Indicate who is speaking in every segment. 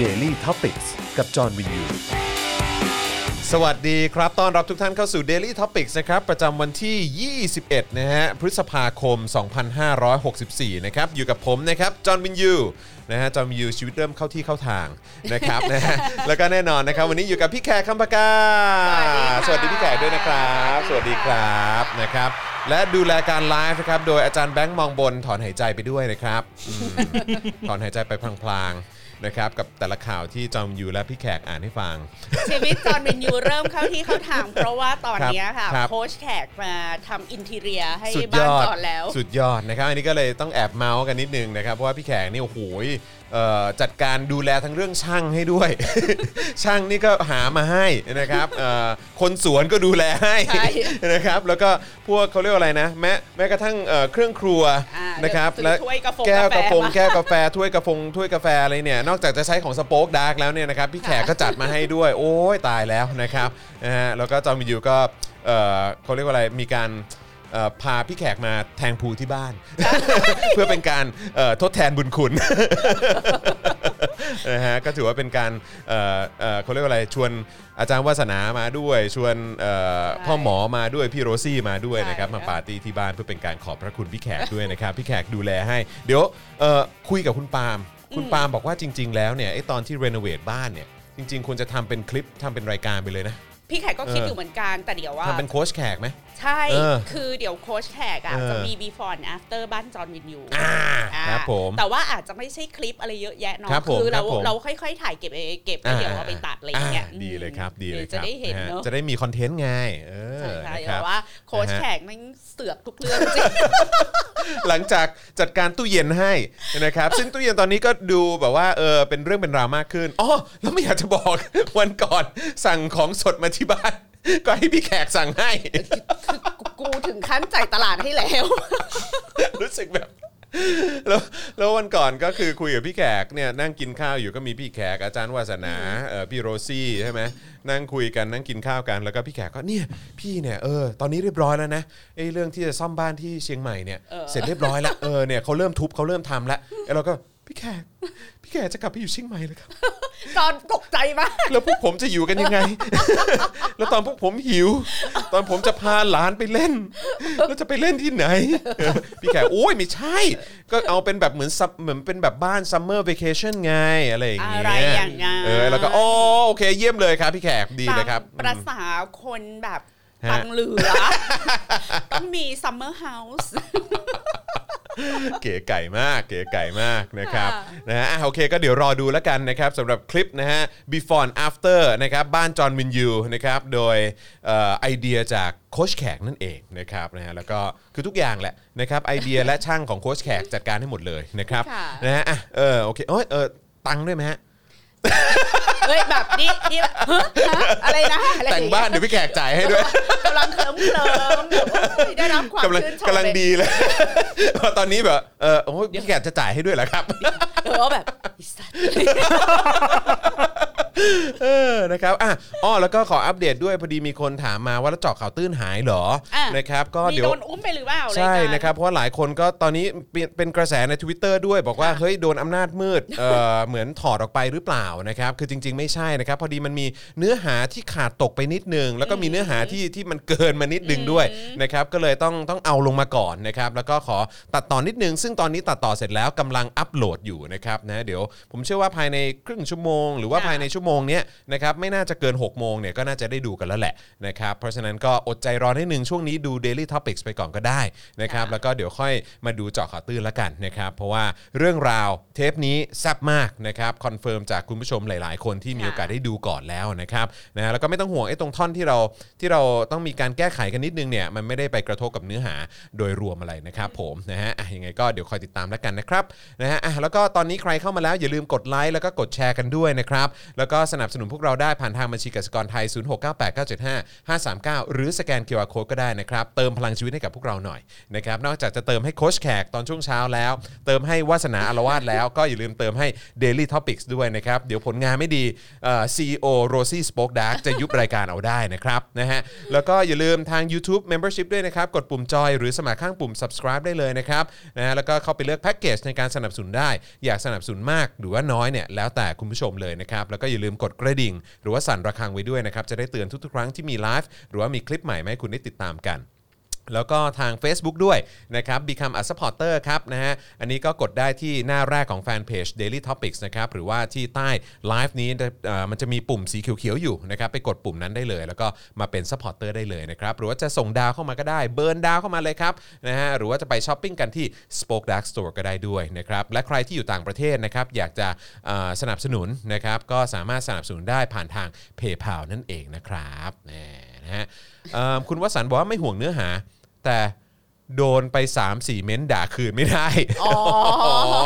Speaker 1: Daily t o p i c กกับจอห์นวินยู
Speaker 2: สวัสดีครับ ต้อนรับทุกท่านเข้าสู่ Daily Topics นะครับ ประจำวันที่ 21 นะฮะ พฤษภาคม 2564 นะครับ อยู่กับผมนะครับ จอห์นวินยูนะฮะ จอห์นวินยูชีวิตเริ่มเข้าที่เข้าทางนะครับ นะฮะ แล้วก็แน่นอนนะครับ วันนี้อยู่กับพี่แขกคำปากา ส
Speaker 3: สวั
Speaker 2: วัส
Speaker 3: สดี
Speaker 2: ดีพี่
Speaker 3: ค่ะ
Speaker 2: แขกด้วยนะครับ สวัสดีครับ นะครับ และดูแลการไลฟ์นะครับ โดยอาจารย์แบงค์มองบนถอนหายใจไปด้วยนะครับอื ม ถอนหายใจไปพลางๆ นะครับ กับแต่ละข่าวที่จอห์นวินยูและพี่แขกอ่านให้ฟัง
Speaker 3: ชีวิตจอห์นวินยูเริ่มเข้าที่เข้าทางเพราะว่าตอนเนี้ยค่ะ
Speaker 2: ครับ
Speaker 3: โค้ชแขกมาทำอินทีเรียให้
Speaker 2: สุดย
Speaker 3: บ้าน
Speaker 2: อด
Speaker 3: จอห์นแล้ว
Speaker 2: สุดยอดนะครับอันนี้ก็เลยต้องแอบเมาส์กันนิดนึงนะครับ เพราะว่าพี่แขกนี่โอ้โหยเอ่อจัดการดูแลทั้งเรื่องช่างให้ด้วย ช่างนี่ก็หามาให้นะครับเอ่อคนสวนก็ดูแลให้
Speaker 3: ใช่
Speaker 2: นะครับ แล้วก็พวกเขาเรียกว่าอะไรนะ แม้แม้กระทั่งเอ่อเครื่องครัว
Speaker 3: อ่า
Speaker 2: นะครับ
Speaker 3: ซื้อ
Speaker 2: และ
Speaker 3: ถ้วยกระฟง
Speaker 2: แก้วกระฟง
Speaker 3: กาแฟมา
Speaker 2: แก้วกาแฟ ถ้วยกระฟงถ้วยกาแฟอะไรเนี่ยนอกจากจะใช้ของสโป๊กดาร์กแล้วเนี่ยนะครับพี่แขกก็จัดมาให้ด้วย โอ้ยตายแล้วนะครับนะฮะแล้วก็จอมบินยูก็เอ่อเขาเรียกว่าอะไรมีการ เอ่อพาพี่แขกมาแทงภูที่บ้าน เพื่อเป็นการเอ่อทดแทนบุญคุณ นะฮะก็ถือว่าเป็นการเอ่อเอ่อเขาเรียกว่าอะไรชวนอาจารย์วาสนามาด้วย ชวนเอ่อ
Speaker 3: ใช่
Speaker 2: พ่อหมอมาด้วยพี่โรซี่มาด้วยนะครับ
Speaker 3: ใช่
Speaker 2: มา
Speaker 3: ค่ะ
Speaker 2: ปาร์ตี้ที่บ้านเพื่อเป็นการขอบพระคุณพี่แขกด้วยนะครับ พี่แขกดูแลให้ เดี๋ยวเอ่อคุยกับคุณปาล์มคุณปาล์มบอกว่าจริง ๆ แล้วเนี่ยไอ้ตอนที่รีโนเวทบ้านเนี่ยจริง ๆควรจะทำเป็นคลิปทำเป็นรายการไปเลยนะ
Speaker 3: พี่แขกก็คิดอยู่เหมือนกันแต่เดี๋ยวว่า
Speaker 2: ทำเป็นโค้ชแขกไหม
Speaker 3: ใช่
Speaker 2: เออ
Speaker 3: คือเดี๋ยวโค้ชแขกอ่ะ
Speaker 2: เออ
Speaker 3: จะมี before and after บ้านจอห์นวินยู
Speaker 2: อ่า
Speaker 3: อ่า
Speaker 2: ครับผม
Speaker 3: แต่ว่าอาจจะไม่ใช่คลิปอะไรเยอะแยะเนาะ
Speaker 2: ครับผมค
Speaker 3: เรา
Speaker 2: รับผม
Speaker 3: เราค่อยๆ ถ่ายเก็บเองเก็บแล้วเดี๋ยวเอาไปตัดอะไรอย่างเงี้ย
Speaker 2: อ่าดีเลยครับดีเลยค
Speaker 3: จะ
Speaker 2: รับ
Speaker 3: ได้เห็น
Speaker 2: ฮ
Speaker 3: เนาะ
Speaker 2: จะได้มีคอนเทนต์ไงเออ
Speaker 3: ใช่ค่ะ
Speaker 2: นะค
Speaker 3: แต่
Speaker 2: รับ
Speaker 3: ว่าโค้ช
Speaker 2: นะฮะ
Speaker 3: แขกแมันเสือกทุกเรื่องจริง
Speaker 2: หลังจากจัดการตู้เย็นให้นะครับ ซึ่งตู้เย็นตอนนี้ก็ดูแบบว่าเออเป็นเรื่องเป็นราวมากขึ้นอ๋อแล้วไม่อยากจะบอก วันก่อนสั่งของสดมาที่บ้าน ก็ให้พี่แขกสั่งให้
Speaker 3: คือกูถึงขั้นจ่ายตลาดให้แล้ว
Speaker 2: รู้สึกแบบแล้วแล้ววันก่อนก็คือคุยกับพี่แขกเนี่ยนั่งกินข้าวอยู่ก็มีพี่แขกอาจารย์วาสนาเอ่อพี่โรซี่ใช่ไหมนั่งคุยกันนั่งกินข้าวกันแล้วก็พี่แขกก็เนี่ยพี่เนี่ยเออตอนนี้เรียบร้อยแล้วนะไอ้เรื่องที่จะซ่อมบ้านที่เชียงใหม่เนี่ย
Speaker 3: เออ
Speaker 2: เสร็จเรียบร้อยแล้วเออเนี่ยเขาเริ่มทุบเขาเริ่มทำแล้วแล้วเราก็พี่แขกพี่แขกจะกลับไปอยู่เชียงใหม่เลยครับ
Speaker 3: จอนตกใจมาก
Speaker 2: แล้วพวกผมจะอยู่กันยังไง แล้วตอนพวกผมหิว ตอนผมจะพาหลานไปเล่น แล้วจะไปเล่นที่ไหน พี่แขกโอ้ยไม่ใช่ ก็เอาเป็นแบบเหมือนซับเหมือนเป็นแบบบ้านซัมเมอร์ c a คชันไง อะไรอย่าง
Speaker 3: อะ
Speaker 2: เงี้ย
Speaker 3: ไรอย่างเงี้
Speaker 2: เออ แล้วก็อ๋อโอเคเยี่ยมเลยครับพี่แขกดีเลยครับ
Speaker 3: ประสาคนแบบ
Speaker 2: ฮะ
Speaker 3: ตังเหลือ ต้องมีซัมเมอร์เฮาส์
Speaker 2: เก๋ไก่มาก เก๋ไก่มากนะครับ
Speaker 3: ค่ะ
Speaker 2: นะฮะอ่ะโอเคก็เดี๋ยวรอดูแล้วกันนะครับสำหรับคลิปนะฮะ before and after นะครับบ้านจอห์นวินยูนะครับโดยเอ่อไอเดียจากโคชแขกนั่นเองนะครับนะฮะแล้วก็คือทุกอย่างแหละนะครับไอเดีย และช่างของโคชแขกจัดการให้หมดเลยนะครับนะฮะอ่ะเออโอเคโอ้ยเออตังค์ด้วยไหมฮะ
Speaker 3: เฮ้ยแบบนี้นี่ฮะอะไรนะอะไรอย่
Speaker 2: แต่งบ้านเดี๋ยวพี่แขกจ่ายให้ด้วย
Speaker 3: กำลังเคลิ้มเคลิ้มได้รับความ
Speaker 2: กำลัง
Speaker 3: ชื่นชม
Speaker 2: กำลัง
Speaker 3: เลย
Speaker 2: ดีเลย ตอนนี้แบบเออโอ้ยพี่แขกจะจ่ายให้ด้วยเหรอครับ
Speaker 3: เออแบบอีสั ตว์
Speaker 2: เออ นะครับ อ่ะอ้อแล้วก็ขออัปเดตด้วย พอดีมีคนถามมาว่าแล้วเจาะข่าวตื้นหายเหรอ
Speaker 3: อ่ะ
Speaker 2: นะครับ ก็
Speaker 3: มี
Speaker 2: เดี๋ย
Speaker 3: โด
Speaker 2: ว
Speaker 3: นอุ้มไปหรือเปล่าเลย
Speaker 2: ใช่
Speaker 3: จ้า
Speaker 2: นะครับ เพราะว่าหลายคนก็ตอนนี้เป็นเป็นกระแสใน Twitter ด้วยบอกว่า
Speaker 3: ค่ะ
Speaker 2: เฮ้ย โดนอำนาจมืดเอ่อ เหมือนถอดออกไปหรือเปล่านะครับ คือจริง ๆ ไม่ใช่นะครับ พอดีมันมีเนื้อหาที่ขาดตกไปนิดนึง แล้วก็มีเนื้อหาที่ที่มันเกินมานิดนึงด้วยนะครับ ก็เลยต้องต้องเอาลงมาก่อนนะครับ แล้วก็ขอตัดต่อนิดนึง ซึ่งตอนนี้ตัดต่อเสร็จแล้วกำลังอัปโหลดอยู่นะครับนะเดี๋ยวผมเชื่อว่าภายในครึ่งชั่วโมง หรือว่า
Speaker 3: ค่ะ
Speaker 2: ภายใน ในชั่วโมงเนี้ยนะครับไม่น่าจะเกิน 6 โมงเนี่ยก็น่าจะได้ดูกันแล้วแหละนะครับเพราะฉะนั้นก็อดใจรอนิดนึงช่วงนี้ดู Daily Topics ไปก่อนก็ได้นะครับ
Speaker 3: ค่ะ
Speaker 2: แล้วก็เดี๋ยวค่อยมาดูเจาะข่าวตื้นละกันนะครับเพราะว่าเรื่องราวเทปนี้แซ่บมากนะครับคอนเฟิร์มจากคุณผู้ชมหลาย ๆ คนที่มี
Speaker 3: ค่ะ
Speaker 2: โอกาสได้ดูก่อนแล้วนะครับนะฮะแล้วก็ไม่ต้องห่วงไอ้ตรงท่อนที่เราที่เราต้องมีการแก้ไขกันนิดนึงเนี่ยมันไม่ได้ไปกระทบกับเนื้อหาโดยรวมอะไรนะครับผมนะฮะอ่ะยังไงก็เดี๋ยวคอยติดตามแล้วกันนะครับนะฮะอ่ะแล้วก็ตอนนี้ใครเข้ามาแล้วอย่าลืมกดไลค์แล้วก็กดแชร์กันด้วยนะครับ แล้วก็สนับสนุนพวกเราได้ผ่านทางบัญชีกสิกรไทย 0698975539 หรือสแกน QR Code ก็ได้นะครับ เติมพลังชีวิตให้กับพวกเราหน่อยนะครับ นอกจากจะเติมให้โค้ชแขกตอนช่วงเช้าแล้ว เติมให้วาสนาอารวาสแล้ว ก็อย่าลืมเติมให้ Daily Topics ด้วยนะครับ เดี๋ยวผลงานไม่ดีเอ่อ CEO Rosie Spoke Dark จะยุบรายการเอาได้นะครับนะฮะแล้วก็อย่าลืมทาง YouTube Membership ด้วยนะครับ กดปุ่มจอยหรือสมัครข้างปุ่ม subscribe ได้เลยนะครับนะฮะแล้วก็เข้าไปเลือกแพ็กเกจในการสนับสนุนได้ อยาก อยากสนับสนุนมากหรือว่าน้อยเนี่ยแล้วแต่คุณผู้ชมเลยนะครับ แล้วก็อย่าลืมกดกระดิ่ง หรือว่าสั่นระฆังไว้ด้วยนะครับ จะได้เตือนทุกๆครั้งที่มีไลฟ์หรือว่ามีคลิปใหม่มาให้คุณได้ติดตามกัน แล้วก็ทาง Facebook ด้วยนะครับ Become a supporter ครับนะฮะอันนี้ก็กดได้ที่หน้าแรกของแฟนเพจ Daily Topics นะครับ หรือว่าที่ใต้ไลฟ์นี้เอ่อมันจะมีปุ่มสีเขียวๆอยู่นะครับ ไปกดปุ่มนั้นได้เลย แล้วก็มาเป็น supporter ได้เลยนะครับ หรือว่าจะส่งดาวเข้ามาก็ได้ เบิร์นดาวเข้ามาเลยครับนะฮะหรือว่าจะไปช้อปปิ้งกันที่ Spoke Dark Store ก็ได้ด้วยนะครับ และใครที่อยู่ต่างประเทศนะครับ อยากจะเอ่อสนับสนุนนะครับ ก็สามารถสนับสนุนได้ผ่านทาง PayPal นั่นเองนะครับแหม นะฮะเอิ่มคุณวสันต์บอกว่าไม่ห่วงเนื้อหา แต่โดนไป 3-4 เม้นด่าคืนไม่ได้
Speaker 3: อ๋อ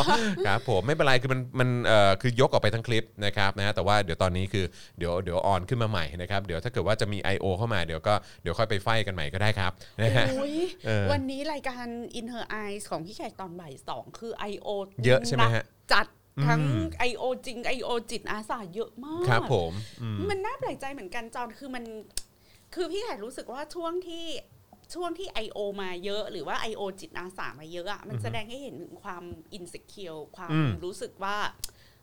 Speaker 2: ครับผมไม่เป็นไรคือมันมันเอ่อคือยกออกไปทั้งคลิปนะครับนะฮะแต่ว่าเดี๋ยวตอนนี้คือเดี๋ยวเดี๋ยวออนขึ้นมาใหม่นะครับเดี๋ยวถ้าเกิดว่าจะมี I.O. เข้ามาเดี๋ยวก็เดี๋ยวค่อยไปไฟกันใหม่ก็ได้ครับนะฮะ
Speaker 3: อุ๊ย
Speaker 2: เออ
Speaker 3: วันนี้รายการ In Her Eyes ของพี่แขกตอนบ่ายสองคือ I.O.
Speaker 2: เยอะใช่ไหมฮะ
Speaker 3: จัดทั้ง I.O. จริง I.O. จิตอาสาเยอะมาก
Speaker 2: ครับผมอืม
Speaker 3: มันน่าแปลกใจเหมือนกันจอนคือมัน คือพี่แขกรู้สึกว่าช่วงที่ช่วงที่ I.O. มาเยอะ หรือว่า I.O. จิตอาสามาเยอะอะมันแสดงให้เห็นถึงความอินสิเคียวความ
Speaker 2: อืม
Speaker 3: รู้สึกว่า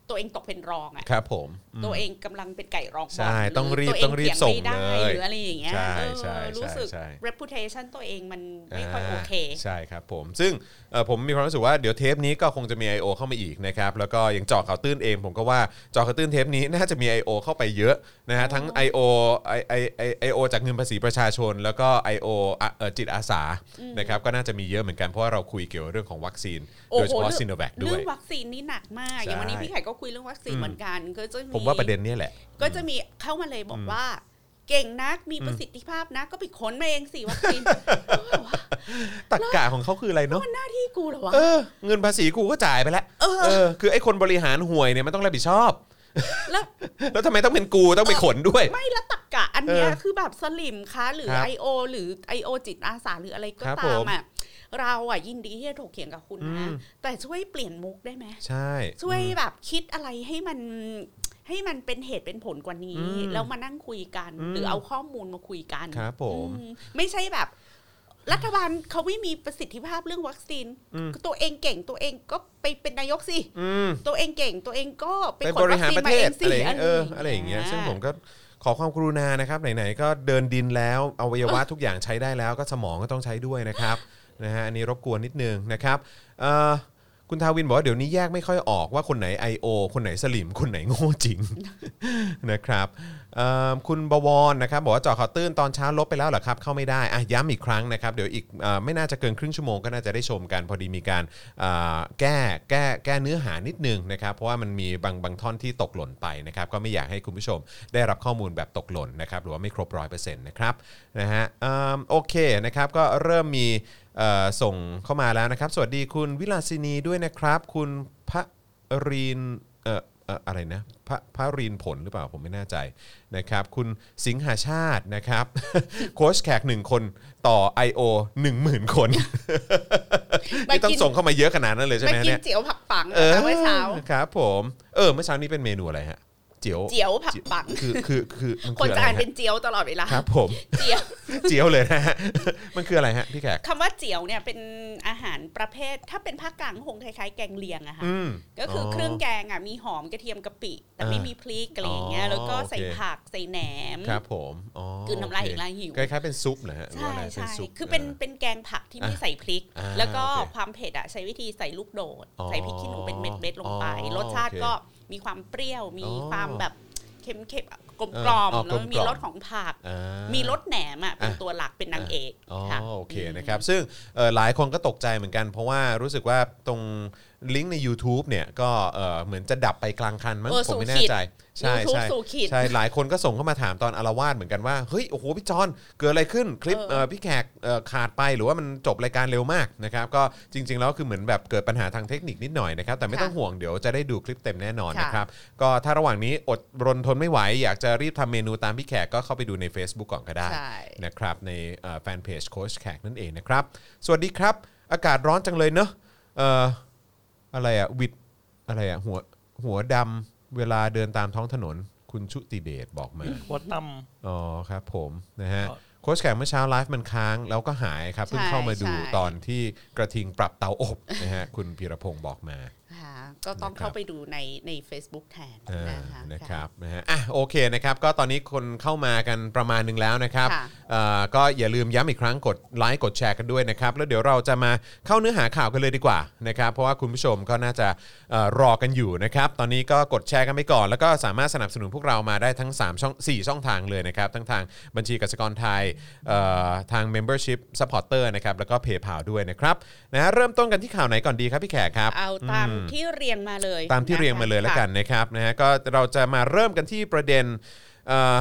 Speaker 3: ตัวเองตกเป็นรองอะ
Speaker 2: ครับผมอืม
Speaker 3: ตัวเองกำลังเป็นไก่รองบอล
Speaker 2: ใช่ต้องรีบ
Speaker 3: หวเ
Speaker 2: ต้องรีบส่ง
Speaker 3: ถีไม่ได้
Speaker 2: เลย
Speaker 3: หรืออะไรอย่างเงี้ย
Speaker 2: ใช่
Speaker 3: เออ
Speaker 2: ใช่ใช่
Speaker 3: รู้สึก
Speaker 2: ใช่
Speaker 3: reputation ตัวเองมันไม่ค่อยโอเค
Speaker 2: าใช่ครับผม ซึ่งเอ่อผมมีความรู้สึกว่าเดี๋ยวเทปนี้ก็คงจะมี I.O. เข้ามาอีกนะครับ แล้วก็อย่างเจาะข่าวตื้นเอง ผมก็ว่าเจาะข่าวตื้นเทปนี้น่าจะมี I.O. เข้าไปเยอะนะฮะทั้ง I.O. I I I I.O. จากเงินภาษีประชาชน แล้วก็ I.O. อ่ะเอ่อจิตอาสานะครับก็น่าจะมีเยอะเหมือนกันเพราะว่าเราคุยเกี่ยวเรื่องของวัคซีน โดยเฉพาะ
Speaker 3: โอ้โห
Speaker 2: ซิโนแวคด้ว
Speaker 3: เรื่อย งวัคซีนนี่หนักมาก อย่างวันนี้
Speaker 2: ใช่
Speaker 3: พี่ไข่ก็คุยเรื่องวัคซีนเหมือนกันก็จะมี
Speaker 2: ผมว่าประเด็นเนี้ยแหละ
Speaker 3: ก็จะมีเข้ามาเลยบอกว่า เก่งนักมีประสิทธิภาพนะก็ไปค้นมาเองสิวัคซีนเออวะ
Speaker 2: ตรกกะของเขาคืออะไรเนาะ
Speaker 3: มันหน้าที่กูเหรอวะ
Speaker 2: เออเงินภาษีกูก็จ่ายไปแล้ว
Speaker 3: เออ
Speaker 2: เออคือไอ้คนบริหารห่วยเนี่ยมันต้องรับผิดชอบ
Speaker 3: แล้ว
Speaker 2: แล้วทำ ไมต้องเป็นกูต้องไปขนด้วย
Speaker 3: ไม่ละตักกะอันเนี้ย
Speaker 2: เออ
Speaker 3: คือแบบสลิมคะหรือ
Speaker 2: ครับ
Speaker 3: I.O. หรือ I.O. จิตอาสาหรืออะไรก็
Speaker 2: ครับ
Speaker 3: ตาม
Speaker 2: ผม
Speaker 3: อ่ะเราอ่ะยินดีที่จะถกเถียงกับคุณ
Speaker 2: อื
Speaker 3: นะ
Speaker 2: ม
Speaker 3: แต่ช่วยเปลี่ยนมุกได้ไหม
Speaker 2: ใช่
Speaker 3: ช่วย
Speaker 2: อืม
Speaker 3: แบบคิดอะไรให้มันให้มันเป็นเหตุเป็นผลกว่านี้
Speaker 2: อืม
Speaker 3: แล้วมานั่งคุยกัน
Speaker 2: อืม
Speaker 3: หรือเอาข้อมูลมาคุยกัน
Speaker 2: ครับผม
Speaker 3: อืมไม่ใช่แบบ รัฐบาลเขาไม่มีประสิทธิภาพเรื่องวัคซีน
Speaker 2: อืม
Speaker 3: ตัวเองเก่งตัวเองก็ไปเป็นนายกสิ
Speaker 2: อืม
Speaker 3: ตัวเองเก่งตัวเองก็ไป
Speaker 2: ไป
Speaker 3: ขน
Speaker 2: บริ
Speaker 3: วัค
Speaker 2: หาร
Speaker 3: ซีน
Speaker 2: ประ
Speaker 3: มา
Speaker 2: เท
Speaker 3: เอ
Speaker 2: ศ
Speaker 3: งสิ
Speaker 2: อะไรอย่างเงี้ยเอออะไรอย่างเงี้ยซึ่งผมก็ขอความกรุณานะครับไหนๆก็เดินดินแล้วอวัยวะทุกอย่างใช้ได้แล้วก็สมองก็ต้องใช้ด้วยนะครับ นะฮะอันนี้รบกวนนิดนึงนะครับเอ่อคุณทาวินบอกว่าเดี๋ยวนี้แยกไม่ค่อยออกว่าคนไหน I.O. คนไหนสลิมคนไหนโง่จริง นะครับเอ่อคุณบวรนะครับบอกว่าเจอข่าวตื้นตอนเช้าลบไปแล้วเหรอครับ เข้าไม่ได้อ่ะย้ำอีกครั้งนะครับ เดี๋ยวอีกเอ่อไม่น่าจะเกินครึ่งชั่วโมงก็น่าจะได้ชมกันพอดีมีการเอ่อแก้แก้แก้เนื้อหานิดนึงนะครับ เพราะว่ามันมีบางบางท่อนที่ตกหล่นไปนะครับ ก็ไม่อยากให้คุณผู้ชมได้รับข้อมูลแบบตกหล่นนะครับ หรือว่าไม่ครบร้อยเปอร์เซ็นต์นะครับนะฮะเอิ่มโอเคนะครับก็เริ่มมีเอ่อส่งเข้ามาแล้วนะครับ สวัสดีคุณวิลาสินีด้วยนะครับ คุณพระรีนเอ่อ เอ่ออะไรนะพระพระรีนผลหรือเปล่าผมไม่แน่ใจนะครับ คุณสิงหาชาตินะครับ โค้ชแขกหนึ่งคนต่อ I.O. 1 0,000 คน
Speaker 3: มา
Speaker 2: นี่ต้อง
Speaker 3: กิน
Speaker 2: ส่งเข้ามาเยอะขนาดนั้นเลยใช่
Speaker 3: มา
Speaker 2: ไหม
Speaker 3: กิน
Speaker 2: เนี่ย
Speaker 3: เจียวผักปัง
Speaker 2: เออ
Speaker 3: เมื่อเช้า
Speaker 2: ครับผม เออเมื่อเช้านี้เป็นเมนูอะไรฮะ เจียว
Speaker 3: เจียวผักปัง
Speaker 2: คือคือคือมั
Speaker 3: คน
Speaker 2: ออ
Speaker 3: จะ
Speaker 2: ไร
Speaker 3: อ่าน
Speaker 2: ฮ
Speaker 3: เป็นเจียวตลอดเวลา
Speaker 2: ครับผม
Speaker 3: เจียว
Speaker 2: เจียวเลยนะฮ ะ มันคืออะไรฮะพี่แขก
Speaker 3: คำว่าเจียวเนี่ยเป็นอาหารประเภท ถ้าเป็นภาคกลางก็คงคล้ายๆแกงเลียงอะค่ะ
Speaker 2: อืม
Speaker 3: ก็คืออเครื่องแกงอะมีหอมกระเทียมกะปิ แต่ไม่
Speaker 2: อ่ามี
Speaker 3: มีพริกอะไรอย่างเงี้ยแล้วก็
Speaker 2: อ๋อโอเค
Speaker 3: ใส่ผักใส่แหนม
Speaker 2: ครับผมอ๋อก
Speaker 3: ลืนน้ำลาย
Speaker 2: โอ
Speaker 3: อีก
Speaker 2: เค
Speaker 3: ลายหิว
Speaker 2: คล้ายๆเป็นซุปนะฮะหรือ
Speaker 3: ใช่
Speaker 2: ว่าอะไรเป็น
Speaker 3: ใช่
Speaker 2: ซุป
Speaker 3: คือเป็น
Speaker 2: อ
Speaker 3: เป็นแกงผักที่ไม่
Speaker 2: อ่ะ
Speaker 3: ใส่พริก
Speaker 2: อ่า
Speaker 3: แล้วก็
Speaker 2: โอเค
Speaker 3: ความเผ็ดอะใช้วิธีใส่ลูกโดด
Speaker 2: อ๋อ
Speaker 3: ใส่พริกขี้หนูเป็นเม็ดๆลงไป
Speaker 2: อ๋อ
Speaker 3: รสชาติ
Speaker 2: โอเค
Speaker 3: ก็มีความเปรี้ยวมี
Speaker 2: อ๋อ
Speaker 3: ความแบบเค็มๆกลม
Speaker 2: เออก
Speaker 3: ล่อม
Speaker 2: อ๋อ
Speaker 3: แล้ว
Speaker 2: ก
Speaker 3: มี
Speaker 2: ลมๆ
Speaker 3: รสของผัก
Speaker 2: ่า
Speaker 3: มีรสแหนมอะเป็น
Speaker 2: อ่ะ
Speaker 3: ตัวหลักเป็นนางเอก
Speaker 2: อ๋อ
Speaker 3: ค่ะ
Speaker 2: โอเคนะครับซึ่งเอ่อหลายคนก็ตกใจเหมือนกัน เพราะว่ารู้สึกว่าตรงลิงก์ใน YouTube เนี่ยก็เอ่อเหมือนจะดับไปกลางคันมั้ง
Speaker 3: เออ
Speaker 2: ผมไม่
Speaker 3: สู่
Speaker 2: แน่
Speaker 3: ขีด
Speaker 2: ใจใช่ใช่
Speaker 3: YouTube สู่ขีด
Speaker 2: ใช่หลายคนก็ส่งเข้ามาถามตอนอารวาสเหมือนกันว่า เฮ้ย โอ้โห พี่จอนเกิดอะไรขึ้นคลิป
Speaker 3: เออ
Speaker 2: เอ่อพี่แขกเอ่อขาดไปหรือว่ามันจบรายการเร็วมากนะครับ ก็จริง ๆ แล้วคือเหมือนแบบเกิดปัญหาทางเทคนิคนิดหน่อยนะครับ แต่ไม่ต้องห่วงเดี๋ยวจะได้ดูคลิปเต็มแน่นอนนะครับ ก็ถ้าระหว่างนี้อดรนทนไม่ไหว อยากจะรีบทำเมนูตามพี่แขกก็เข้าไปดูใน Facebook ก่อนก็ได้
Speaker 3: ใช่
Speaker 2: นะครับในแฟนเพจโค้ชแขกนั่นเองนะครับ สวัสดีครับ อากาศร้อนจังเลยเนอะเอ่ออะไรอะวิดอะไรอะหัวหัวดำเวลาเดินตามท้องถนน คุณชุติเดชบอกมา
Speaker 4: หัวต่
Speaker 2: อ๋อครับผมนะฮะโค้ชแขกเมื่อเช้าไลฟ์มันค้างแล้วก็หายครับ เพิ่ง
Speaker 3: ใช่
Speaker 2: เข้ามาดู
Speaker 3: ใช่
Speaker 2: ตอนที่กระทิงปรับเตาอบนะฮะคุณพีรพงศ์บอกมา
Speaker 3: ค่ะ ก็ต้อง
Speaker 2: นะครับ
Speaker 3: เข้าไปดูในใน Facebook แทน
Speaker 2: เออ
Speaker 3: นะคะ
Speaker 2: นะครับนะฮะอ่ะโอเคนะครับ ก็ตอนนี้คนเข้ามากันประมาณหนึงแล้วนะครับ
Speaker 3: ค่ะ
Speaker 2: เอ่อก็อย่าลืมย้ำอีกครั้งกดไลค์กดแชร์กันด้วยนะครับ แล้วเดี๋ยวเราจะมาเข้าเนื้อหาข่าวกันเลยดีกว่านะครับ เพราะว่าคุณผู้ชมก็น่าจะเอ่อรอกันอยู่นะครับ ตอนนี้ก็กดแชร์กันไปก่อน แล้วก็สามารถสนับสนุนพวกเรามาได้ทั้ง 3 ช่อง 4 ช่องทางเลยนะครับ ทั้งทางบัญชีกสิกรไทยเอ่อทาง Membership Supporter นะครับแล้วก็เพย์พาด้วยนะครับนะฮะเริ่มต้นกันที่ข่าวไหนก่อนดีครับพี่แขกครับ
Speaker 3: เอาตามที่เรียงมาเลย
Speaker 2: ตามที่
Speaker 3: นะคะ
Speaker 2: เรียงมาเลยแล้วกัน
Speaker 3: ค่ะ
Speaker 2: นะครับนะฮะก็เราจะมาเริ่มกันที่ประเด็นเอ่อ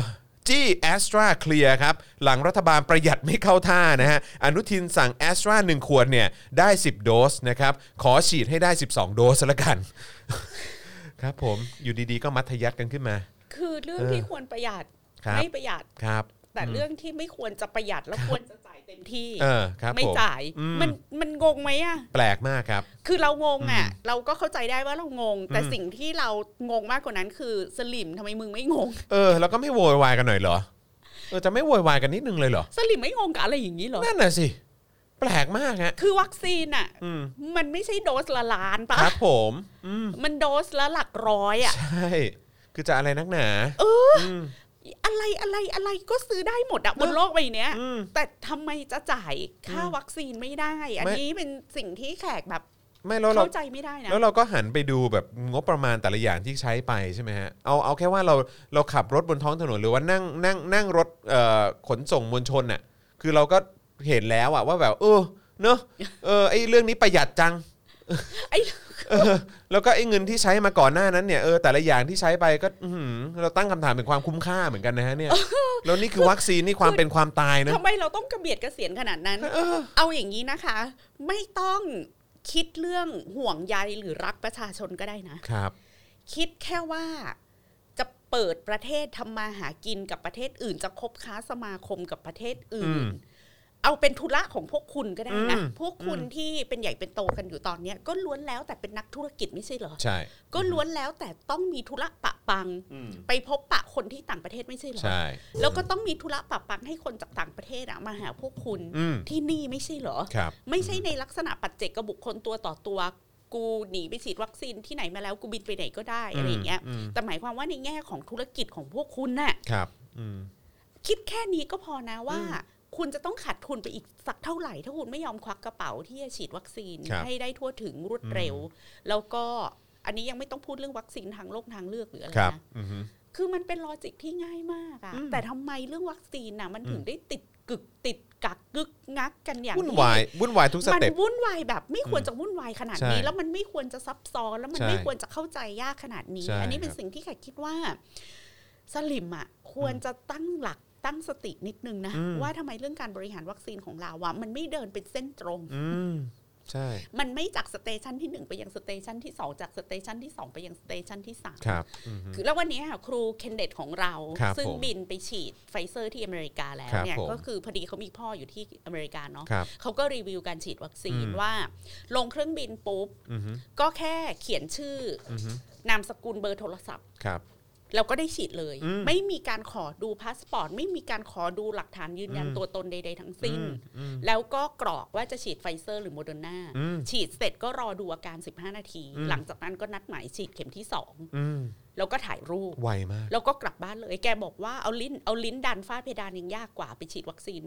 Speaker 2: จี้แอสตราเคลียร์ครับ หลังรัฐบาลประหยัดไม่เข้าท่านะฮะอนุทินสั่งแอสตรา1ขวดเนี่ย ได้ 10 โดสนะครับ ขอฉีดให้ได้ 12 โดสละกัน ครับผมอยู่ดีๆก็มัธยัติกันขึ้นมา
Speaker 3: คือเรื่อง
Speaker 2: เออ
Speaker 3: ที่ควรประหยัด
Speaker 2: ครับ
Speaker 3: ไม่ประหยัด
Speaker 2: ครับ
Speaker 3: แต่เรื่องที่ไม่ควรจะประหยัดแล้วควรจะจ่ายเต็มที่
Speaker 2: เออครับ
Speaker 3: ไม่
Speaker 2: ผม
Speaker 3: จ่าย
Speaker 2: อืม
Speaker 3: มันมันงงไหมอ่ะ
Speaker 2: แปลกมากครับ
Speaker 3: คือเรางงอ่ะ เราก็เข้าใจได้ว่าเรางง แต่
Speaker 2: อืม
Speaker 3: สิ่งที่เรางงมากกว่านั้นคือสลิมทำไมมึงไม่งง
Speaker 2: เออ แล้วก็ไม่โวยวายกันหน่อยเหรอเออจะไม่โวยวายกันนิดนึงเลยเหรอ
Speaker 3: สลิมไม่งงกับอะไรอย่างนี้เหรอ
Speaker 2: นั่นน่ะสิแปลกมากฮะ
Speaker 3: คือวัคซีนอ่ะ
Speaker 2: อืม
Speaker 3: มันไม่ใช่โดสละล้านปะ
Speaker 2: ครับผมอืม
Speaker 3: มันโดสละหลักร้อยอ่ะ
Speaker 2: ใช่ คือจะอะไรนักหนา เออ
Speaker 3: อะไรอะไรอะไรก็ซื้อได้หมดอะบนโลกใบเนี้ย
Speaker 2: อืม
Speaker 3: แต่ทำไมจะจ่ายค่า
Speaker 2: อืม
Speaker 3: วัคซีนไม่ได้ อัน
Speaker 2: ไม่
Speaker 3: นี้เป็นสิ่งที่แขกแบบ
Speaker 2: ไม่แล้วเรา
Speaker 3: เข้าใจไม่ได้นะ
Speaker 2: แล้วเราก็หันไปดูแบบงบประมาณแต่ละอย่างที่ใช้ไปใช่ไหมฮะ เอาเอาแค่ว่าเราเราขับรถบนท้องถนนหรือว่านั่งนั่งนั่งรถเอ่อขนส่งมวลชนน่ะ คือเราก็เห็นแล้วอะว่าแบบเออเนอะเออไอเรื่องนี้ประหยัดจัง
Speaker 3: ไอ้
Speaker 2: เออแล้วก็ไอ้เงินที่ใช้มาก่อนหน้านั้นเนี่ยเออแต่ละอย่างที่ใช้ไปก็อื้อหือเราตั้งคำถามถึงความคุ้มค่าเหมือนกันนะฮะเนี่ย แล้วนี่คือวัคซีนนี่ความเป็นความตายนะ
Speaker 3: ทำไมเราต้องกระเบียดกระเสียนขนาดนั้น
Speaker 2: เออ
Speaker 3: เอาอย่างนี้นะคะ ไม่ต้องคิดเรื่องห่วงใยหรือรักประชาชนก็ได้นะ
Speaker 2: ครับ
Speaker 3: คิดแค่ว่าจะเปิดประเทศทำมาหากินกับประเทศอื่น จะคบค้าสมาคมกับประเทศอื่น
Speaker 2: อืม
Speaker 3: เอาเป็นธุระของพวกคุณก็ได้นะ
Speaker 2: อืม
Speaker 3: พวกคุณที่เป็นใหญ่เป็นโตกันอยู่ตอนเนี้ย ก็ล้วนแล้วแต่เป็นนักธุรกิจไม่ใช่เหรอ
Speaker 2: ใช่
Speaker 3: ก็ล้วนแล้วแต่ต้องมีธุระปะปัง ไปพบปะคนที่ต่างประเทศไม่ใช่เหรอ
Speaker 2: ใช่
Speaker 3: แล้วก็ต้องมีธุระปะปังให้คนจากต่างประเทศอะมาหาพวกคุณ
Speaker 2: อืม
Speaker 3: ที่นี่ไม่ใช่เหรอ
Speaker 2: ครับ
Speaker 3: ไม่ใช่ในลักษณะปัจเจกกับบุคคลตัวต่อตัว กูหนีไปฉีดวัคซีนที่ไหนมาแล้วกูบินไปไหนก็ได้อะไรอย่างเงี้ย
Speaker 2: อืม
Speaker 3: แต่หมายความว่าในแง่ของธุรกิจของพวกคุณน่ะ
Speaker 2: ครับอืม
Speaker 3: คิดแค่นี้ก็พอนะว่า คุณจะต้องขาดทุนไปอีกสักเท่าไหร่ ถ้าคุณไม่ยอมควักกระเป๋าที่จะฉีดวัคซีน
Speaker 2: ครับ
Speaker 3: ให้ได้ทั่วถึงรวดเร็ว แล้วก็อันนี้ยังไม่ต้องพูดเรื่องวัคซีนทางโลกทางเลือกหรืออะไร
Speaker 2: ครับ
Speaker 3: นะ
Speaker 2: อือฮึ
Speaker 3: คือมันเป็นลอจิกที่ง่ายมากอะแต่ทำไมเรื่องวัคซีนน่ะมันถึงได้ติดกึกติดกักกึกงักกันอย่าง
Speaker 2: วุ่น
Speaker 3: ที่
Speaker 2: วายวุ่นวายทุกส
Speaker 3: มัน
Speaker 2: เต็ป
Speaker 3: วุ่นวายแบบไม่ควรจะวุ่นวายขนาดนี้
Speaker 2: ใช่
Speaker 3: แล้วมันไม่ควรจะซับซ้อนแล้วมัน
Speaker 2: ใช่
Speaker 3: ไม่ควรจะเข้าใจยากขนาดนี้
Speaker 2: ใช่
Speaker 3: อันนี้เป็น
Speaker 2: ครับ
Speaker 3: สิ่งที่แขกคิดว่า สลิมอ่ะควรจะตั้งหลักตั้งสตินิดนึงนะ ว่าทำไมเรื่องการบริหารวัคซีนของเราอะมันไม่เดินเป็นเส้นตรง
Speaker 2: อืม ใช่
Speaker 3: มันไม่จากสเตชันที่หนึ่งไปยังสเตชันที่สองจากสเตชันที่สองไปยังสเตชันที่สาม
Speaker 2: ครับ อืม
Speaker 3: คือแล้ววันนี้ครูเคนเดตของเรา
Speaker 2: ครับ
Speaker 3: ซึ่ง
Speaker 2: ผม
Speaker 3: บินไปฉีดไฟเซอร์ที่อเมริกาแล้ว
Speaker 2: ครับ
Speaker 3: เนี่ย
Speaker 2: ผม
Speaker 3: ก็คือพอดีเขามีพ่ออยู่ที่อเมริกาเนาะ
Speaker 2: ครับ
Speaker 3: เขาก็รีวิวการฉีดวัคซีน
Speaker 2: อืม
Speaker 3: ว่า ลงเครื่องบินปุ๊บ
Speaker 2: อือฮึ
Speaker 3: ก็แค่เขียนชื่อ
Speaker 2: อือฮึ
Speaker 3: นามสกุลเบอร์โทรศัพท์
Speaker 2: ครับ
Speaker 3: แล้วก็ได้ฉีดเลย
Speaker 2: อืม
Speaker 3: ไม่มีการขอดูพาสปอร์ต ไม่มีการขอดูหลักฐานยืนยัน
Speaker 2: อืม
Speaker 3: ตัวตนใด ๆ ทั้งสิ้น
Speaker 2: อืม
Speaker 3: แล้วก็กรอกว่าจะฉีดไฟเซอร์หรือโมเดอร์นา
Speaker 2: อืม
Speaker 3: ฉีดเสร็จก็รอดูอาการ 15 นาที
Speaker 2: อืม
Speaker 3: หลังจากนั้นก็นัดหมายฉีดเข็มที่
Speaker 2: อืม
Speaker 3: 2 แล้วก็ถ่ายรูป
Speaker 2: ไวมาก
Speaker 3: แล้วก็กลับบ้านเลย แกบอกว่าเอาลิ้นเอาลิ้นดันฝ้าเพดานยังยากกว่าไปฉีดวัคซีน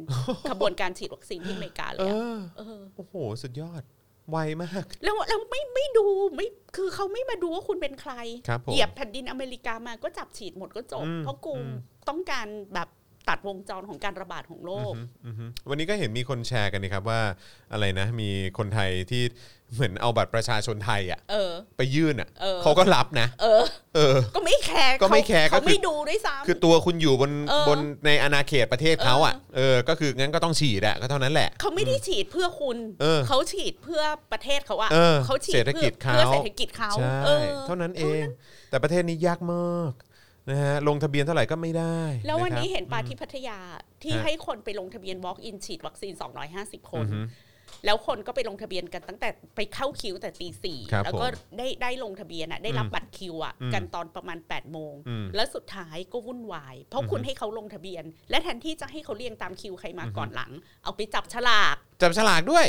Speaker 3: ขบวนการฉีดวัคซีนที่อเมริกาเล
Speaker 2: เอย
Speaker 3: อะ
Speaker 2: อ
Speaker 3: เออ
Speaker 2: โอ้โห สุดยอด ไวมาก
Speaker 3: แล้วแล้วไม่ไม่ดูไม่คือเขาไม่มาดูว่าคุณเป็นใคร
Speaker 2: ครับผม
Speaker 3: เหยียบแผ่นดินอเมริกามาก็จับฉีดหมดก็จบ
Speaker 2: อืม
Speaker 3: เพราะกู
Speaker 2: อืม
Speaker 3: ต้องการแบบตัดวงจรของการระบาดของโลก
Speaker 2: อือฮึวันนี้ก็เห็นมีคนแชร์กันนะครับว่าอะไรนะ มีคนไทยที่เหมือนเอาบัตรประชาชนไทยอ่ะ
Speaker 3: เออ
Speaker 2: ไปยื่นอ่ะ
Speaker 3: เออ
Speaker 2: เขาก็รับนะ
Speaker 3: เออ
Speaker 2: เออ
Speaker 3: ก็ไม่แคร์
Speaker 2: ก็ไม่แคร์
Speaker 3: เขา
Speaker 2: ก็คือ
Speaker 3: ไม่ดูด้วยซ้ำ
Speaker 2: คือตัวคุณอยู่บน
Speaker 3: เออ
Speaker 2: บนในอาณาเขตประเทศเขาอ่ะ เออ ก็คืองั้นก็ต้องฉีดอะก็เท่านั้นแหละ
Speaker 3: เขาไม่ได้ฉีดเพื่อคุณ
Speaker 2: เออ
Speaker 3: ฉีดเพื่อประเทศเขาอะ
Speaker 2: เออ
Speaker 3: ฉีด
Speaker 2: เศรษฐกิจ
Speaker 3: เพื่อ
Speaker 2: เขา
Speaker 3: เศรษฐกิจเขา
Speaker 2: ใช่
Speaker 3: เออ
Speaker 2: เท่านั้นเอง แต่ประเทศนี้ยากมากนะฮะลงทะเบียนเท่าไหร่ก็ไม่ได้
Speaker 3: แล้ววันะครับ นี้เห็นปาที่พัทยาที่
Speaker 2: ฮะ
Speaker 3: ให้คนไปลงทะเบียน walk in ฉีดวัคซีน 250 คน
Speaker 2: อือฮึ
Speaker 3: แล้วคนก็ไปลงทะเบียนกันตั้งแต่ไปเข้าคิวแต่ตีสี่
Speaker 2: ครับ
Speaker 3: แล้วก็
Speaker 2: ผม
Speaker 3: ได้ได้ลงทะเบียนอ่ะได้รับ
Speaker 2: อืม
Speaker 3: บัตรคิวอ่ะ
Speaker 2: อืม
Speaker 3: กันตอนประมาณ 8 โมง
Speaker 2: อืม
Speaker 3: แล้วสุดท้ายก็วุ่นวาย เพราะคุณให้เขาลงทะเบียน และแทนที่จะให้เขาเรียงตามคิวใครมาก่อนหลัง เอาไปจับฉลาก
Speaker 2: จับฉลากด้วย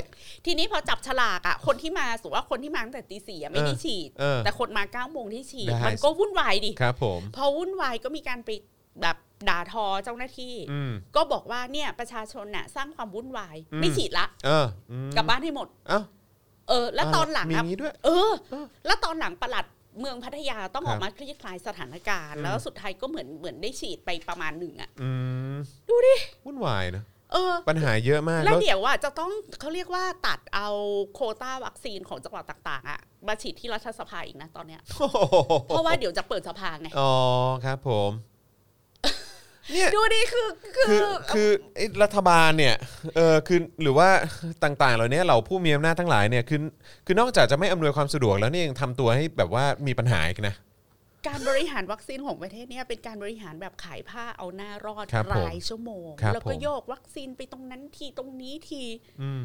Speaker 3: ทีนี้พอจับฉลากอ่ะ คนที่มาสมมุติว่าคนที่มาตั้งแต่ตีสี่อะไม่
Speaker 2: เอ
Speaker 3: ได้
Speaker 2: อ
Speaker 3: ฉีด
Speaker 2: เออ
Speaker 3: แต่คนมาเก้าโมงที่ฉีด
Speaker 2: ได้
Speaker 3: มันก็วุ่นวายดิ
Speaker 2: ครับผม
Speaker 3: พอวุ่นวายก็มีการไปแบบด่าทอเจ้าหน้าที่
Speaker 2: อืม
Speaker 3: ก็บอกว่าเนี่ยประชาชนน่ะสร้างความวุ่นวาย
Speaker 2: อืม
Speaker 3: ไม่ฉีดละ
Speaker 2: เอออืม
Speaker 3: กลับบ้านให้หมด
Speaker 2: เอ้า
Speaker 3: เออ แล้วตอนหลัง
Speaker 2: มี
Speaker 3: อะ
Speaker 2: งี้ด้วย
Speaker 3: เออ
Speaker 2: เออ
Speaker 3: แล้วตอนหลังประหลัดเมืองพัทยาต้อง
Speaker 2: ค
Speaker 3: อ
Speaker 2: รับอก
Speaker 3: มาคลี่คลายสถานการณ์
Speaker 2: อืม
Speaker 3: แล้วสุดท้ายก็เหมือนเหมือนได้ฉีดไปประมาณหนึ่งอะ
Speaker 2: อืม
Speaker 3: ดูดิ
Speaker 2: วุ่นวายนะ
Speaker 3: เออ
Speaker 2: ปัญหาเยอะมาก
Speaker 3: แล้วเดี๋ยวว่าจะต้องเขาเรียกว่าตัดเอาโควต้าวัคซีนของจังหวัดต่าง ๆอะมาฉีดที่รัฐสภาอีกนะตอนเนี้ย
Speaker 2: โอ้โห
Speaker 3: เพราะว่าเดี๋ยวจะเปิดสภาไง
Speaker 2: อ๋อครับผม เนี่ย
Speaker 3: ดูดิคือคื
Speaker 2: คือ
Speaker 3: อ
Speaker 2: คือไอ้รัฐบาลเนี่ยเออคือหรือว่าต่างๆ เหล่านี้เหล่าผู้มีอำนาจทั้งหลายเนี่ยคือคือนอกจากจะไม่อำนวยความสะดวกแล้วเนี่ยยังทำตัวให้แบบว่ามีปัญหาอีกนะ
Speaker 3: การบริหารวัคซีนของประเทศเนี่ยเป็นการบริหารแบบขายผ้าเอาหน้ารอด
Speaker 2: ครับผม
Speaker 3: ยชั่วโมง
Speaker 2: ครับ
Speaker 3: แล้วก็
Speaker 2: ผม
Speaker 3: โยกวัคซีนไปตรงนั้นทีตรงนี้ที
Speaker 2: อืม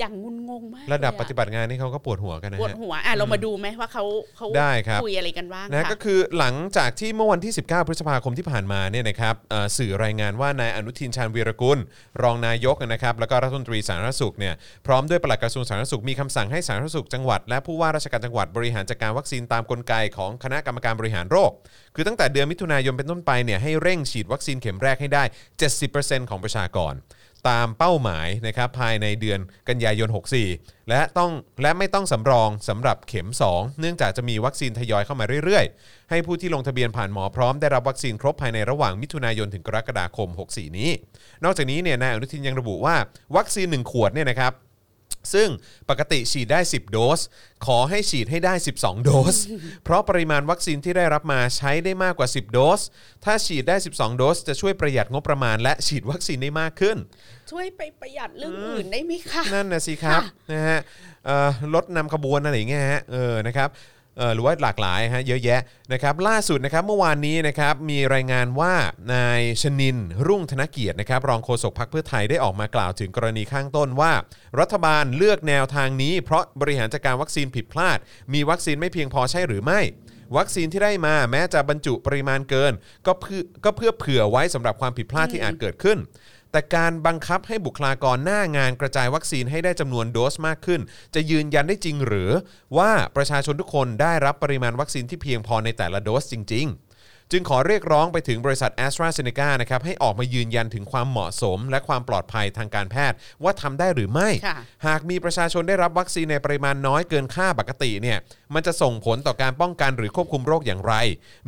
Speaker 3: อย่างงุนงงมาก
Speaker 2: ระดับ
Speaker 3: เลยอ
Speaker 2: ปฏิบัติงานนี่เขาก็ปวดหัวกันนะ
Speaker 3: ปวด
Speaker 2: ฮะ
Speaker 3: หัวอ่ะเรามาดูไหมว่าเขาเขา
Speaker 2: ได้ครับ
Speaker 3: คุยอะไรกันบ้าง
Speaker 2: นะ
Speaker 3: ค่ะ
Speaker 2: ก็คือหลังจากที่เมื่อวันที่ 19 พฤษภาคมที่ผ่านมาเนี่ยนะครับเอ่อสื่อรายงานว่านายอนุทินชาญวีรกุล รองนายกนะครับแล้วก็รัฐมนตรีสาธารณสุขเนี่ยพร้อมด้วยปลัดกระทรวงสาธารณสุขมีคำสั่งให้สาธารณสุขจังหวัด และผู้ว่าราชการจังหวัดบริหารจัดการวัคซีนตามกลไกของคณะกรรมการบริหารโรค คือตั้งแต่เดือนมิถุนายนเป็นต้นไปเนี่ยให้เร่งฉีดวัคซีนเข็มแรกให้ได้ 70%ของประชากร ตามเป้าหมายนะครับภายในเดือนกันยายน 64 และต้องและไม่ต้องสำรองสำหรับเข็ม 2 เนื่องจากจะมีวัคซีนทยอยเข้ามาเรื่อยๆ ให้ผู้ที่ลงทะเบียนผ่านหมอพร้อมได้รับวัคซีนครบภายในระหว่างมิถุนายนถึงกรกฎาคม 64 นี้ นอกจากนี้เนี่ยนายอนุทินยังระบุว่าวัคซีน 1 ขวดเนี่ยนะครับ ซึ่งปกติฉีดได้ 10 โดส ขอให้ฉีดให้ได้ 12 โดส เพราะปริมาณวัคซีนที่ได้รับมาใช้ได้มากกว่า 10 โดส ถ้าฉีดได้ 12 โดส จะช่วยประหยัดงบประมาณและฉีดวัคซีนได้มากขึ้น
Speaker 3: ช่วยไปประหยัดเรื่องอื่นได้ไหมคะ
Speaker 2: นั่นนะสิครับ
Speaker 3: ค่ะ
Speaker 2: นะฮะเอ่อรถนำขบวนอะไรอย่างเงี้ยฮะเออนะครับเอ่อหรือว่าหลากหลายฮะเยอะแยะนะครับล่าสุดนะครับเมื่อวานนี้นะครับมีรายงานว่านายชนิน รุ่งธนเกียรตินะครับรองโฆษกพักเพื่อไทยได้ออกมากล่าวถึงกรณีข้างต้นว่า รัฐบาลเลือกแนวทางนี้ เพราะบริหารจัดการวัคซีนผิดพลาด มีวัคซีนไม่เพียงพอใช่หรือไม่ วัคซีนที่ได้มาแม้จะบรรจุปริมาณเกิน ก็เพื่อก็เพื่อเผื่อไว้สำหรับความผิดพลาดที่อาจเกิดขึ้น แต่การบังคับให้บุคลากรหน้างานกระจายวัคซีนให้ได้จำนวนโดสมากขึ้น จะยืนยันได้จริงหรือว่าประชาชนทุกคนได้รับปริมาณวัคซีนที่เพียงพอในแต่ละโดสจริง ๆ จึงขอเรียกร้องไปถึงบริษัท a s t r a z e ซ e c a นะครับให้ออกมายืนยันถึงความเหมาะสม และความปลอดภัยทางการแพทย์ ว่าทำได้หรือไม่
Speaker 3: ค่ะ
Speaker 2: หากมีประชาชนได้รับวัคซีนในปริมาณน้อยเกินค่าปกติเนี่ยมันจะส่งผลต่อการป้องกันหรือควบคุมโรคอย่างไร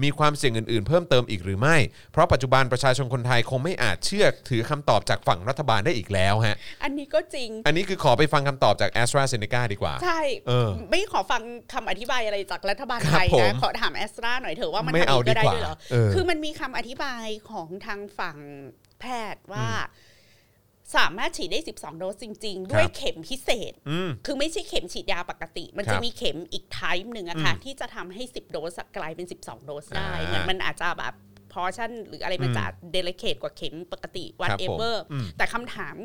Speaker 2: มีความเสี่ยงอื่นๆ เพิ่มเติมอีกหรือไม่ เพราะปัจจุบันประชาชนคนไทยคงไม่อาจเชื่อถือคำตอบจากฝั่งรัฐบาลได้อีกแล้วฮะ
Speaker 3: อันนี้ก็จริง
Speaker 2: อันนี้คือขอไปฟังคำตอบจาก a s t r a z e ซ e c a ดีกว่า
Speaker 3: ใช่
Speaker 2: เออ
Speaker 3: ไม่ขอฟังคำอธิบายอะไรจากรัฐบาล
Speaker 2: ครับ
Speaker 3: ไทย
Speaker 2: ผม
Speaker 3: นะ ขอถามแอสตราหน่อยเถอะว่ามัน
Speaker 2: ไม่
Speaker 3: ทำ
Speaker 2: เอา
Speaker 3: อีกก็ได้
Speaker 2: ดีกว่า
Speaker 3: ด้วยเหรอ
Speaker 2: เออ
Speaker 3: คือมันมีคำอธิบายของทางฝั่งแพทย์ว่า สามารถฉีดได้ 12 โดสจริง ๆ ด้วยเข็มพิเศษ
Speaker 2: อืม
Speaker 3: คือไม่ใช่เข็มฉีดยาปกติ มัน
Speaker 2: ครั
Speaker 3: จะ
Speaker 2: บ
Speaker 3: มีเข็มอีกไทป์หนึ่งอะค่ะ ที่จะทำให้ 10 โดสอะกลายเป็น 12 โดสได้เหมือน
Speaker 2: อ่ามั
Speaker 3: มันอาจจะแบบพอชั่น หรืออะไรมันจะเดลิเคทกว่าเข็มปกติ
Speaker 2: ค
Speaker 3: w h
Speaker 2: รั
Speaker 3: a
Speaker 2: บ
Speaker 3: t
Speaker 2: ผม
Speaker 3: e v e r
Speaker 2: อืม
Speaker 3: แต่คำถาม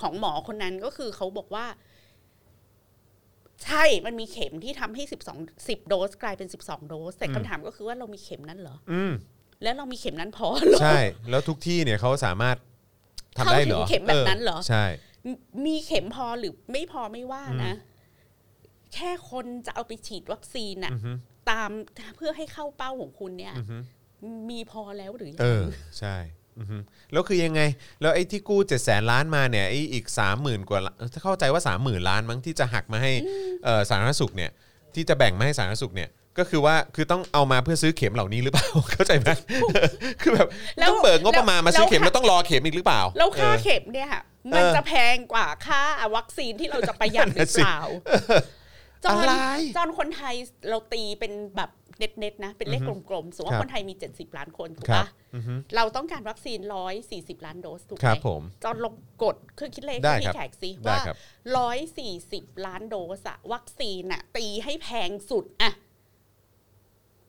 Speaker 3: ของหมอคนนั้นก็คือเขาบอกว่า ใช่มันมีเข็มที่ทำให้ 12 10 โดส กลายเป็น 12 โดส แต่คำถามก็คือว่าเรามีเข็มนั้นเหรอ
Speaker 2: อืม
Speaker 3: แล้วเรามีเข็มนั้นพอเหรอ
Speaker 2: ใช่ แล้วทุกที่เนี่ยเขาสามารถทำได้เหรอ
Speaker 3: เข้าถึงเข็มแบบนั้นเหรอ
Speaker 2: ใช่
Speaker 3: มมีเข็มพอหรือไม่พอไม่ว่านะ แค่คนจะเอาไปฉีดวัคซีนอะ
Speaker 2: อือฮึ
Speaker 3: ตามเพื่อให้เข้าเป้าของคุณเนี่ย
Speaker 2: อือฮึ
Speaker 3: มีพอแล้วหรือยัง
Speaker 2: เออ ใช่อือฮึแล้วคือยังไง แล้วไอ้ที่กู้7จ็ดแสนล้านมาเนี่ยไอ้อีก 3 0,000 กว่าล้านถ้าเข้าใจว่า 3 0,000 ล้านมั้งที่จะหักมาให้เอ่อสาธารณสุขเนี่ยที่จะแบ่งมาให้สาธารณสุขเนี่ยก็คือว่าคือต้องเอามาเพื่อซื้อเข็มเหล่านี้หรือเปล่า เข้าใจไหมคือแบบต้องเบิกงบประมาณมาซื้อเข็มแล้วต้องรอเข็มอีกหรือเปล่า
Speaker 3: แล้วค่า
Speaker 2: เออ
Speaker 3: เข็มเนี่ยค่ะมัน
Speaker 2: เออ
Speaker 3: จะแพงกว่าค่าวัคซีนที่เราจะประหยัดห
Speaker 2: นั่
Speaker 3: รื
Speaker 2: น
Speaker 3: อ
Speaker 2: สิ
Speaker 3: เปล่าจอน
Speaker 2: อะไร
Speaker 3: จอนคนไทยเราตีเป็นแบบเน็ตๆนะ เป็นเลข
Speaker 2: อือก ฮึ
Speaker 3: ลมๆสมมติ
Speaker 2: ครั
Speaker 3: ว่า
Speaker 2: บ
Speaker 3: คนไทยมี 70 ล้านคนถูก
Speaker 2: ครั
Speaker 3: ปะ
Speaker 2: บอือฮึ
Speaker 3: เราต้องการวัคซีน 140 ล้านโดสถูก
Speaker 2: ค
Speaker 3: ไห
Speaker 2: รับ
Speaker 3: ม
Speaker 2: ผม
Speaker 3: จอนลงกดเครื่องคิดเลข
Speaker 2: ได้
Speaker 3: ให้
Speaker 2: ครั
Speaker 3: พี่
Speaker 2: บ
Speaker 3: แขกสิ
Speaker 2: ได้
Speaker 3: ว่า
Speaker 2: ครับ
Speaker 3: ร้อยสี่สิบล้านโดสอะวัคซีนอะตีให้แพงสุดอะ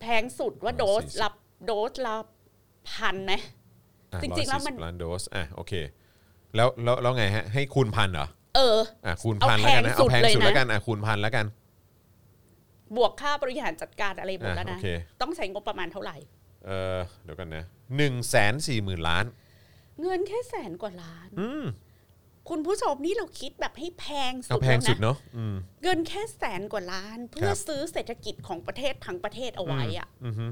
Speaker 3: แพงสุดว่าโดสละโดสละพันนะ
Speaker 2: อ่ะ
Speaker 3: จริงๆแล้วมัน
Speaker 2: 140ล้านโดสอ่ะโอเคแล้วแล้วแล้วไงฮะให้คูณพันเหรอ
Speaker 3: เออ
Speaker 2: อ่ะคูณพันแล้วกันนะ
Speaker 3: เอา
Speaker 2: เอาแพ
Speaker 3: แพ
Speaker 2: ง
Speaker 3: งสุ
Speaker 2: สุด
Speaker 3: ดเลยนะ
Speaker 2: แล้วกันอ่ะคูณพันแล้วกัน
Speaker 3: บวกค่าบริหารจัดการอะไรหมดแล้ว
Speaker 2: อ่ะ
Speaker 3: นะ
Speaker 2: โอเค
Speaker 3: ต้องใช้งบประมาณเท่าไหร่
Speaker 2: เออเดี๋ยวกันนะหนึ่งแสนสี่หมื่นล้าน
Speaker 3: เงินแค่แสนกว่าล้าน
Speaker 2: อืม
Speaker 3: คุณผู้ชมนี่เราคิดแบบให้แพงสุ
Speaker 2: เอา
Speaker 3: ด
Speaker 2: แพง
Speaker 3: แล้ว
Speaker 2: สุด
Speaker 3: นะ
Speaker 2: เนาะอืม
Speaker 3: เงินแค่แสนกว่าล้าน เพื่
Speaker 2: ค
Speaker 3: อ
Speaker 2: รับ
Speaker 3: ซื้อเศรษฐกิจของประเทศทั้งประเทศเอาไว้อะ
Speaker 2: อือฮึ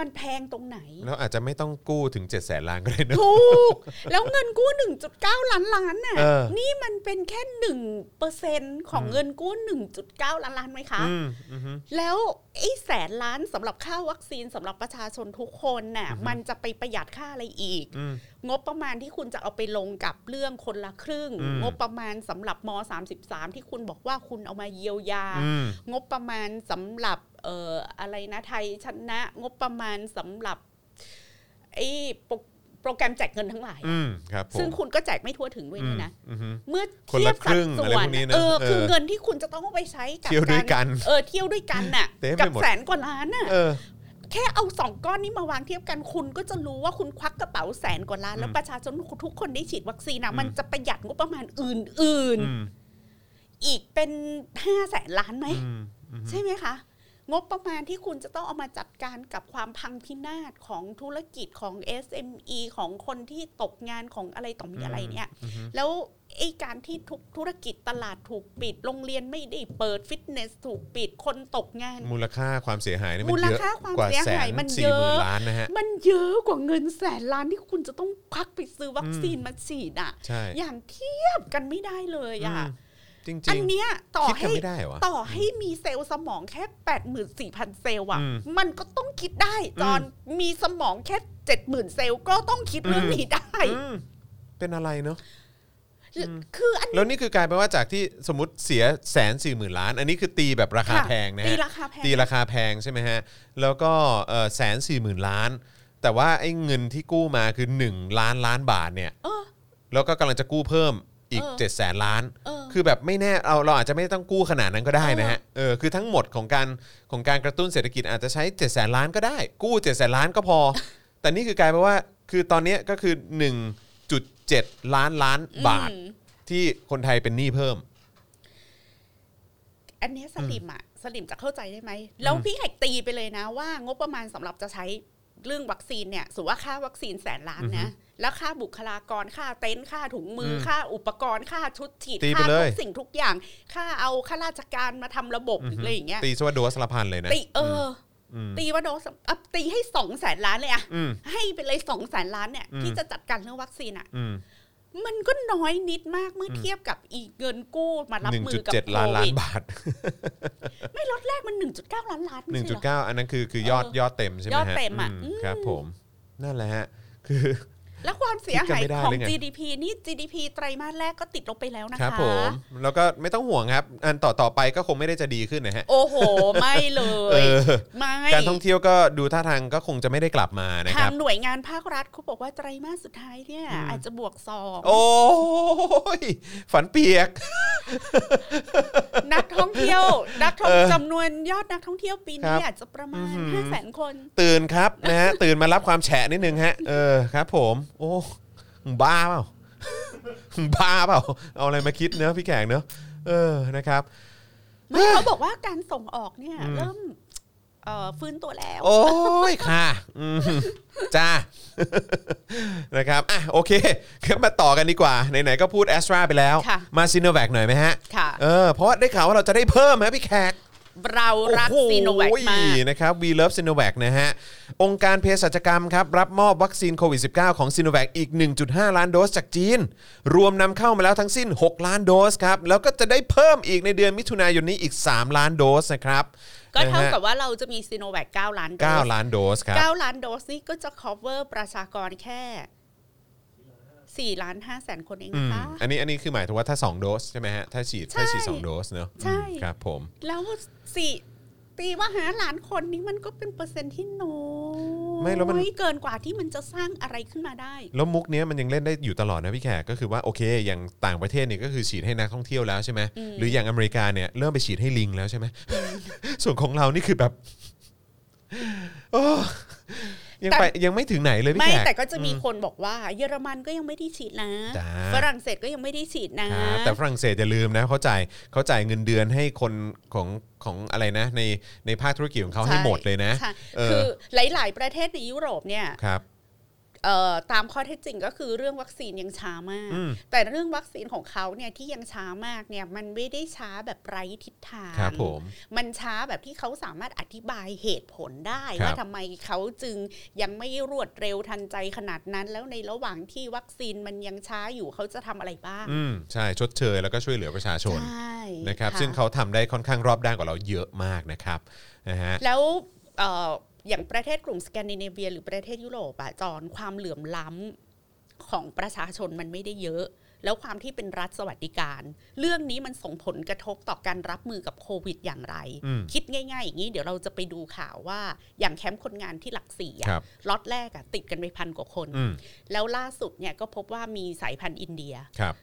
Speaker 3: มันแพงตรงไหน
Speaker 2: แล้วอาจจะไม่ต้องกู้ถึง7จ็ดแสนล้านก็ได้เนอะ
Speaker 3: ถูก แล้วเงินกู้ 1.9 ล้านล้านน่ะ
Speaker 2: เออ
Speaker 3: นี่มันเป็นแค่1เปอร์เซ็นของเงินกู้ 1.9 ล้านล้านไหมคะ
Speaker 2: อืมอือฮึ
Speaker 3: แล้วไอ้แสนล้านสำหรับค่าวัคซีนสำหรับประชาชนทุกคนน่ะ มันจะไปประหยัดค่าอะไรอีก
Speaker 2: อืม
Speaker 3: งบประมาณที่คุณจะเอาไปลงกับเรื่องคนละครึ่ง
Speaker 2: อืม
Speaker 3: งบประมาณสำหรับม .33 ที่คุณบอกว่าคุณเอามาเยียวยา
Speaker 2: อืม
Speaker 3: งบประมาณสำหรับเอ่ออะไรนะไทยชนะ งบประมาณสำหรับไอ้โปรโปรแกรมแจกเงินทั้งหลาย
Speaker 2: อืมครับผม
Speaker 3: ซึ่งคุณก็แจกไม่ทั่วถึงด้วย
Speaker 2: อืม
Speaker 3: เนี่ยนะ
Speaker 2: อือฮึ
Speaker 3: เมื่อ
Speaker 2: คน
Speaker 3: เทีย
Speaker 2: ละ
Speaker 3: บสัด
Speaker 2: ครึ่งอะไร
Speaker 3: ส่
Speaker 2: พ
Speaker 3: ว
Speaker 2: ว
Speaker 3: น
Speaker 2: กนี้นะ
Speaker 3: เออคือ
Speaker 2: เออ
Speaker 3: เงินที่คุณจะต้องเอาไปใช้กับ
Speaker 2: เที่ยวด้วยกัน
Speaker 3: ารเออเที่ยวด้วยกันน่ะ
Speaker 2: เต็มไป
Speaker 3: กั
Speaker 2: หมด
Speaker 3: แสนกว่าล้านน่ะ
Speaker 2: เออ
Speaker 3: แค่เอาสองก้อนนี้มาวางเทียบกันคุณก็จะรู้ว่าคุณควักกระเป๋าแสนกว่าล้าน แล้ว
Speaker 2: อืม
Speaker 3: ประชาชนทุกคนได้ฉีดวัคซีนนะ
Speaker 2: อืม
Speaker 3: มันจะประหยัดงบประมาณอื่น
Speaker 2: อืม
Speaker 3: ๆ อีกเป็นห้าแสนล้านไหม
Speaker 2: อืมอืม
Speaker 3: ใช่ไหมคะ งบประมาณที่คุณจะต้องเอามาจัดการกับความพังพินาศของธุรกิจของ SME ของคนที่ตกงานของอะไรต่อมีอะไรเนี่ย
Speaker 2: อือฮึ
Speaker 3: แล้วไอ้การที่ทุกธุรกิจตลาดถูกปิด โรงเรียนไม่ได้เปิดฟิตเนสถูกปิดคนตกงาน
Speaker 2: มูลค่าความเสียหายนี่มั
Speaker 3: มู
Speaker 2: น
Speaker 3: ล
Speaker 2: เยอะ
Speaker 3: ค่าความ
Speaker 2: กว่า
Speaker 3: เสีย
Speaker 2: แส
Speaker 3: หาย
Speaker 2: น
Speaker 3: มัน
Speaker 2: สี่
Speaker 3: เย
Speaker 2: หมื่น
Speaker 3: อะ
Speaker 2: ล้านนะฮะ
Speaker 3: มันเยอะกว่าเงินแสนล้านที่คุณจะต้องควักไปซื้อวัคซีนมาฉีดอะ
Speaker 2: ใช่
Speaker 3: อย่างเทียบกันไม่ได้เลย
Speaker 2: อื
Speaker 3: อะ
Speaker 2: มจริงจริ
Speaker 3: อั
Speaker 2: ง
Speaker 3: นเนี้ยต่อ
Speaker 2: คิด
Speaker 3: ให้
Speaker 2: กันไม่ได้เหรอวะ
Speaker 3: ต่อให้มีเซลล์สมองแค่ 84,000 เซลล์อ่ะ
Speaker 2: อืม
Speaker 3: มันก็ต้องคิดได้ จอน มีสมองแค่ 70,000 เซลล์ก็ต้องคิดเรื่อง
Speaker 2: อืม
Speaker 3: นี้ได้
Speaker 2: อืมเป็นอะไรเนาะ
Speaker 3: คืออัน
Speaker 2: แล้วนี่คือกลายเป็นว่าจากที่สมมติเสียแสนสี่หมื่นล้าน อันนี้คือตีแบบราคา
Speaker 3: ค่ะ
Speaker 2: แพงนะ
Speaker 3: ตี
Speaker 2: ฮะ
Speaker 3: ราคาแพง
Speaker 2: ตีราคาแพงใช่ไหมฮะ แล้วก็แสนสี่หมื่นล้าน แต่ว่าไอ้เงินที่กู้มาคือ 1 ล้านล้านบาทเนี่ย
Speaker 3: เออ
Speaker 2: แล้วก็กำลังจะกู้เพิ่มอีก
Speaker 3: เออ
Speaker 2: 7จ็ดแสนล้าน
Speaker 3: เออ
Speaker 2: คือแบบไม่แน่เอาเราอาจจะไม่ต้องกู้ขนาดนั้นก็ได้นะฮะเออคือทั้งหมดของการของการกระตุ้นเศรษฐกิจอาจจะใช้7จ็ดแสนล้านก็ได้ กู้7จ็ดแสนล้าน ก็พอ แต่นี่คือกลายเป็นว่าคือตอนเนี้ยก็คือ 1.7 ล้านล้านบาท
Speaker 3: อืม
Speaker 2: ที่คนไทยเป็นหนี้เพิ่ม
Speaker 3: อันเนี้ยสลิมอ่ะ สลิมจะเข้าใจได้ไหม แล้วพี่แขกตีไปเลยนะว่างบประมาณสำหรับจะใช้เรื่องวัคซีนเนี่ย สูว่าค่าวัคซีนแสนล้านนะ แล้วค่าบุคลากร ค่าเต็นท์ ค่าถุงมืออ
Speaker 2: ม
Speaker 3: ค่าอุปกรณ์ ค่าชุดฉีด
Speaker 2: ตีไป
Speaker 3: ค่า
Speaker 2: เลย
Speaker 3: ทุกสิ่งทุกอย่าง ค่าเอาข้าราชการมาทำระบบอะไรอย่างเงี้ย
Speaker 2: ตีซะว่าโดสละพันเลยนะ
Speaker 3: ตีเออ
Speaker 2: ม
Speaker 3: ตีว่าโดสอ่ะตีให้สองแสนล้านเลยอะ
Speaker 2: อืม
Speaker 3: ให้ไปเลยสองแสนล้านเนี่ย
Speaker 2: อืม
Speaker 3: ที่จะจัดการเรื่องวัคซีนอะ
Speaker 2: อืม
Speaker 3: มันก็น้อยนิดมากเมื่ออ
Speaker 2: ม
Speaker 3: เทียบกับอีกเงินกู้มารับมือกับ
Speaker 2: 1.7
Speaker 3: โค
Speaker 2: ล้านล้า
Speaker 3: วิ
Speaker 2: น
Speaker 3: ด
Speaker 2: บาท
Speaker 3: ไม่ลดแรกมัน 1.9 ล้านล้านไม่ใช่เหรอ
Speaker 2: 1.9 อันนั้นคือคือยอด
Speaker 3: เออย
Speaker 2: อดเต็มใช่ไหมฮะ
Speaker 3: ยอดเต็มอ่ะ
Speaker 2: ม
Speaker 3: อืม
Speaker 2: ครับผมนั่นแหละฮะคือ
Speaker 3: แล้วความเสียหาย
Speaker 2: คิดกันไม่ได้
Speaker 3: ของ
Speaker 2: เลยไง
Speaker 3: GDP นี่ GDP ไตรมาสแรกก็ติดลบไปแล้วนะ
Speaker 2: ค
Speaker 3: คะ
Speaker 2: รับผมแล้วก็ไม่ต้องห่วงครับ อันต่อต่อไปก็คงไม่ได้จะดีขึ้นนะฮะ
Speaker 3: โอ้โห ไม่เล
Speaker 2: เอย อ
Speaker 3: ไม่
Speaker 2: การท่องเที่ยวก็ดูท่าทางก็คงจะไม่ได้กลับมานะค
Speaker 3: ทา
Speaker 2: รั
Speaker 3: ง
Speaker 2: บ
Speaker 3: หน่วยงานภาครัฐเขาบอกว่าไตรมาสสุดท้ายเนี่ย อาจจะบวกสอง
Speaker 2: โอ้ยฝันเปียก
Speaker 3: นักท่องเที่ยว นักท่อง
Speaker 2: เออ
Speaker 3: จำนวนยอดนักท่องเที่ยวปี
Speaker 2: ครั
Speaker 3: นี้
Speaker 2: บ
Speaker 3: อาจจะประมาณ
Speaker 2: อื้อหือ
Speaker 3: ห้าแสนคน
Speaker 2: ตื่นครับนะฮะตื่นมารับความแฉะนิดนึงฮะเออครับ ผม โอ้มึงบ้าเปล่า มึงบ้าเปล่าเอาอะไรมาคิดเนอะพี่แขกเนอะเออนะครับ
Speaker 3: ไม่เขาบอกว่าการส่งออกเนี่ย
Speaker 2: อืม
Speaker 3: เริ่มเอ่อฟื้นตัวแล้ว
Speaker 2: โอ้ย ค่ะอืมจ้า นะครับอ่ะโอเคก็มาต่อกันดีกว่าไหนๆก็พูดแอสตราไปแล้ว
Speaker 3: ค่ะ
Speaker 2: มาซีโนแวคหน่อยไหมฮะ
Speaker 3: ค่ะ
Speaker 2: เออเพราะว่าได้ข่าวว่าเราจะได้เพิ่มฮะพี่แขก
Speaker 3: เรารัก
Speaker 2: โอ้โห
Speaker 3: ซีโนแวคมาก
Speaker 2: นะครับ We Love Sinovac นะฮะ องค์การเภสัชกรรมครับ รับมอบวัคซีนโควิด -19 ของ s i n o v a c อีก 1.5 ล้านโดสจากจีน รวมนำเข้ามาแล้วทั้งสิ้น 6 ล้านโดสครับ แล้วก็จะได้เพิ่มอีกในเดือนมิถุนายนนี้อีก 3 ล้านโดสนะครับ
Speaker 3: ก็เท่ากับ
Speaker 2: นะฮ
Speaker 3: ว่าเราจะมีซีโนแวค9ล้านโด
Speaker 2: ะ
Speaker 3: ส
Speaker 2: 9ล้านโดสครับ
Speaker 3: 9ล้านโดสนี่ก็จะ cover ประชากรแค่ 4 ล้าน5แสนคนเอง
Speaker 2: อื
Speaker 3: นะ
Speaker 2: ม
Speaker 3: คะ
Speaker 2: อันนี้อันนี้คือหมายถึงว่าถ้า 2 โดสใช่ไหมฮะ ถ้าฉีดถ้าฉีด
Speaker 3: ใช่
Speaker 2: 2 โดสเนอะ
Speaker 3: ใช่
Speaker 2: อืมครับผม
Speaker 3: แล้วสี่ตีว่าหาล้านคนนี้มันก็เป็นเปอร์เซ็นต์ที่น้อย
Speaker 2: ไม่แล้วมัน
Speaker 3: เกินกว่าที่มันจะสร้างอะไรขึ้นมาได้
Speaker 2: แล้วมุกเนี้ยมันยังเล่นได้อยู่ตลอดนะพี่แขกก็คือว่าโอเค อย่างต่างประเทศเนี่ยก็คือฉีดให้นักท่องเที่ยวแล้วใช่ไหม
Speaker 3: อืม
Speaker 2: หรืออย่างอเมริกาเนี่ยเริ่มไปฉีดให้ลิงแล้วใช่ ไหม ส่วนของเรานี่คือแบบ โอ้ยังไปยังไม่ถึงไหนเลยพี่
Speaker 3: ไม่
Speaker 2: แขก
Speaker 3: แต่ก็จะมีคนบอกว่า เยอรมันก็ยังไม่ได้ฉีดนะ
Speaker 2: จ้า
Speaker 3: ฝรั่งเศสก็ยังไม่ได้ฉีดนะครับ
Speaker 2: แต่ฝรั่งเศสอย่าลืมนะเขาจ่ายเขาจ่ายเงินเดือนให้คนของของอะไรนะ ในในภาคธุรกิจของเขาให้หมดเลยนะ
Speaker 3: ใช่
Speaker 2: เออ
Speaker 3: คือหลาย ๆ ประเทศในยุโรปเนี่ย
Speaker 2: ครับ
Speaker 3: เอ่อตามข้อเท็จจริงก็คือเรื่องวัคซีนยังช้ามาก
Speaker 2: อืม
Speaker 3: แต่เรื่องวัคซีนของเขาเนี่ยที่ยังช้ามากเนี่ยมันไม่ได้ช้าแบบไร้ทิศทาง
Speaker 2: ครับผม
Speaker 3: มันช้าแบบที่เขาสามารถอธิบายเหตุผลได้
Speaker 2: ครับ
Speaker 3: ว่าทำไมเขาจึงยังไม่รวดเร็วทันใจขนาดนั้น แล้วในระหว่างที่วัคซีนมันยังช้าอยู่เขาจะทำอะไรบ้าง
Speaker 2: อืมใช่ชดเชยแล้วก็ช่วยเหลือประชาชน
Speaker 3: ใช่
Speaker 2: นะครับ
Speaker 3: ะ
Speaker 2: ซึ่งเขาทำได้ค่อนข้างรอบด้านกว่าเราเยอะมากนะครับนะฮะ
Speaker 3: แล้วเอ่ออย่างประเทศกลุ่มสแกนดิเนเวีย หรือประเทศยุโรปอะจอนความเหลื่อมล้ำของประชาชนมันไม่ได้เยอะ แล้วความที่เป็นรัฐสวัสดิการ เรื่องนี้มันส่งผลกระทบต่อการรับมือกับโควิดอย่างไร
Speaker 2: อืม
Speaker 3: คิดง่ายๆ อย่างนี้เดี๋ยวเราจะไปดูข่าวว่าอย่างแคมป์คนงานที่หลักสี่อะ
Speaker 2: ครับ
Speaker 3: ล็อตแรกอะติดกันไปพันกว่าคน
Speaker 2: อืม
Speaker 3: แล้วล่าสุดเนี่ยก็พบว่ามีสายพันธุ์อินเดีย
Speaker 2: ครับ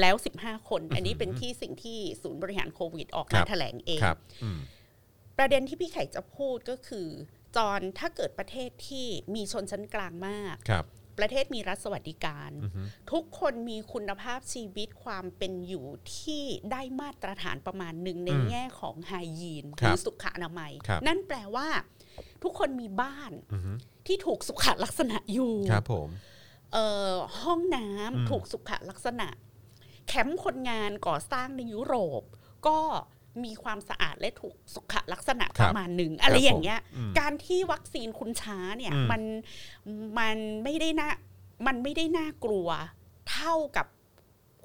Speaker 3: แล้ว 15 คน อันนี้เป็นที่สิ่งที่ศูนย์บริหารโควิดออก
Speaker 2: ครั
Speaker 3: มา
Speaker 2: บ
Speaker 3: แถลงเอง
Speaker 2: ครับอืม
Speaker 3: ประเด็นที่พี่ไข่จะพูดก็คือ จอนถ้าเกิดประเทศที่มีชนชั้นกลางมาก
Speaker 2: ครับ
Speaker 3: ประเทศมีรัฐสวัสดิการ
Speaker 2: อือฮึ
Speaker 3: ทุกคนมีคุณภาพชีวิตความเป็นอยู่ที่ได้มาตรฐานประมาณหนึ่งในแง่ของไฮยีนหรือสุขอนามัย นั่นแปลว่า ทุกคนมีบ้าน
Speaker 2: อือฮึ
Speaker 3: ที่ถูกสุขลักษณะอยู่
Speaker 2: ครับผม
Speaker 3: เอ่อห้องน้ำ
Speaker 2: อืม
Speaker 3: ถูกสุขลักษณะ แคมป์คนงานก่อสร้างในยุโรป ก็มีความสะอาดและถูกสุขลักษณะประมาณหนึ่งอะไรอย่างเงี้ย
Speaker 2: อืม
Speaker 3: การที่วัคซีนคุณช้าเนี่ย
Speaker 2: อืม
Speaker 3: มันมันไม่ได้น่ามันไม่ได้น่ากลัวเท่ากับ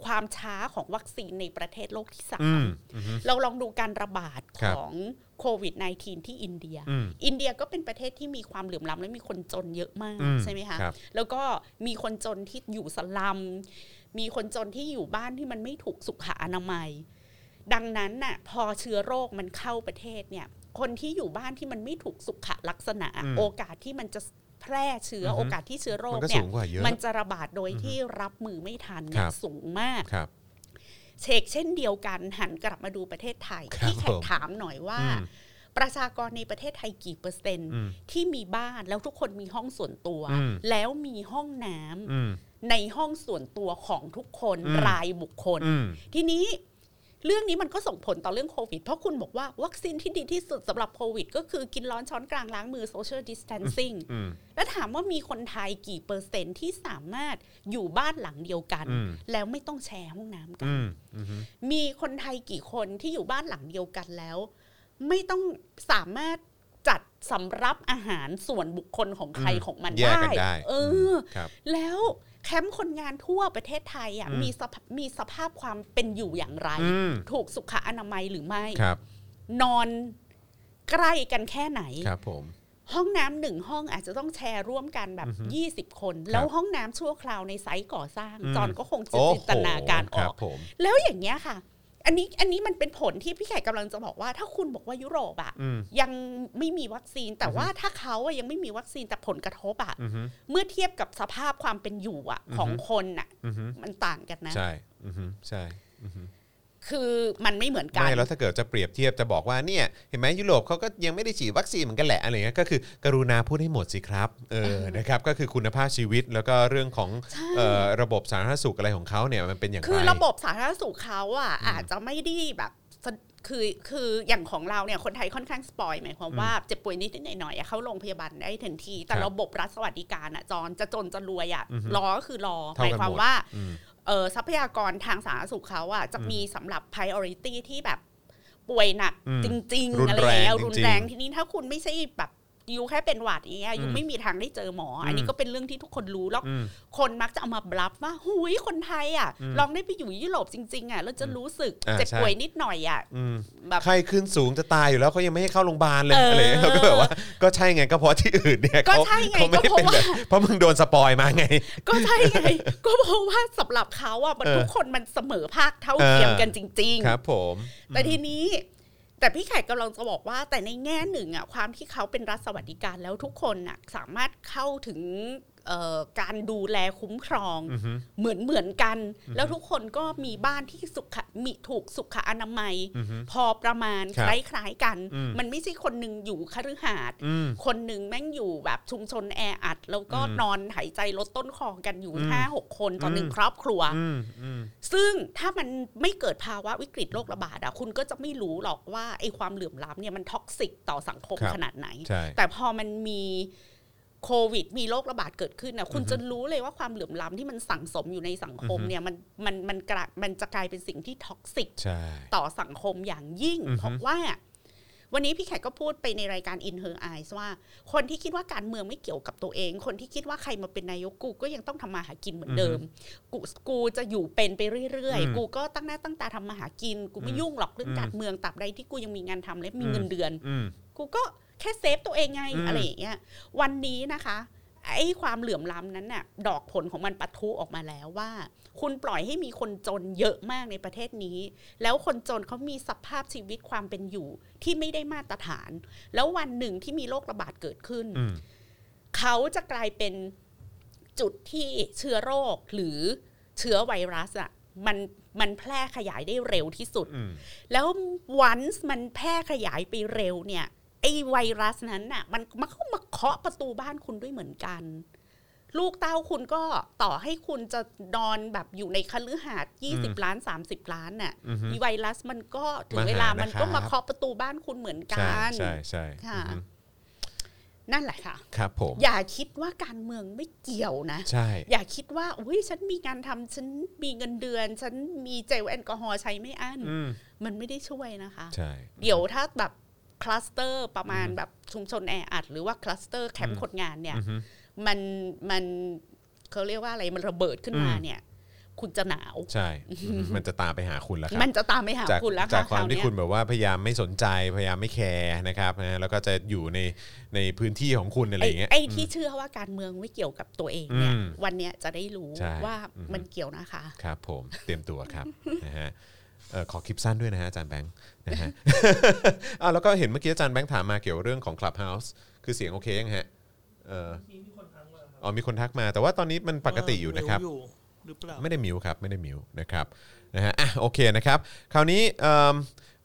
Speaker 3: ความช้าของวัคซีนในประเทศโลกที่สา
Speaker 2: อื
Speaker 3: ม
Speaker 2: มอือฮึ
Speaker 3: เราลองดูการระบาด
Speaker 2: ครับ
Speaker 3: ของโควิด -19 ที่อินเดีย
Speaker 2: อืม
Speaker 3: อินเดียก็เป็นประเทศที่มีความเหลื่อมล้ำและมีคนจนเยอะมาก
Speaker 2: อืม
Speaker 3: ใช่ไหมคะ
Speaker 2: ครับ
Speaker 3: แล้วก็มีคนจนที่อยู่สลัม มีคนจนที่อยู่บ้านที่มันไม่ถูกสุขอนามัย ดังนั้นน่ะพอเชื้อโรคมันเข้าประเทศเนี่ย คนที่อยู่บ้านที่มันไม่ถูกสุขลักษณะ
Speaker 2: อืม
Speaker 3: โอกาสที่มันจะแพร่เชื้อ
Speaker 2: อฮึ
Speaker 3: โอกาสที่เชื้อโร
Speaker 2: มั
Speaker 3: คน
Speaker 2: ก็สู
Speaker 3: เนี่ย
Speaker 2: งกว่าเยอะ
Speaker 3: มันจะระบาดโดยที่รับมือไม่ทันเนี่
Speaker 2: ครั
Speaker 3: ย
Speaker 2: บ
Speaker 3: สูงมาก
Speaker 2: ครับ
Speaker 3: เชกเช่นเดียวกันหันกลับมาดูประเทศไทย
Speaker 2: ครับ
Speaker 3: ที่แข
Speaker 2: ผ
Speaker 3: ก
Speaker 2: ม
Speaker 3: ถามหน่อยว่า
Speaker 2: อืม
Speaker 3: ประชากรในประเทศไทยกี่เปอร์เซ็นต์
Speaker 2: อืม
Speaker 3: ที่มีบ้านแล้วทุกคนมีห้องส่วนตัว
Speaker 2: อืม
Speaker 3: แล้วมีห้องน้ำ
Speaker 2: อืม
Speaker 3: ในห้องส่วนตัวของทุกคน
Speaker 2: อืม
Speaker 3: รายบุคคล
Speaker 2: อืม
Speaker 3: ทีนี้เรื่องนี้มันก็ส่งผลต่อเรื่องโควิด เพราะคุณบอกว่าวัคซีนที่ดีที่สุดสำหรับโควิด ก็คือกินร้อนช้อนกลางล้างมือ social distancing
Speaker 2: อืม
Speaker 3: แล้วถามว่ามีคนไทยกี่เปอร์เซ็นต์ที่สามารถอยู่บ้านหลังเดียวกัน
Speaker 2: อืม
Speaker 3: แล้วไม่ต้องแชร์ห้องน้ำกัน
Speaker 2: อืมอือฮึ
Speaker 3: มีคนไทยกี่คนที่อยู่บ้านหลังเดียวกันแล้ว ไม่ต้องสามารถจัดสำรับอาหารส่วนบุคคลของใครของมัน
Speaker 2: แยกกันได้
Speaker 3: เอ
Speaker 2: ม
Speaker 3: อ
Speaker 2: ครับ
Speaker 3: แล้วแคมป์คนงานทั่วประเทศไทยอ่ะ
Speaker 2: อืม
Speaker 3: มีสภาพมีสภาพความเป็นอยู่อย่างไร
Speaker 2: อืม
Speaker 3: ถูกสุขอนามัยหรือไม่
Speaker 2: ครับ
Speaker 3: นอนใกล้กันแค่ไหน
Speaker 2: ครับผม
Speaker 3: ห้องน้ำหนึ่งห้องอาจจะต้องแชร์ร่วมกันแบ
Speaker 2: อือฮึ
Speaker 3: บ 20 คน แล้วห้องน้ำชั่วคราวในไซต์ก่อสร้าง
Speaker 2: อืม
Speaker 3: จอนก็คงจะ
Speaker 2: โอ้
Speaker 3: จินตนาการอ
Speaker 2: ค
Speaker 3: อบ ก
Speaker 2: ผม
Speaker 3: แล้วอย่างเงี้ยค่ะ อันนี้อันนี้มันเป็นผลที่พี่แขกกำลังจะบอกว่า ถ้าคุณบอกว่ายุโรปอะ
Speaker 2: อืม
Speaker 3: ยังไม่มีวัคซีนแต่ว่าถ้าเขาอะยังไม่มีวัคซีนแต่ผลกระทบอะ
Speaker 2: อือฮึ
Speaker 3: เมื่อเทียบกับสภาพความเป็นอยู่อะ
Speaker 2: อือฮึ
Speaker 3: ของคนอะ
Speaker 2: อือฮึ
Speaker 3: มันต่างกันนะ
Speaker 2: ใช่อือฮึใช่อือฮึ
Speaker 3: คือมันไม่เหมือนกัน
Speaker 2: ไม่แล้วถ้าเกิดจะเปรียบเทียบจะบอกว่าเนี่ยเห็นไหมยุโรปเขาก็ยังไม่ได้ฉีดวัคซีนเหมือนกันแหละอะไรเงี้ยก็คือกรุณาพูดให้หมดสิครับเออนะครับก็คือคุณภาพชีวิตแล้วก็เรื่องของ
Speaker 3: ใช่
Speaker 2: เอ่อระบบสาธารณสุขอะไรของเขาเนี่ยมันเป็นอย่างไร
Speaker 3: คือระบบสาธารณสุขเขาอะอาจจะไม่ได้แบบสะคือคืออย่างของเราเนี่ยคนไทยค่อนข้างสปอยหมายความว่าเจ็บป่วยนิดๆหน่อยๆอะเข้าโรงพยาบาลได้ทันที
Speaker 2: ค
Speaker 3: แต่
Speaker 2: รับ
Speaker 3: ระบบรัฐสวัสดิการอะจอนจะจนจะรวยอะ
Speaker 2: อือฮึ
Speaker 3: รอก็คือรอ
Speaker 2: เท่ากัน
Speaker 3: หมายความ
Speaker 2: หมด
Speaker 3: ว่า
Speaker 2: อืม
Speaker 3: เอ่อทรัพยากรทางสาธารณสุขเขาอะจะมีสำหรับ priority ที่แบบป่วยหนัก
Speaker 2: อืม
Speaker 3: จริง
Speaker 2: รุ
Speaker 3: ๆ
Speaker 2: น
Speaker 3: อะไรอย่างเงี้ย
Speaker 2: แรงจริงๆ
Speaker 3: รุนแรงทีนี้ถ้าคุณไม่ใช่แบบอยูแค่เป็นหวัดอย่างเงี้ยอยู
Speaker 2: อืม
Speaker 3: ไม่มีทางได้เจอหมอ อันนี้
Speaker 2: อืม
Speaker 3: ก็เป็นเรื่องที่ทุกคนรู้แล้ว
Speaker 2: อืม
Speaker 3: คนมักจะเอามาบลัฟว่าหุยคนไทยอ่ะ
Speaker 2: อืม
Speaker 3: ลองได้ไปอยู่ยุโรปจริง ๆอ่ะแล้วจะรู้สึก
Speaker 2: อ่า
Speaker 3: เจ็บ
Speaker 2: ใช่
Speaker 3: ป่วยนิดหน่อยอ่ะ
Speaker 2: อืม
Speaker 3: แบบ
Speaker 2: ไข้ขึ้นสูงจะตายอยู่แล้วเขายังไม่ให้เข้าโรงพยาบาลเลย
Speaker 3: เอออ
Speaker 2: อะไรเงี้ยเราก็แบบว่าก็ใช่ไงก็เพราะที่อื่นเนี่ย
Speaker 3: ก็
Speaker 2: เขา
Speaker 3: ใช่ไง
Speaker 2: เขาไม่ได้
Speaker 3: ก็เพราะ
Speaker 2: เป็นแบบ
Speaker 3: ว่า
Speaker 2: เพราะมึงโดนสปอยมาไง
Speaker 3: ก็ใช่ไง ก็เพราะว่าสำหรับเขาอ่ะมัน
Speaker 2: เออ
Speaker 3: ทุกคนมันเสมอภาคเท่าเทียม
Speaker 2: เออ
Speaker 3: กันจริง ๆ
Speaker 2: ครับผม
Speaker 3: แต่ทีนี้แต่พี่ไข่กำลังจะบอกว่า แต่ในแง่หนึ่งอะความที่เขาเป็นรัฐสวัสดิการแล้วทุกคนอะสามารถเข้าถึงเอ่อการดูแลคุ้มครอง
Speaker 2: อือฮึ
Speaker 3: เหมือนเหมือนกัน แล้วทุกคนก็มีบ้านที่สุขะมีถูกสุขอนามัย
Speaker 2: อือฮึ
Speaker 3: พอประมาณ
Speaker 2: ครั
Speaker 3: ค
Speaker 2: บ
Speaker 3: ล้ายๆกัน
Speaker 2: อืม
Speaker 3: มันไม่ใช่คนหนึ่งอยู่คฤหาสน์
Speaker 2: อืม
Speaker 3: คนหนึ่งแม่งอยู่แบบชุมชนแออัด แล้วก็
Speaker 2: อืม
Speaker 3: นอนหายใจลดต้นคอกันอยู่
Speaker 2: อืม
Speaker 3: ห้าหกคนต่ออ
Speaker 2: ม
Speaker 3: หนึ่งครอบครัว
Speaker 2: อืมอืม
Speaker 3: ซึ่งถ้ามันไม่เกิดภาวะวิกฤตโรคระบาดอะคุณก็จะไม่รู้หรอกว่าไอ้ความเหลื่อมล้ำเนี่ยมันท็อกซิกต่อสังคม
Speaker 2: ครับ
Speaker 3: ขนาดไหน
Speaker 2: ใช่
Speaker 3: แต่พอมันมี โควิด มีโรคระบาดเกิดขึ้นนะคุณจะรู้เลยว่าความเหลื่อมล้ำที่มันสั่งสมอยู่ในสังคม
Speaker 2: อือฮึ
Speaker 3: เนี่ยมันมันมันกระมันจะกลายเป็นสิ่งที่ท็อกซิก
Speaker 2: ใช่
Speaker 3: ต่อสังคมอย่างยิ่ง
Speaker 2: อือฮึ
Speaker 3: เพราะว่า วันนี้พี่แขกก็พูดไปในรายการ In Her Eyes ว่า คนที่คิดว่าการเมืองไม่เกี่ยวกับตัวเอง คนที่คิดว่าใครมาเป็นนายกกูก็ยังต้องทำมาหากินเหมือนเดิม กูกูจะอยู่เป็นไปเรื่อย
Speaker 2: อืม
Speaker 3: ๆ กูก็ตั้งหน้าตั้งตาทำมาหากิน กูไม่
Speaker 2: อืม
Speaker 3: ยุ่งหรอกเรื่อง
Speaker 2: อืม
Speaker 3: การเมืองตราบใดที่กูยังมีงานทำและมี
Speaker 2: อืม
Speaker 3: เงินเดือน
Speaker 2: อืม
Speaker 3: กูก็แค่เซฟตัวเองไง
Speaker 2: อืม
Speaker 3: อะไรอย่างเงี้ยวันนี้นะคะไอ้ความเหลื่อมล้ำนั้นน่ะดอกผลของมันปะทุออกมาแล้วว่า คุณปล่อยให้มีคนจนเยอะมากในประเทศนี้ แล้วคนจนเขามีสภาพชีวิตความเป็นอยู่ที่ไม่ได้มาตรฐาน แล้ววันหนึ่งที่มีโรคระบาดเกิดขึ้น
Speaker 2: อืม
Speaker 3: เขาจะกลายเป็นจุดที่เชื้อโรคหรือเชื้อไวรัสอ่ะมันมันแพร่ขยายได้เร็วที่สุด
Speaker 2: อืม
Speaker 3: แล้ววันมันแพร่ขยายไปเร็วเนี่ยไอ้ไวรัสนั้นน่ะมันมันเข้ามาเคาะประตูบ้านคุณด้วยเหมือนกัน ลูกเต้าคุณก็ต่อให้คุณจะนอนแบบอยู่ในคฤหาสน์ยี่สิบล้านสามสิบล้านน่ะ
Speaker 2: อือฮึ
Speaker 3: ไวรัสมันก็ถึง
Speaker 2: มาหา
Speaker 3: เวลามันก็
Speaker 2: นะครับ
Speaker 3: มาเคาะประตูบ้านคุณเหมือนกั
Speaker 2: ใช่
Speaker 3: น
Speaker 2: ใช่ใช่
Speaker 3: ค่ะ
Speaker 2: อืม
Speaker 3: นั่นแหละค่ะ
Speaker 2: ครับผม
Speaker 3: อย่าคิดว่าการเมืองไม่เกี่ยวนะ
Speaker 2: ใช่
Speaker 3: อย่าคิดว่าอุ้ยฉันมีงานทำฉันมีเงินเดือน ฉันมีเจลแอลกอฮอล์ใช้ไม่อั้น
Speaker 2: อืม
Speaker 3: มันไม่ได้ช่วยนะคะ
Speaker 2: ใช่
Speaker 3: เดี๋ยวถ้าแบบคลัสเตอร์ประมาณแบบชุมชนแออัดหรือว่าคลัสเตอร์แคม
Speaker 2: อื
Speaker 3: ป์
Speaker 2: ม
Speaker 3: คนงานเนี่ย
Speaker 2: อือฮึ
Speaker 3: มันมันเขาเรียกว่าอะไรมันระเบิดขึ้นมา
Speaker 2: อืม
Speaker 3: เนี่ย คุณจะหนาว
Speaker 2: ใช่อือฮึมันจะตามไปหาคุณแล้วครับ
Speaker 3: มันจะตามไม่หา
Speaker 2: จาก
Speaker 3: คุณแล้ว
Speaker 2: จาก
Speaker 3: ค่ะ
Speaker 2: ความที่
Speaker 3: เนี้ย
Speaker 2: คุณแบบว่าพยายามไม่สนใจพยายามไม่แคร์นะครับนะแล้วก็จะอยู่ในในพื้นที่ของคุณอะไรอย่างเงี้ย
Speaker 3: ไอ้ไอ้ที่เชื่อว่าการเมืองไม่เกี่ยวกับตัวเองเนี่ย
Speaker 2: อืม
Speaker 3: วันเนี้ยจะได้รู้
Speaker 2: ใช่
Speaker 3: ว่า
Speaker 2: อืม
Speaker 3: มันเกี่ยวนะคะ
Speaker 2: ครับผมเตรียมตัวครับ นะฮะเอ่อขอคลิปสั้นด้วยนะฮะอาจารย์แบงค์นะ ฮะ อ้าวแล้วก็เห็นเมื่อกี้อาจารย์แบงค์ถามมาเกี่ยวเรื่องของ Clubhouse คือเสียงโอเคยังฮะเอ่ออ๋อมีคนทักมา แต่ว่าตอนนี้มันปกติอยู่นะครับ
Speaker 4: เอยู่หรือเปล่า
Speaker 2: ไม่ได้มิวครับไม่ได้มิวนะครับนะฮะอ่ะโอเคนะครับ คราวนี้เอิ่ม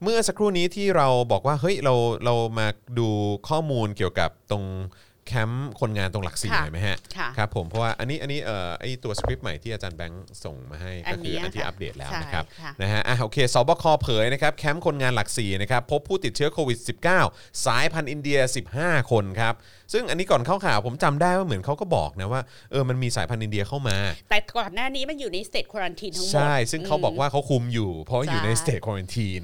Speaker 2: เมื่อสักครู่นี้ที่เราบอกว่าเฮ้ยเราเรามาดูข้อมูลเกี่ยวกับตรงแคมป์คนงานตรงหลักสี่ห
Speaker 3: ค่ะ
Speaker 2: น่อยไหมฮะ
Speaker 3: ค่ะ
Speaker 2: ครับผมเพราะว่าอันนี้อันนี้เอ่อไอตัวสคริปต์ใหม่ที่อาจารย์แบงค์ส่งมาให้
Speaker 3: อั
Speaker 2: ก็
Speaker 3: นนี้
Speaker 2: คืออันที่
Speaker 3: ค่ะ
Speaker 2: อัปเดตแล้ว
Speaker 3: ใช่
Speaker 2: นะครับ
Speaker 3: ค่ะ
Speaker 2: นะฮะอ่ะโอเคสบคเผยนะครับแคมป์คนงานหลักสี่นะครับพบผู้ติดเชื้อโควิด -19 สายพันธุ์อินเดีย 15 คนครับซึ่งอันนี้ก่อนเข้าข่าวผมจำได้ว่าเหมือนเขาก็บอกนะว่าเออมันมีสายพันธุ์อินเดียเข้ามา
Speaker 3: แต่ก่อนหน้านี้มันอยู่ในสเตจควอนตินทั้งหมด
Speaker 2: ใช่ ซึ่งเขาบอกว่าเขาคุมอยู่ เพราะอยู่ใน
Speaker 3: ใช่
Speaker 2: สเต e ควอนตีน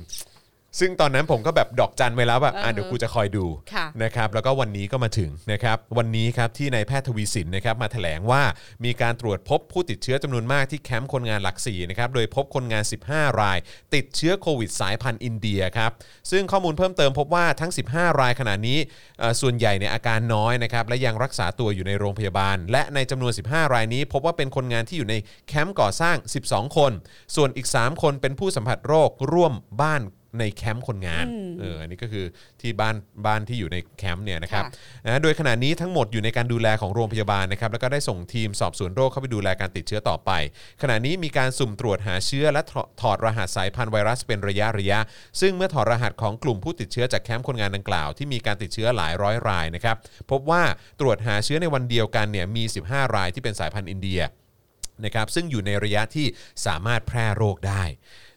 Speaker 2: ซึ่งตอนนั้นผมก็แบบดอกจันไว้แล้วแบบ
Speaker 3: เออ
Speaker 2: อ่ะ
Speaker 3: ฮะ
Speaker 2: เดี๋ยวกูจะคอยดู
Speaker 3: ค่ะ
Speaker 2: นะครับ แล้วก็วันนี้ก็มาถึงนะครับ วันนี้ครับที่นายแพทย์ทวีสินนะครับมาแถลงว่ามีการตรวจพบผู้ติดเชื้อจำนวนมากที่แคมป์คนงานหลักสี่นะครับ โดยพบคนงาน 15 ราย ติดเชื้อโควิดสายพันธุ์อินเดียครับ ซึ่งข้อมูลเพิ่มเติมพบว่าทั้ง 15 รายขณะนี้เอ่อส่วนใหญ่เนี่ยอาการน้อยนะครับ และยังรักษาตัวอยู่ในโรงพยาบาล และในจำนวน 15 รายนี้ พบว่าเป็นคนงานที่อยู่ในแคมป์ก่อสร้าง 12 คน ส่วนอีก 3 คนเป็นผู้สัมผัสโรคร่วมบ้านในแคมป์คนงาน เออ อันนี้ก็คือที่บ้านบ้านที่อยู่ในแคมป์เนี่ยนะครับ
Speaker 3: ค่ะ
Speaker 2: นะโดยขณะนี้ทั้งหมดอยู่ในการดูแลของโรงพยาบาลนะครับ แล้วก็ได้ส่งทีมสอบสวนโรคเข้าไปดูแลการติดเชื้อต่อไป ขณะนี้มีการสุ่มตรวจหาเชื้อและถอถอดรหัสสายพันธุ์ไวรัสเป็นระยะระยะ ซึ่งเมื่อถอดรหัสของกลุ่มผู้ติดเชื้อจากแคมป์คนงานดังกล่าวที่มีการติดเชื้อหลายร้อยรายนะครับ พบว่าตรวจหาเชื้อในวันเดียวกันเนี่ยมี 15 รายที่เป็นสายพันธุ์อินเดีย นะครับซึ่งอยู่ในระยะที่สามารถแพร่โรคได้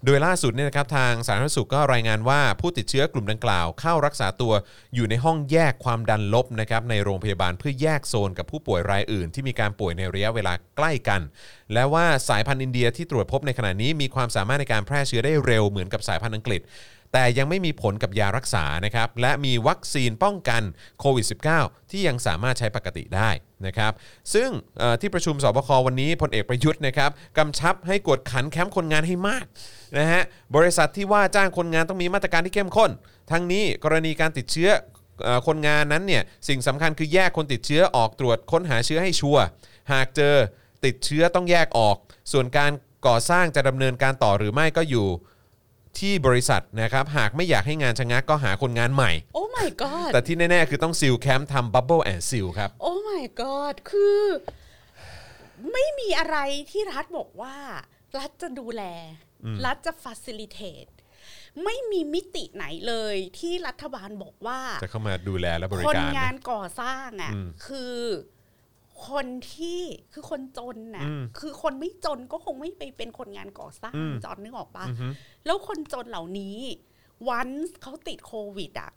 Speaker 2: โดยล่าสุดเนี่ยนะครับทางสาธารณสุขก็รายงานว่าผู้ติดเชื้อกลุ่มดังกล่าว เข้ารักษาตัวอยู่ในห้องแยกความดันลบนะครับในโรงพยาบาลเพื่อแยกโซนกับผู้ป่วยรายอื่น ที่มีการป่วยในระยะเวลาใกล้กัน และว่าสายพันธุ์อินเดียที่ตรวจพบในขณะนี้มีความสามารถในการแพร่เชื้อได้เร็วเหมือนกับสายพันธุ์อังกฤษ แต่ยังไม่มีผลกับยารักษานะครับและมีวัคซีนป้องกันโควิด -19 ที่ยังสามารถใช้ปกติได้นะครับซึ่งเอ่อที่ประชุมสบควันนี้พลเอกประยุทธ์นะครับกำชับให้กวดขันแคมป์คนงานให้มากนะฮะบริษัทที่ว่าจ้างคนงานต้องมีมาตรการที่เข้มข้น ทั้งนี้กรณีการติดเชื้อเอ่อคนงานนั้นเนี่ยสิ่งสำคัญคือแยกคนติดเชื้อออกตรวจค้นหาเชื้อให้ชัวร์หากเจอติดเชื้อต้องแยกออก ส่วนการก่อสร้างจะดำเนินการต่อหรือไม่ก็อยู่ ที่บริษัทนะครับหากไม่อยากให้งานชะงักก็หาคนงานใหม่
Speaker 3: โอ้ my god
Speaker 2: แต่ที่แน่ ๆ คือต้องซิลแคมป์ทำบับเบิลแอนด์ซิลครับ
Speaker 3: โอ้ my god คือ ไม่มีอะไรที่รัฐบอกว่า รัฐจะดูแล รัฐจะ facilitate ไม่มีมิติไหนเลยที่รัฐบาลบอกว่า
Speaker 2: จะเข้ามาดูแลและบริ
Speaker 3: คน
Speaker 2: การ
Speaker 3: งา
Speaker 2: นะ
Speaker 3: นก่อสร้างอ่ะ
Speaker 2: อืม
Speaker 3: คือคนที่คือคนจนน่ะ
Speaker 2: อืม
Speaker 3: คือคนไม่จนก็คงไม่ไปเป็นคนงานก่อสร้าง
Speaker 2: อืม
Speaker 3: จอนนึกออกปะ
Speaker 2: อือฮึ
Speaker 3: แล้วคนจนเหล่านี้ วันเขาติดโควิดอ่ะ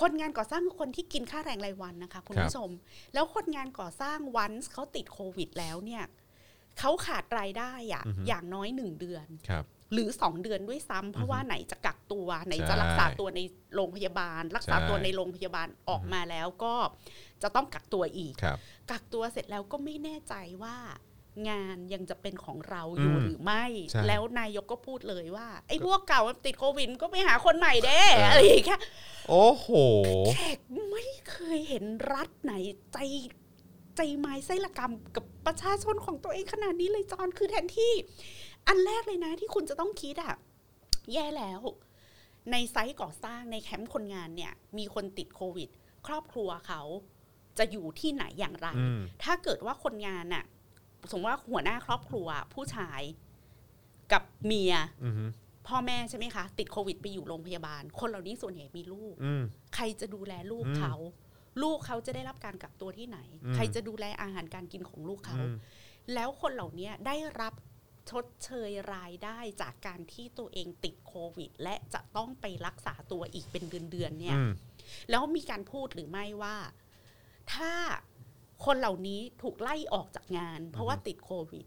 Speaker 3: คนงานก่อสร้างคือคนที่กินค่าแรงรายวันนะคะคุณผู้ชม แล้วคนงานก่อสร้างวันเขาติดโควิดแล้วเนี่ยเขาขาดรายได้อะ
Speaker 2: อือฮึ
Speaker 3: อย่างน้อยหนึ่งเดือน
Speaker 2: ครับ
Speaker 3: หรือ 2 เดือนด้วยซ้ำเพราะว่าไหนจะกักตัว ไหนจะ
Speaker 2: ใช่
Speaker 3: รักษาตัวในโรงพยาบาล รักษา
Speaker 2: ใช่
Speaker 3: ตัวในโรงพยาบาลออกมาแล้วก็จะต้องกักตัวอีก
Speaker 2: ครับ
Speaker 3: กักตัวเสร็จแล้วก็ไม่แน่ใจว่างานยังจะเป็นของเราอยู่
Speaker 2: อืม
Speaker 3: หรือไม่
Speaker 2: ใช่
Speaker 3: แล้วนายกก็พูดเลยว่า ไอ้พวกเก่ามันติดโควิดก็ไปหาคนใหม่เด้
Speaker 2: เอออ
Speaker 3: อะไรอย่างเงี้ย
Speaker 2: โอ้โห
Speaker 3: แขกไม่เคยเห็นรัฐไหนใจใจไม้ไส้ละกรรมกับประชาชนของตัวเองขนาดนี้เลยจอนคือแทนที่ อันแรกเลยนะที่คุณจะต้องคิดอะแย่แล้ว ในไซต์ก่อสร้างในแคมป์คนงานเนี่ย มีคนติดโควิด ครอบครัวเขาจะอยู่ที่ไหนอย่างไร
Speaker 2: อืม
Speaker 3: ถ้าเกิดว่าคนงานน่ะ สมมติว่าหัวหน้าครอบครัว ผู้ชายกับเมีย
Speaker 2: อืม
Speaker 3: พ่อแม่ใช่ไหมคะ ติดโควิดไปอยู่โรงพยาบาล คนเหล่านี้ส่วนใหญ่มีลูก
Speaker 2: อืม
Speaker 3: ใครจะดูแลลูก
Speaker 2: อืม
Speaker 3: เขา ลูกเขาจะได้รับการกักตัวที่ไหน
Speaker 2: อืม
Speaker 3: ใครจะดูแลอาหารการกินของลูกเขา
Speaker 2: อืม
Speaker 3: แล้วคนเหล่านี้ได้รับชดเชยรายได้จากการที่ตัวเองติดโควิด และจะต้องไปรักษาตัวอีกเป็นเดือนๆเนี่ย
Speaker 2: อืม
Speaker 3: แล้วมีการพูดหรือไม่ว่า ถ้าคนเหล่านี้ถูกไล่ออกจากงาน เพราะว่าติดโควิด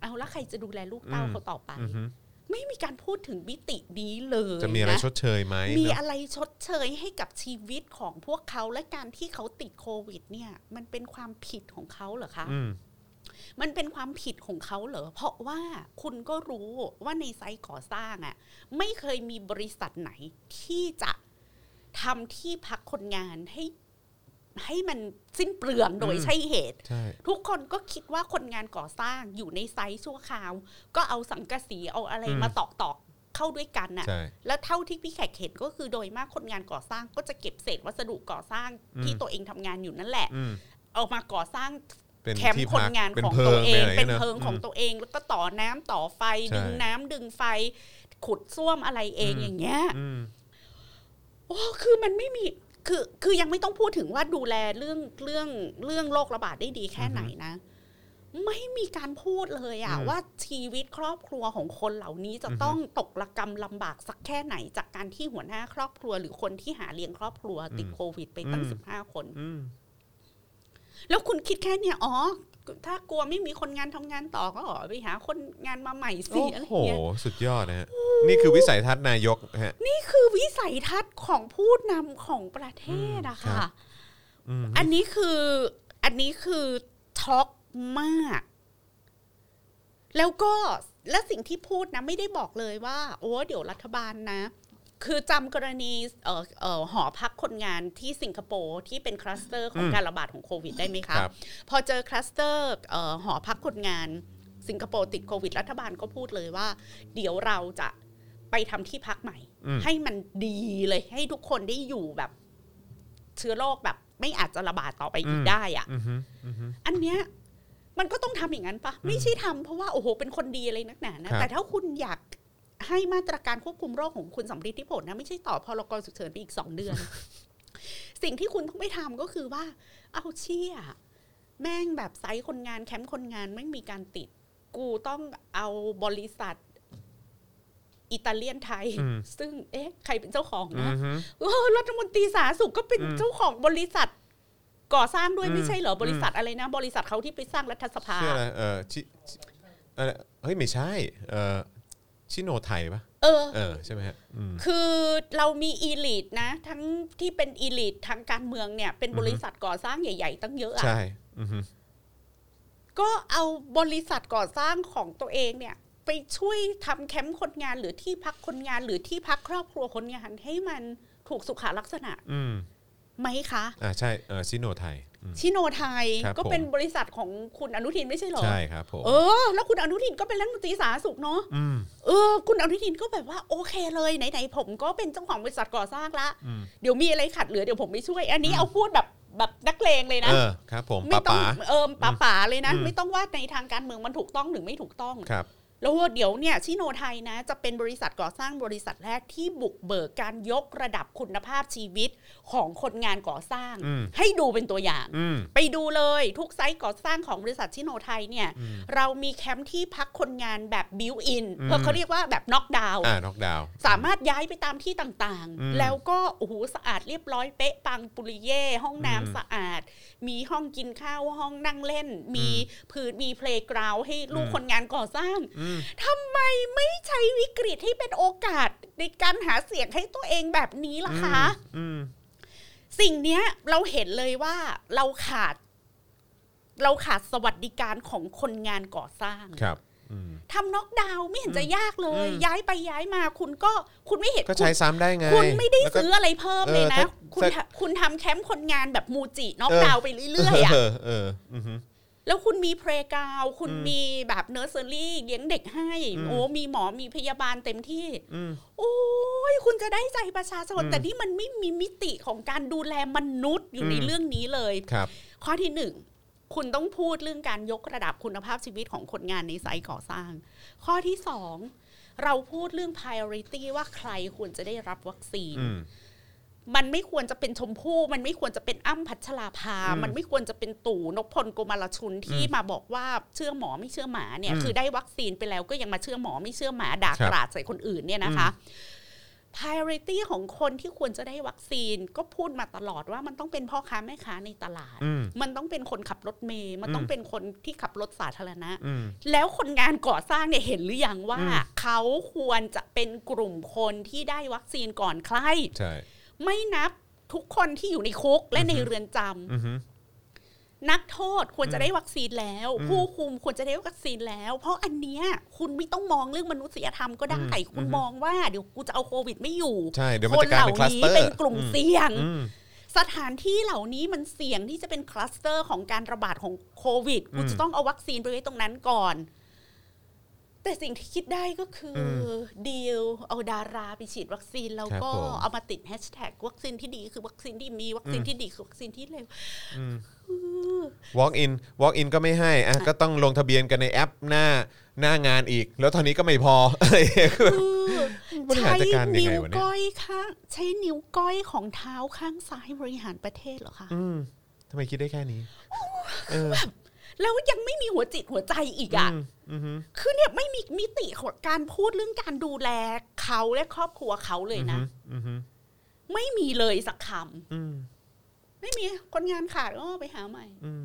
Speaker 3: เอาแล้วใครจะดูแลลูกเต้า
Speaker 2: อืม
Speaker 3: เขาต่อไป
Speaker 2: อืมฮึ
Speaker 3: ไม่มีการพูดถึงมิตินี้เลย
Speaker 2: จะมีอะไร
Speaker 3: น
Speaker 2: ชดเชยไหม
Speaker 3: มี
Speaker 2: เนอะ
Speaker 3: อะไรชดเชยให้กับชีวิตของพวกเขาและการที่เขาติดโควิด เนี่ย มันเป็นความผิดของเขาเหรอคะ
Speaker 2: อืม
Speaker 3: มันเป็นความผิดของเขาเหรอ เพราะว่าคุณก็รู้ว่าในไซต์ก่อสร้างอะ่ะ ไม่เคยมีบริษัทไหนที่จะทำที่พักคนงานให้ ให้มันสิ้นเปลืองโดย
Speaker 2: อืม
Speaker 3: ใช่เหตุ
Speaker 2: ใช่
Speaker 3: ทุกคนก็คิดว่าคนงานก่อสร้างอยู่ในไซต์ชั่วคราว ก็เอาสังกะสีเอาอะไรมาตอกตอกๆเข้าด้วยกันน่ะ
Speaker 2: ใช่
Speaker 3: แล้วเท่าที่พี่แขกเห็นก็คือโดยมากคนงานก่อสร้างก็จะเก็บเศษวัสดุก่อสร้างที่
Speaker 2: อืม
Speaker 3: ตัวเองทำงานอยู่นั่นแหละ
Speaker 2: อืม
Speaker 3: เอามาก่อสร้าง
Speaker 2: เป็น
Speaker 3: แคม
Speaker 2: ที่
Speaker 3: ป์คน
Speaker 2: พัก
Speaker 3: งาน
Speaker 2: เป็น
Speaker 3: ของ
Speaker 2: เพิ
Speaker 3: ตัว
Speaker 2: ง
Speaker 3: เอ
Speaker 2: เป็น
Speaker 3: ง
Speaker 2: อะไร
Speaker 3: เป็น
Speaker 2: เนอะ
Speaker 3: เพิงของ
Speaker 2: ม
Speaker 3: ตัวเอง แล้วก็ต่อน้ำต่อไฟ
Speaker 2: ใช่
Speaker 3: ดึงน้ำดึงไฟ ขุดซ่วมอะไรเอง
Speaker 2: อืม
Speaker 3: อย่างเงี้ย
Speaker 2: อืม
Speaker 3: โอ้คือมันไม่มีคือคือยังไม่ต้องพูดถึงว่าดูแลเรื่องเรื่องเรื่องโรคระบาดได้ดีแค่ไหนนะ ไม่มีการพูดเลยอะ
Speaker 2: อืม
Speaker 3: ว่าชีวิตครอบครัวของคนเหล่านี้จะ
Speaker 2: อือฮึ
Speaker 3: ต้องตกระกรรมลำบากสักแค่ไหน จากการที่หัวหน้าครอบครัว หรือคนที่หาเลี้ยงครอบครัวติดโควิด ไปตั้งสิบห้าคน
Speaker 2: อืม
Speaker 3: แล้วคุณคิดแค่เนี่ย อ๋อ ถ้ากลัวไม่มีคนงานทำงานต่อก็อ๋อไปหาคนงานมาใหม่สิ
Speaker 2: โอ้
Speaker 3: อะไร
Speaker 2: โห
Speaker 3: เงี้ย
Speaker 2: สุดยอดนะฮะ นี่คือวิสัยทัศน์นายกฮะ
Speaker 3: นี่คือวิสัยทัศน์ของผู้นำของประเทศอะ
Speaker 2: อืมครั
Speaker 3: ค่ะ
Speaker 2: บ อืม
Speaker 3: อันนี้คือ อันนี้คือช็อกมาก แล้วก็ และสิ่งที่พูดนะ ไม่ได้บอกเลยว่า โอ้เดี๋ยวรัฐบาลนะ คือจำกรณีเอ่อเอ่อหอพักคนงานที่สิงคโปร์ที่เป็นคลัสเตอร์ของการระบาดของโควิดได้ไหมคะ
Speaker 2: ครับ
Speaker 3: พอเจอคลัสเตอร์เอ่อหอพักคนงาน สิงคโปร์ติดโควิด รัฐบาลก็พูดเลยว่า เดี๋ยวเราจะไปทำที่พักใหม่
Speaker 2: อืม
Speaker 3: ให้มันดีเลย ให้ทุกคนได้อยู่แบบ เชื้อโรคแบบ ไม่อาจจะระบาดต่อไปอีกได้อะ
Speaker 2: อือฮึอือฮึ
Speaker 3: อันเนี้ยมันก็ต้องทำอย่างนั้นปะไม่ใช่ทำเพราะว่าโอ้โหเป็นคนดีอะไรนักหนา
Speaker 2: ครั
Speaker 3: นะ
Speaker 2: บ
Speaker 3: แต่ถ้าคุณอยากให้มาตรการควบคุมโรคของคุณสำลิดที่ผลนะ ไม่ใช่ต่อพรกฉุกเฉินไปอีกสองเดื อน สิ่งที่คุณต้องไปทำก็คือว่า เอาเชี่ย แม่งแบบไซต์คนงานแคมป์คนงานไม่มีการติด กูต้องเอาบริษัท อิตาเลียนไทย
Speaker 2: อืม
Speaker 3: ซึ่งเอ๊ะ ใครเป็นเจ้าของ
Speaker 2: อื
Speaker 3: นะ
Speaker 2: อฮึ
Speaker 3: เออรัฐมนตรีสาธารณสุขก็เป็น
Speaker 2: อืม
Speaker 3: เจ้าของบริษัท ก่อสร้างด้วย
Speaker 2: อืม
Speaker 3: ไม่ใช่เหรอ
Speaker 2: อืม
Speaker 3: บริษัทอะไรนะ บริษัทเขาที่ไปสร้างรัฐสภา
Speaker 2: ชื่ออะไร เออชิชิอะไรเฮ้ย ไม่ใช่ เออชิโนไทยปะ
Speaker 3: เออ
Speaker 2: เออ ใช่ไหมฮะ อืม
Speaker 3: คือเรามีอีลิทนะ ทั้งที่เป็นอีลิททางการเมืองเนี่ย เป็นบริษัทก่อสร้างใหญ่ ๆ ตั้งเยอะอะ
Speaker 2: ใช่ อือฮึ
Speaker 3: ก็เอาบริษัทก่อสร้างของตัวเองเนี่ย ไปช่วยทำแคมป์คนงานหรือที่พักคนงานหรือที่พักครอบครัวคนงานให้มันถูกสุขลักษณะ
Speaker 2: อืม
Speaker 3: ไหมคะ
Speaker 2: อ่า ใช่ เออชิโนไทยอืม
Speaker 3: ชิโนไทย
Speaker 2: ครับ
Speaker 3: ก็เป็น
Speaker 2: ผม
Speaker 3: บริษัทของคุณอนุทินไม่ใช่เหรอ
Speaker 2: ใช่ครับผม
Speaker 3: เออ แล้วคุณอนุทินก็เป็นรัฐมนตรีสาธารณสุขเนาะ
Speaker 2: อืม
Speaker 3: เออคุณอนุทินก็แบบว่าโอเคเลยไหนๆผมก็เป็นเจ้าของบริษัทก่อสร้างละ
Speaker 2: อืม
Speaker 3: เดี๋ยวมีอะไรขัดเหลือเดี๋ยวผมไปช่วย อันนี้เอาพูดแบบแบบนักเลงเลยนะ
Speaker 2: เออ ครับผม
Speaker 3: ไม่
Speaker 2: ป๋า
Speaker 3: ต้อง
Speaker 2: ป๋า
Speaker 3: เออป๋าป๋าเลยนะ
Speaker 2: อืม
Speaker 3: ไม่ต้องว่าในทางการเมืองมันถูกต้องหรือไม่ถูกต้อง
Speaker 2: ครับ
Speaker 3: แล้วเดี๋ยวเนี่ยชิโนไทยนะ จะเป็นบริษัทก่อสร้างบริษัทแรกที่บุกเบิกการยกระดับคุณภาพชีวิตของคนงานก่อสร้าง
Speaker 2: อืม
Speaker 3: ให้ดูเป็นตัวอย่าง
Speaker 2: อืม
Speaker 3: ไปดูเลยทุกไซต์ก่อสร้างของบริษัทชิโนไทยเนี่ย เรามีแคมป์ที่พักคนงานแบบบิวอิน
Speaker 2: อืม
Speaker 3: เพราะเขาเรียกว่าแบบน็อกดาวน์
Speaker 2: อ่าน็อกดาวน์
Speaker 3: สามารถย้ายไปตามที่ต่าง
Speaker 2: อืม
Speaker 3: ๆ แล้วก็โอ้โหสะอาดเรียบร้อยเป๊ะปังปุริเย่ห้อง
Speaker 2: อืม
Speaker 3: น้ำสะอาด มีห้องกินข้าวห้องนั่งเล่น มีพื้นมีเพลย์กราวให้ลูก
Speaker 2: อืม
Speaker 3: คนงานก่อสร้าง
Speaker 2: อืม
Speaker 3: ทำไมไม่ใช้วิกฤตให้เป็นโอกาสในการหาเสียงให้ตัวเองแบบนี้ล่ะคะ
Speaker 2: อืม
Speaker 3: สิ่งเนี้ยเราเห็นเลยว่าเราขาด เราขาดสวัสดิการของคนงานก่อสร้าง
Speaker 2: ครับ อืม
Speaker 3: ทำน็อกดาวน์ไม่เห็นจะยากเลย
Speaker 2: อืม
Speaker 3: ย้ายไปย้ายมา คุณก็คุณไม่เห็น
Speaker 2: ก็ใช้
Speaker 3: คุณ
Speaker 2: ซ้ำได้ไง
Speaker 3: คุณไม่ได้
Speaker 2: แล้วก็
Speaker 3: ซื้ออะไรเพิ่มเลย
Speaker 2: เอ
Speaker 3: นะ
Speaker 2: อ
Speaker 3: คุณ
Speaker 2: ถ้า
Speaker 3: ทำคุณทำแคมป์คนงานแบบมูจิน็อกดาวน์ไปเรื่อยๆอะ
Speaker 2: เออเอออือฮึ
Speaker 3: แล้วคุณมีเพลกาว คุณ
Speaker 2: อืม
Speaker 3: มีแบบเนอร์เซอรี่เลี้ยงเด็กให้
Speaker 2: อืม
Speaker 3: โอ้มีหมอมีพยาบาลเต็มที่
Speaker 2: อืม
Speaker 3: โอ้ยคุณจะได้ใจประชาชน
Speaker 2: อืม
Speaker 3: แต่นี่มันไม่มีมิติของการดูแลมนุษย์อยู่ใน
Speaker 2: อืม
Speaker 3: เรื่องนี้เลย
Speaker 2: ครับ
Speaker 3: ข้อที่หนึ่งคุณต้องพูดเรื่องการยกระดับคุณภาพชีวิตของคนงานในไซต์ก่อสร้าง ข้อที่สองเราพูดเรื่อง priority ว่าใครควรจะได้รับวัคซีน
Speaker 2: อืม
Speaker 3: มันไม่ควรจะเป็นชมพู่ มันไม่ควรจะเป็นอ้ำพัชราภา
Speaker 2: อืม
Speaker 3: มันไม่ควรจะเป็นตู่นพพลโกมารชุนที่
Speaker 2: อืม
Speaker 3: มาบอกว่าเชื่อหมอไม่เชื่อหมาเนี่ย
Speaker 2: อืม
Speaker 3: คือได้วัคซีนไปแล้วก็ยังมาเชื่อหมอไม่เชื่อหมาด่า
Speaker 2: ครับ
Speaker 3: กราดใส่คนอื่นเนี่ยนะคะ priority ของคนที่ควรจะได้วัคซีนก็พูดมาตลอดว่ามันต้องเป็นพ่อค้าแม่ค้าในตลาด
Speaker 2: อืม
Speaker 3: มันต้องเป็นคนขับรถเมย์มันต้อ
Speaker 2: อื
Speaker 3: ง
Speaker 2: ม
Speaker 3: เป็นคนที่ขับรถสาธารณะ
Speaker 2: อืม
Speaker 3: แล้วคนงานก่อสร้างเนี่ยเห็นหรือยังว่า
Speaker 2: อืม
Speaker 3: เขาควรจะเป็นกลุ่มคนที่ได้วัคซีนก่อนใคร
Speaker 2: ใช่
Speaker 3: ไม่นับทุกคนที่อยู่ในคุกและในเรือนจำ
Speaker 2: อือฮึ
Speaker 3: นักโทษควรจะได้วัคซีนแล้ว
Speaker 2: อืม
Speaker 3: ผู้คุมควรจะได้วัคซีนแล้ว เพราะอันเนี้ยคุณไม่ต้องมองเรื่องมนุษยธรรมก็ได้
Speaker 2: อืม
Speaker 3: คุณ
Speaker 2: อือฮึ
Speaker 3: มองว่าเดี๋ยวกูจะเอาโควิดไม่อยู่
Speaker 2: ใช่ เดี๋ยวมัน
Speaker 3: ค
Speaker 2: จะก
Speaker 3: น
Speaker 2: ลาย
Speaker 3: เหล่า
Speaker 2: เป็นคลัส
Speaker 3: นี้
Speaker 2: เตอร์
Speaker 3: เป็นกลุ่มเสี่ยง
Speaker 2: อืม
Speaker 3: สถานที่เหล่านี้มันเสี่ยงที่จะเป็นคลัสเตอร์ของการระบาดของโควิดกู
Speaker 2: อืม
Speaker 3: จะต้องเอาวัคซีนไปไว้ตรงนั้นก่อน แต่สิ่งที่คิดได้ก็คืออ
Speaker 2: ม
Speaker 3: ดีลเอาดาราไปฉีดวัคซีนแล้ว
Speaker 2: ครับ
Speaker 3: ก็
Speaker 2: ผม
Speaker 3: เอามาติดแฮชแท็กวัคซีนที่ดีคือวัคซีนที่มีวัคซีน
Speaker 2: อืม
Speaker 3: ที่ดีคือวัคซีนที่เร็ว
Speaker 2: อืม walk in walk in ก็ไม่ให้อ่ะก็ต้องลงทะเบียนกันในแอปหน้าหน้างานอีก แล้วตอนนี้ก็ไม่พอ
Speaker 3: คือ
Speaker 2: มันบริหารจัดการยัง
Speaker 3: นิ้
Speaker 2: ไง
Speaker 3: ว
Speaker 2: วะเนี่ย
Speaker 3: ก้อยข้างใช้นิ้วก้อยของเท้าข้างซ้ายบริหารประเทศเหรอคะ
Speaker 2: อืมทำไมคิดได้แค่นี้ เออ
Speaker 3: แล้วยังไม่มีหัวจิตหัวใจอีกอ่ะ
Speaker 2: อืมอือฮึ
Speaker 3: คือเนี่ยไม่มีมิติของการพูดเรื่องการดูแลเขาและครอบครัวเขาเลยนะ
Speaker 2: อือฮึ
Speaker 3: ไม่มีเลยสักค
Speaker 2: อืม
Speaker 3: ำไม่มีคนงานขาดก็ไปหาใหม่
Speaker 2: อืม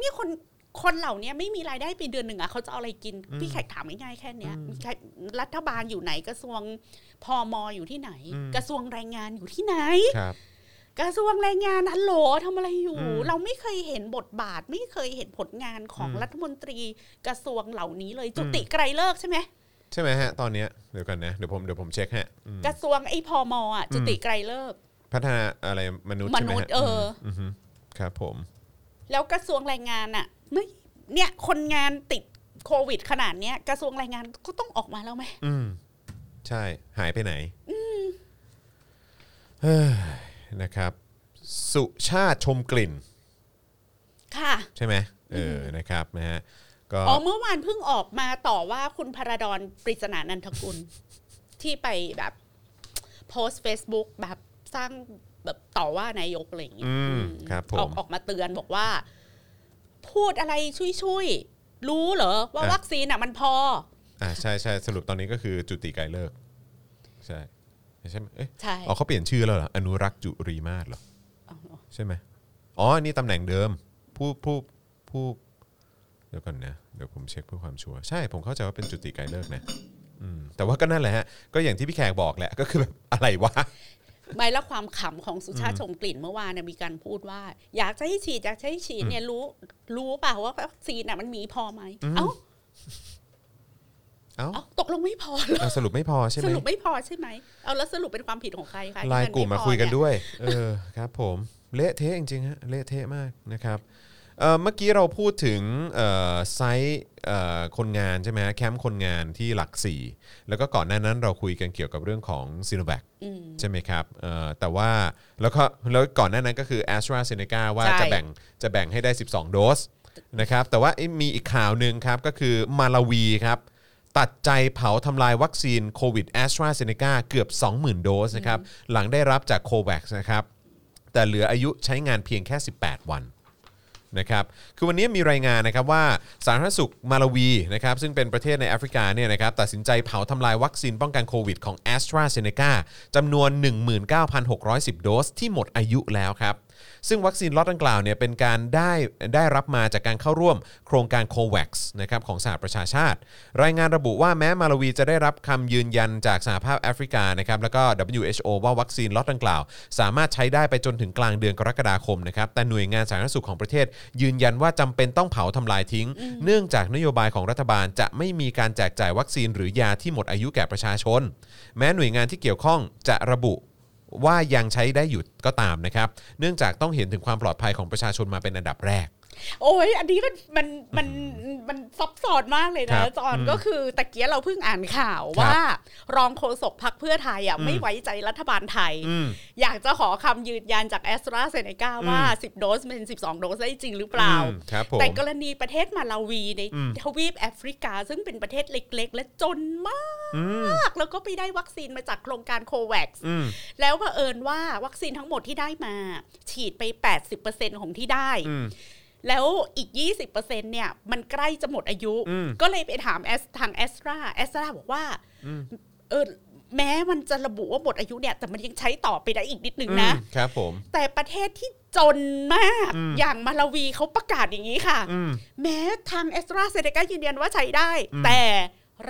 Speaker 3: นี่คนคนเหล่านี้ไม่มีรายได้ไปเดือนหนึ่งอะเขาจะเอาอะไรกิน
Speaker 2: อืม
Speaker 3: พี่แขกถามง่ายๆแค่เนี้ย
Speaker 2: อืม
Speaker 3: ใครรัฐบาลอยู่ไหนกระทรวงพอมอยู่ที่ไหน
Speaker 2: อืม
Speaker 3: กระทรวงแรงงานอยู่ที่ไหน
Speaker 2: ครับ
Speaker 3: กระทรวงแรงงานฮัลโหลทำอะไรอยู่
Speaker 2: อืม
Speaker 3: เราไม่เคยเห็นบทบาท ไม่เคยเห็นผลงานของ
Speaker 2: อืม
Speaker 3: รัฐมนตรีกระทรวงเหล่านี้เลยจุ
Speaker 2: อืม
Speaker 3: ติไกรเลิกษ์ใช่ไหม
Speaker 2: ใช่ไหมฮะ ตอนเนี้ยเดี๋ยวกันนะ เดี๋ยวผมเดี๋ยวผมเช็คฮะอืม
Speaker 3: กระทรวงไอ้พอมอ่ะจุติ
Speaker 2: อืม
Speaker 3: ไกรเลิกษ์
Speaker 2: พัฒนาอะไรมนุษย์
Speaker 3: ม
Speaker 2: ใช่ไหม
Speaker 3: นุษย์
Speaker 2: ฮะ
Speaker 3: เออ
Speaker 2: มอฮึครับผม
Speaker 3: แล้วกระทรวงแรงงานอ่ะไม่เนี่ยคนงานติดโควิดขนาดเนี้ยกระทรวงแรงงานก็ต้องออกมาแล้วไหม
Speaker 2: อืม ใช่ หายไปไหนเฮ้ยนะครับ สุชาติชมกลิ่น
Speaker 3: ค่ะ
Speaker 2: ใช่ไหมเอออนะครับนะฮะก็
Speaker 3: อ๋อเมื่อวานเพิ่งออกมาต่อว่าคุณพระดอนปริศนานันทกุล ที่ไปแบบโพสเฟซบุ๊กแบบสร้างแบบต่อว่านายกอะไรอย่างเงี้ย
Speaker 2: อืม
Speaker 3: อืม
Speaker 2: ครับผ
Speaker 3: ออก
Speaker 2: ม
Speaker 3: ออกมาเตือนบอกว่า พูดอะไรช่วยช่วยๆรู้เหรอว่า
Speaker 2: อ่ะ
Speaker 3: วัคซีนอ่ะมันพอ
Speaker 2: อ่าใช่ใช่สรุปตอนนี้ก็คือจุติไกลเลิกษ์ใช่ใช่ไหมเอ๊ะ
Speaker 3: ใช่
Speaker 2: อ๋อเขาเปลี่ยนชื่อแล้วเหรออนุรักษ์จุรีมาศเหรอ
Speaker 3: เอาเหรอ
Speaker 2: ใช่ไหมอ๋อ นี่ตำแหน่งเดิม ผู้ผู้ผู้เดี๋ยวก่อนนะ เดี๋ยวผมเช็คเพื่อความชัวร์ ใช่ ผมเข้าใจว่าเป็นจุติไกลเลิกษ์นะอืมแต่ว่าก็นั่นแหละฮะ ก็อย่างที่พี่แขกบอกแหละ ก็คือแบบ อะไรวะ
Speaker 3: ไม่และความขำของสุชาติชมกลิ่นเมื่อวานเนี่ยมีการพูดว่า อยากจะให้ฉีดอยากจะให้ฉีดเนี่ยรู้ รู้เปล่าว่าวัคซีนอ่ะมันมีพอไหม
Speaker 2: อืม
Speaker 3: เอ้า
Speaker 2: เอ้า
Speaker 3: เอ้าตกลงไม่พอเหรอ
Speaker 2: เอาสรุปไม่พอใช่ไห
Speaker 3: ส
Speaker 2: ม
Speaker 3: รุปไม่พอใช่ไหมเอาแล้วสรุปเป็นความผิดของใครคะที่
Speaker 2: ไล
Speaker 3: น
Speaker 2: น์กลุ่มมาคุยกัน
Speaker 3: ไพอเ
Speaker 2: ด้วย เออ ครับผม เละเทะจริงๆฮะ เละเทะมากนะครับ เอ่อ เมื่อกี้เราพูดถึงเอ่อไซต์เอ่อคนงานใช่ไหมฮะ แคมป์คนงานที่หลักสี่ แล้วก็ก่อนหน้านั้นเราคุยกันเกี่ยวกับเรื่องของซีโนแวค
Speaker 3: ยอืม
Speaker 2: ใช่ไหมครับเอ่อแต่ว่าแล้วก็แล้วก่อนหน้านั้นก็คือ a s t r a z e ซ e c a ว่า
Speaker 3: ใช่
Speaker 2: จะแบ่งจะแบ่งให้ได้ 12 โดสนะครับแต่ว่าเอ้ยมีอีกข่าวหนึ่งครับก็คือมาลาวีครับ ตัดใจเผาทำลายวัคซีนโควิดแอสตราเซเนกาเกือบ 20,000 โดสนะครับ หลังได้รับจากโควัคนะครับ แต่เหลืออายุใช้งานเพียงแค่ 18 วัน นะครับคือวันนี้มีรายงานนะครับว่าสาธารณสุขมาลาวีนะครับซึ่งเป็นประเทศในแอฟริกาเนี่ยนะครับตัดสินใจเผาทำลายวัคซีนป้องกันโควิดของ a s t r a z เซ e c a จำนวน 19,610 โดสที่หมดอายุแล้วครับ ซึ่งวัคซีนล็อตดังกล่าวเนี่ยเป็นการได้ได้รับมาจากการเข้าร่วมโครงการ c o v a x นะครับของสหประชาชาติ รายงานระบุว่าแม้มาลาวีจะได้รับคำยืนยันจากสหภาพแอฟริกานะครับแล้วก็ WHO ว่าวัคซีนล็อตดังกล่าว สามารถใช้ได้ไปจนถึงกลางเดือนกรกฎาคมนะครับแต่หน่วยงานสาธารณสุขของประเทศ ยืนยันว่าจำเป็นต้องเผาทำลายทิ้ง เนื่องจากนโยบายของรัฐบาลจะไม่มีการแจกจ่ายวัคซีนหรือยาที่หมดอายุแก่ประชาชน แม้หน่วยงานที่เกี่ยวข้องจะระบุ ว่ายังใช้ได้อยู่ก็ตามนะครับ เนื่องจากต้องเห็นถึงความปลอดภัยของประชาชนมาเป็นอันดับแรก
Speaker 3: โอ้ยอันนี้มันมันมันมันซับซ้อนมากเลย
Speaker 2: ค
Speaker 3: นะ
Speaker 2: รับ
Speaker 3: จอนก็คือตะเกียเราเพิ่งอ่านข่าว
Speaker 2: ครับ
Speaker 3: ว่า รองโฆษกพักเพื่อไทยอ่ะ
Speaker 2: อืม
Speaker 3: ไม่ไว้ใจรัฐบาลไทย
Speaker 2: อืม
Speaker 3: อยากจะขอคำยืนยันจากแอสตราเซเนกาว่า 10 โดสเป็น 12 โดสได้จริงหรือเปล่า
Speaker 2: อืมครับผม
Speaker 3: แต่กรณีประเทศมาลาวีใน
Speaker 2: อืม
Speaker 3: ทวีปแอฟริกา ซึ่งเป็นประเทศเล็กๆ และจนมาก
Speaker 2: อืม
Speaker 3: มาก แล้วก็ไปได้วัคซีนมาจากโครงการโควัค
Speaker 2: อืม
Speaker 3: แล้วเผอิญว่าวัคซีนทั้งหมดที่ได้มา ฉีดไป 80%ของที่ได้
Speaker 2: อืม
Speaker 3: แล้วอีก 20%เนี่ย มันใกล้จะหมดอายุ
Speaker 2: อืม
Speaker 3: ก็เลยไปถามแอสทางแอสตราแอสตราบอกว่า
Speaker 2: อืม
Speaker 3: เออแม้มันจะระบุว่าหมดอายุเนี่ย แต่มันยังใช้ต่อไปได้อีกนิดนึงนะ
Speaker 2: อืมครับผม
Speaker 3: แต่ประเทศที่จนมาก
Speaker 2: อืม
Speaker 3: อย่างมาลาวีเขาประกาศอย่างนี้ค่ะ
Speaker 2: อืม
Speaker 3: แม้ทางแอสตราเซเนกายืนยันว่าใช้ได้
Speaker 2: อืม
Speaker 3: แต่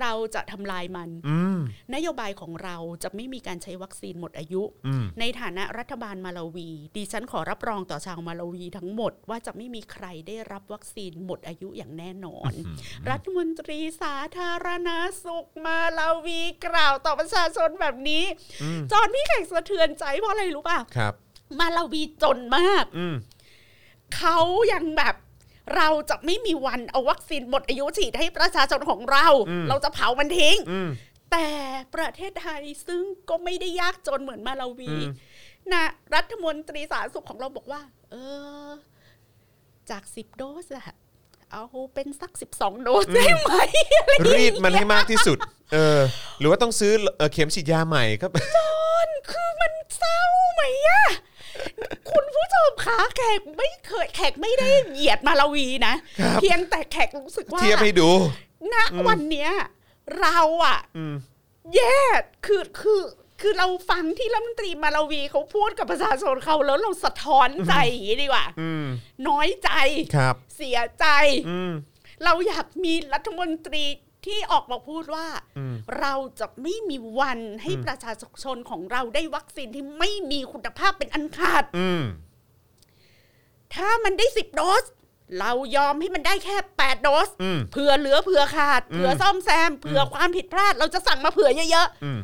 Speaker 3: เราจะทำลายมัน
Speaker 2: อืม
Speaker 3: นโยบายของเราจะไม่มีการใช้วัคซีนหมดอายุ
Speaker 2: อืม
Speaker 3: ในฐานะรัฐบาลมาลาวี ดิฉันขอรับรองต่อชาวมาลาวีทั้งหมดว่าจะไม่มีใครได้รับวัคซีนหมดอายุอย่างแน่นอน รัฐมนตรีสาธารณาสุขมาลาวีกล่าวต่อประชาชนแบบนี้
Speaker 2: อืม
Speaker 3: จอห์นพี่แขกสะเทือนใจเพราะอะไรรู้ป่ะ
Speaker 2: ครับ
Speaker 3: มาลาวีจนมาก
Speaker 2: อืม
Speaker 3: เขายังแบบเราจะไม่มีวันเอาวัคซีนหมดอายุฉีดให้ประชาชนของเรา เราจะเผามันทิ้ง
Speaker 2: อืม
Speaker 3: แต่ประเทศไทยซึ่งก็ไม่ได้ยากจนเหมือนมาลาวี
Speaker 2: อืม
Speaker 3: นะรัฐมนตรีสาธารณสุขของเราบอกว่า เออ จากสิบโดสอะเอาเป็นสักสิบสองโดสได้ไหม
Speaker 2: รีดมันให้มากที่สุด เออ หรือว่าต้องซื้อเอ่อเข็มฉีดยาใหม่ครับ
Speaker 3: คือมันเศร้าไหมอะคุณผู้ชมคะแขกไม่เคยแขกไม่ได้เหยียดมาลาวีนะ เพียงแต่แขกรู้สึกว่า
Speaker 2: เทียบให้ดู
Speaker 3: ณวันเนี้ยเราอะ
Speaker 2: อืม
Speaker 3: แย่คือคือคือเราฟังที่รัฐมนตรีมาลาวีเขาพูดกับประชาชนเขาแล้วเราสะท้อนใจอย่างนี้ดีกว่า
Speaker 2: อืม
Speaker 3: น้อยใจ
Speaker 2: ครับ
Speaker 3: เสียใจ
Speaker 2: อืม
Speaker 3: เราอยากมีรัฐมนตรีที่ออกมาพูดว่า
Speaker 2: อืม
Speaker 3: เราจะไม่มีวันให้ประชาชนของเราได้วัคซีนที่ไม่มีคุณภาพเป็นอันขาด
Speaker 2: อืม
Speaker 3: ถ้ามันได้สิบโดส เรายอมให้มันได้แค่แปดโดส
Speaker 2: อืม
Speaker 3: เผื่อเหลือเผื่อขาดเผื่อซ่อมแซมเผื่อความผิดพลาด เราจะสั่งมาเผื่อเยอะ
Speaker 2: อืม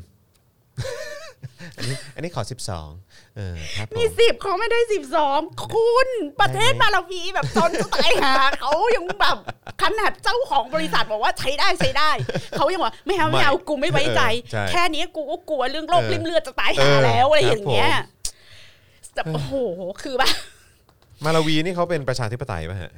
Speaker 2: อันนี้อันนี้ขอ 12 เออครับผ
Speaker 3: ๆ มี
Speaker 2: ม
Speaker 3: สิบเขาไม่ได้สิบสองคุณประเทศมาลาวีแบบจนจะตายหา เขายังแบบ ขนาดเจ้าของบริษัทบอกว่าใช้ได้ใช้ได้ เขายังว่าไม่เอาไม่เอา
Speaker 2: ไม่
Speaker 3: กูไม่ไว้ใจ
Speaker 2: เออใช่
Speaker 3: แค่นี้กูก็กลัวเรื่องโรค
Speaker 2: เออ
Speaker 3: ริ่มเลือดจะตายหา
Speaker 2: เออ
Speaker 3: แล้วอะไร
Speaker 2: ครั
Speaker 3: อบ ย่างเงี้ย
Speaker 2: ผม
Speaker 3: แต่โอ้โหคือแบบ
Speaker 2: มาลาวีนี่เขาเป็นประชาธิปไตยป่ะ ฮะ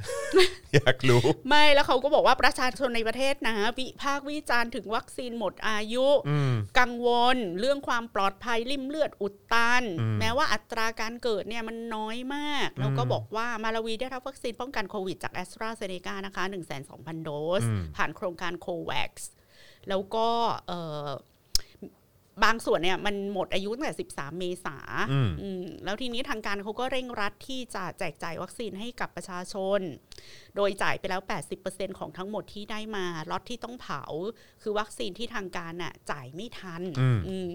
Speaker 2: อยากรู้
Speaker 3: ไม่แล้วเขาก็บอกว่าประชาชนในประเทศนะวิพากษ์วิจารณ์ถึงวัคซีนหมดอายุ
Speaker 2: อืม
Speaker 3: กังวลเรื่องความปลอดภัยริ่มเลือดอุดตัน
Speaker 2: อืม
Speaker 3: แม้ว่าอัตราการเกิดเนี่ยมันน้อยมาก แล้วก็บอกว่ามาลาวีได้รับวัคซีนป้องกันโควิดจากแอสตราเซเนกานะคะ1 2 0 0 0 โดส
Speaker 2: อืม
Speaker 3: ผ่านโครงการโควัคแล้วก็เอ่อบางส่วนเนี่ยมันหมดอายุตั้งแต่ 13 เมษา
Speaker 2: อืม
Speaker 3: อืมแล้วทีนี้ทางการเขาก็เร่งรัดที่จะแจกจ่ายวัคซีนให้กับประชาชน โดยจ่ายไปแล้ว 80%ของทั้งหมดที่ได้มาล็อตที่ต้องเผา คือวัคซีนที่ทางการน่ะจ่ายไม่ทัน
Speaker 2: อืม
Speaker 3: อืม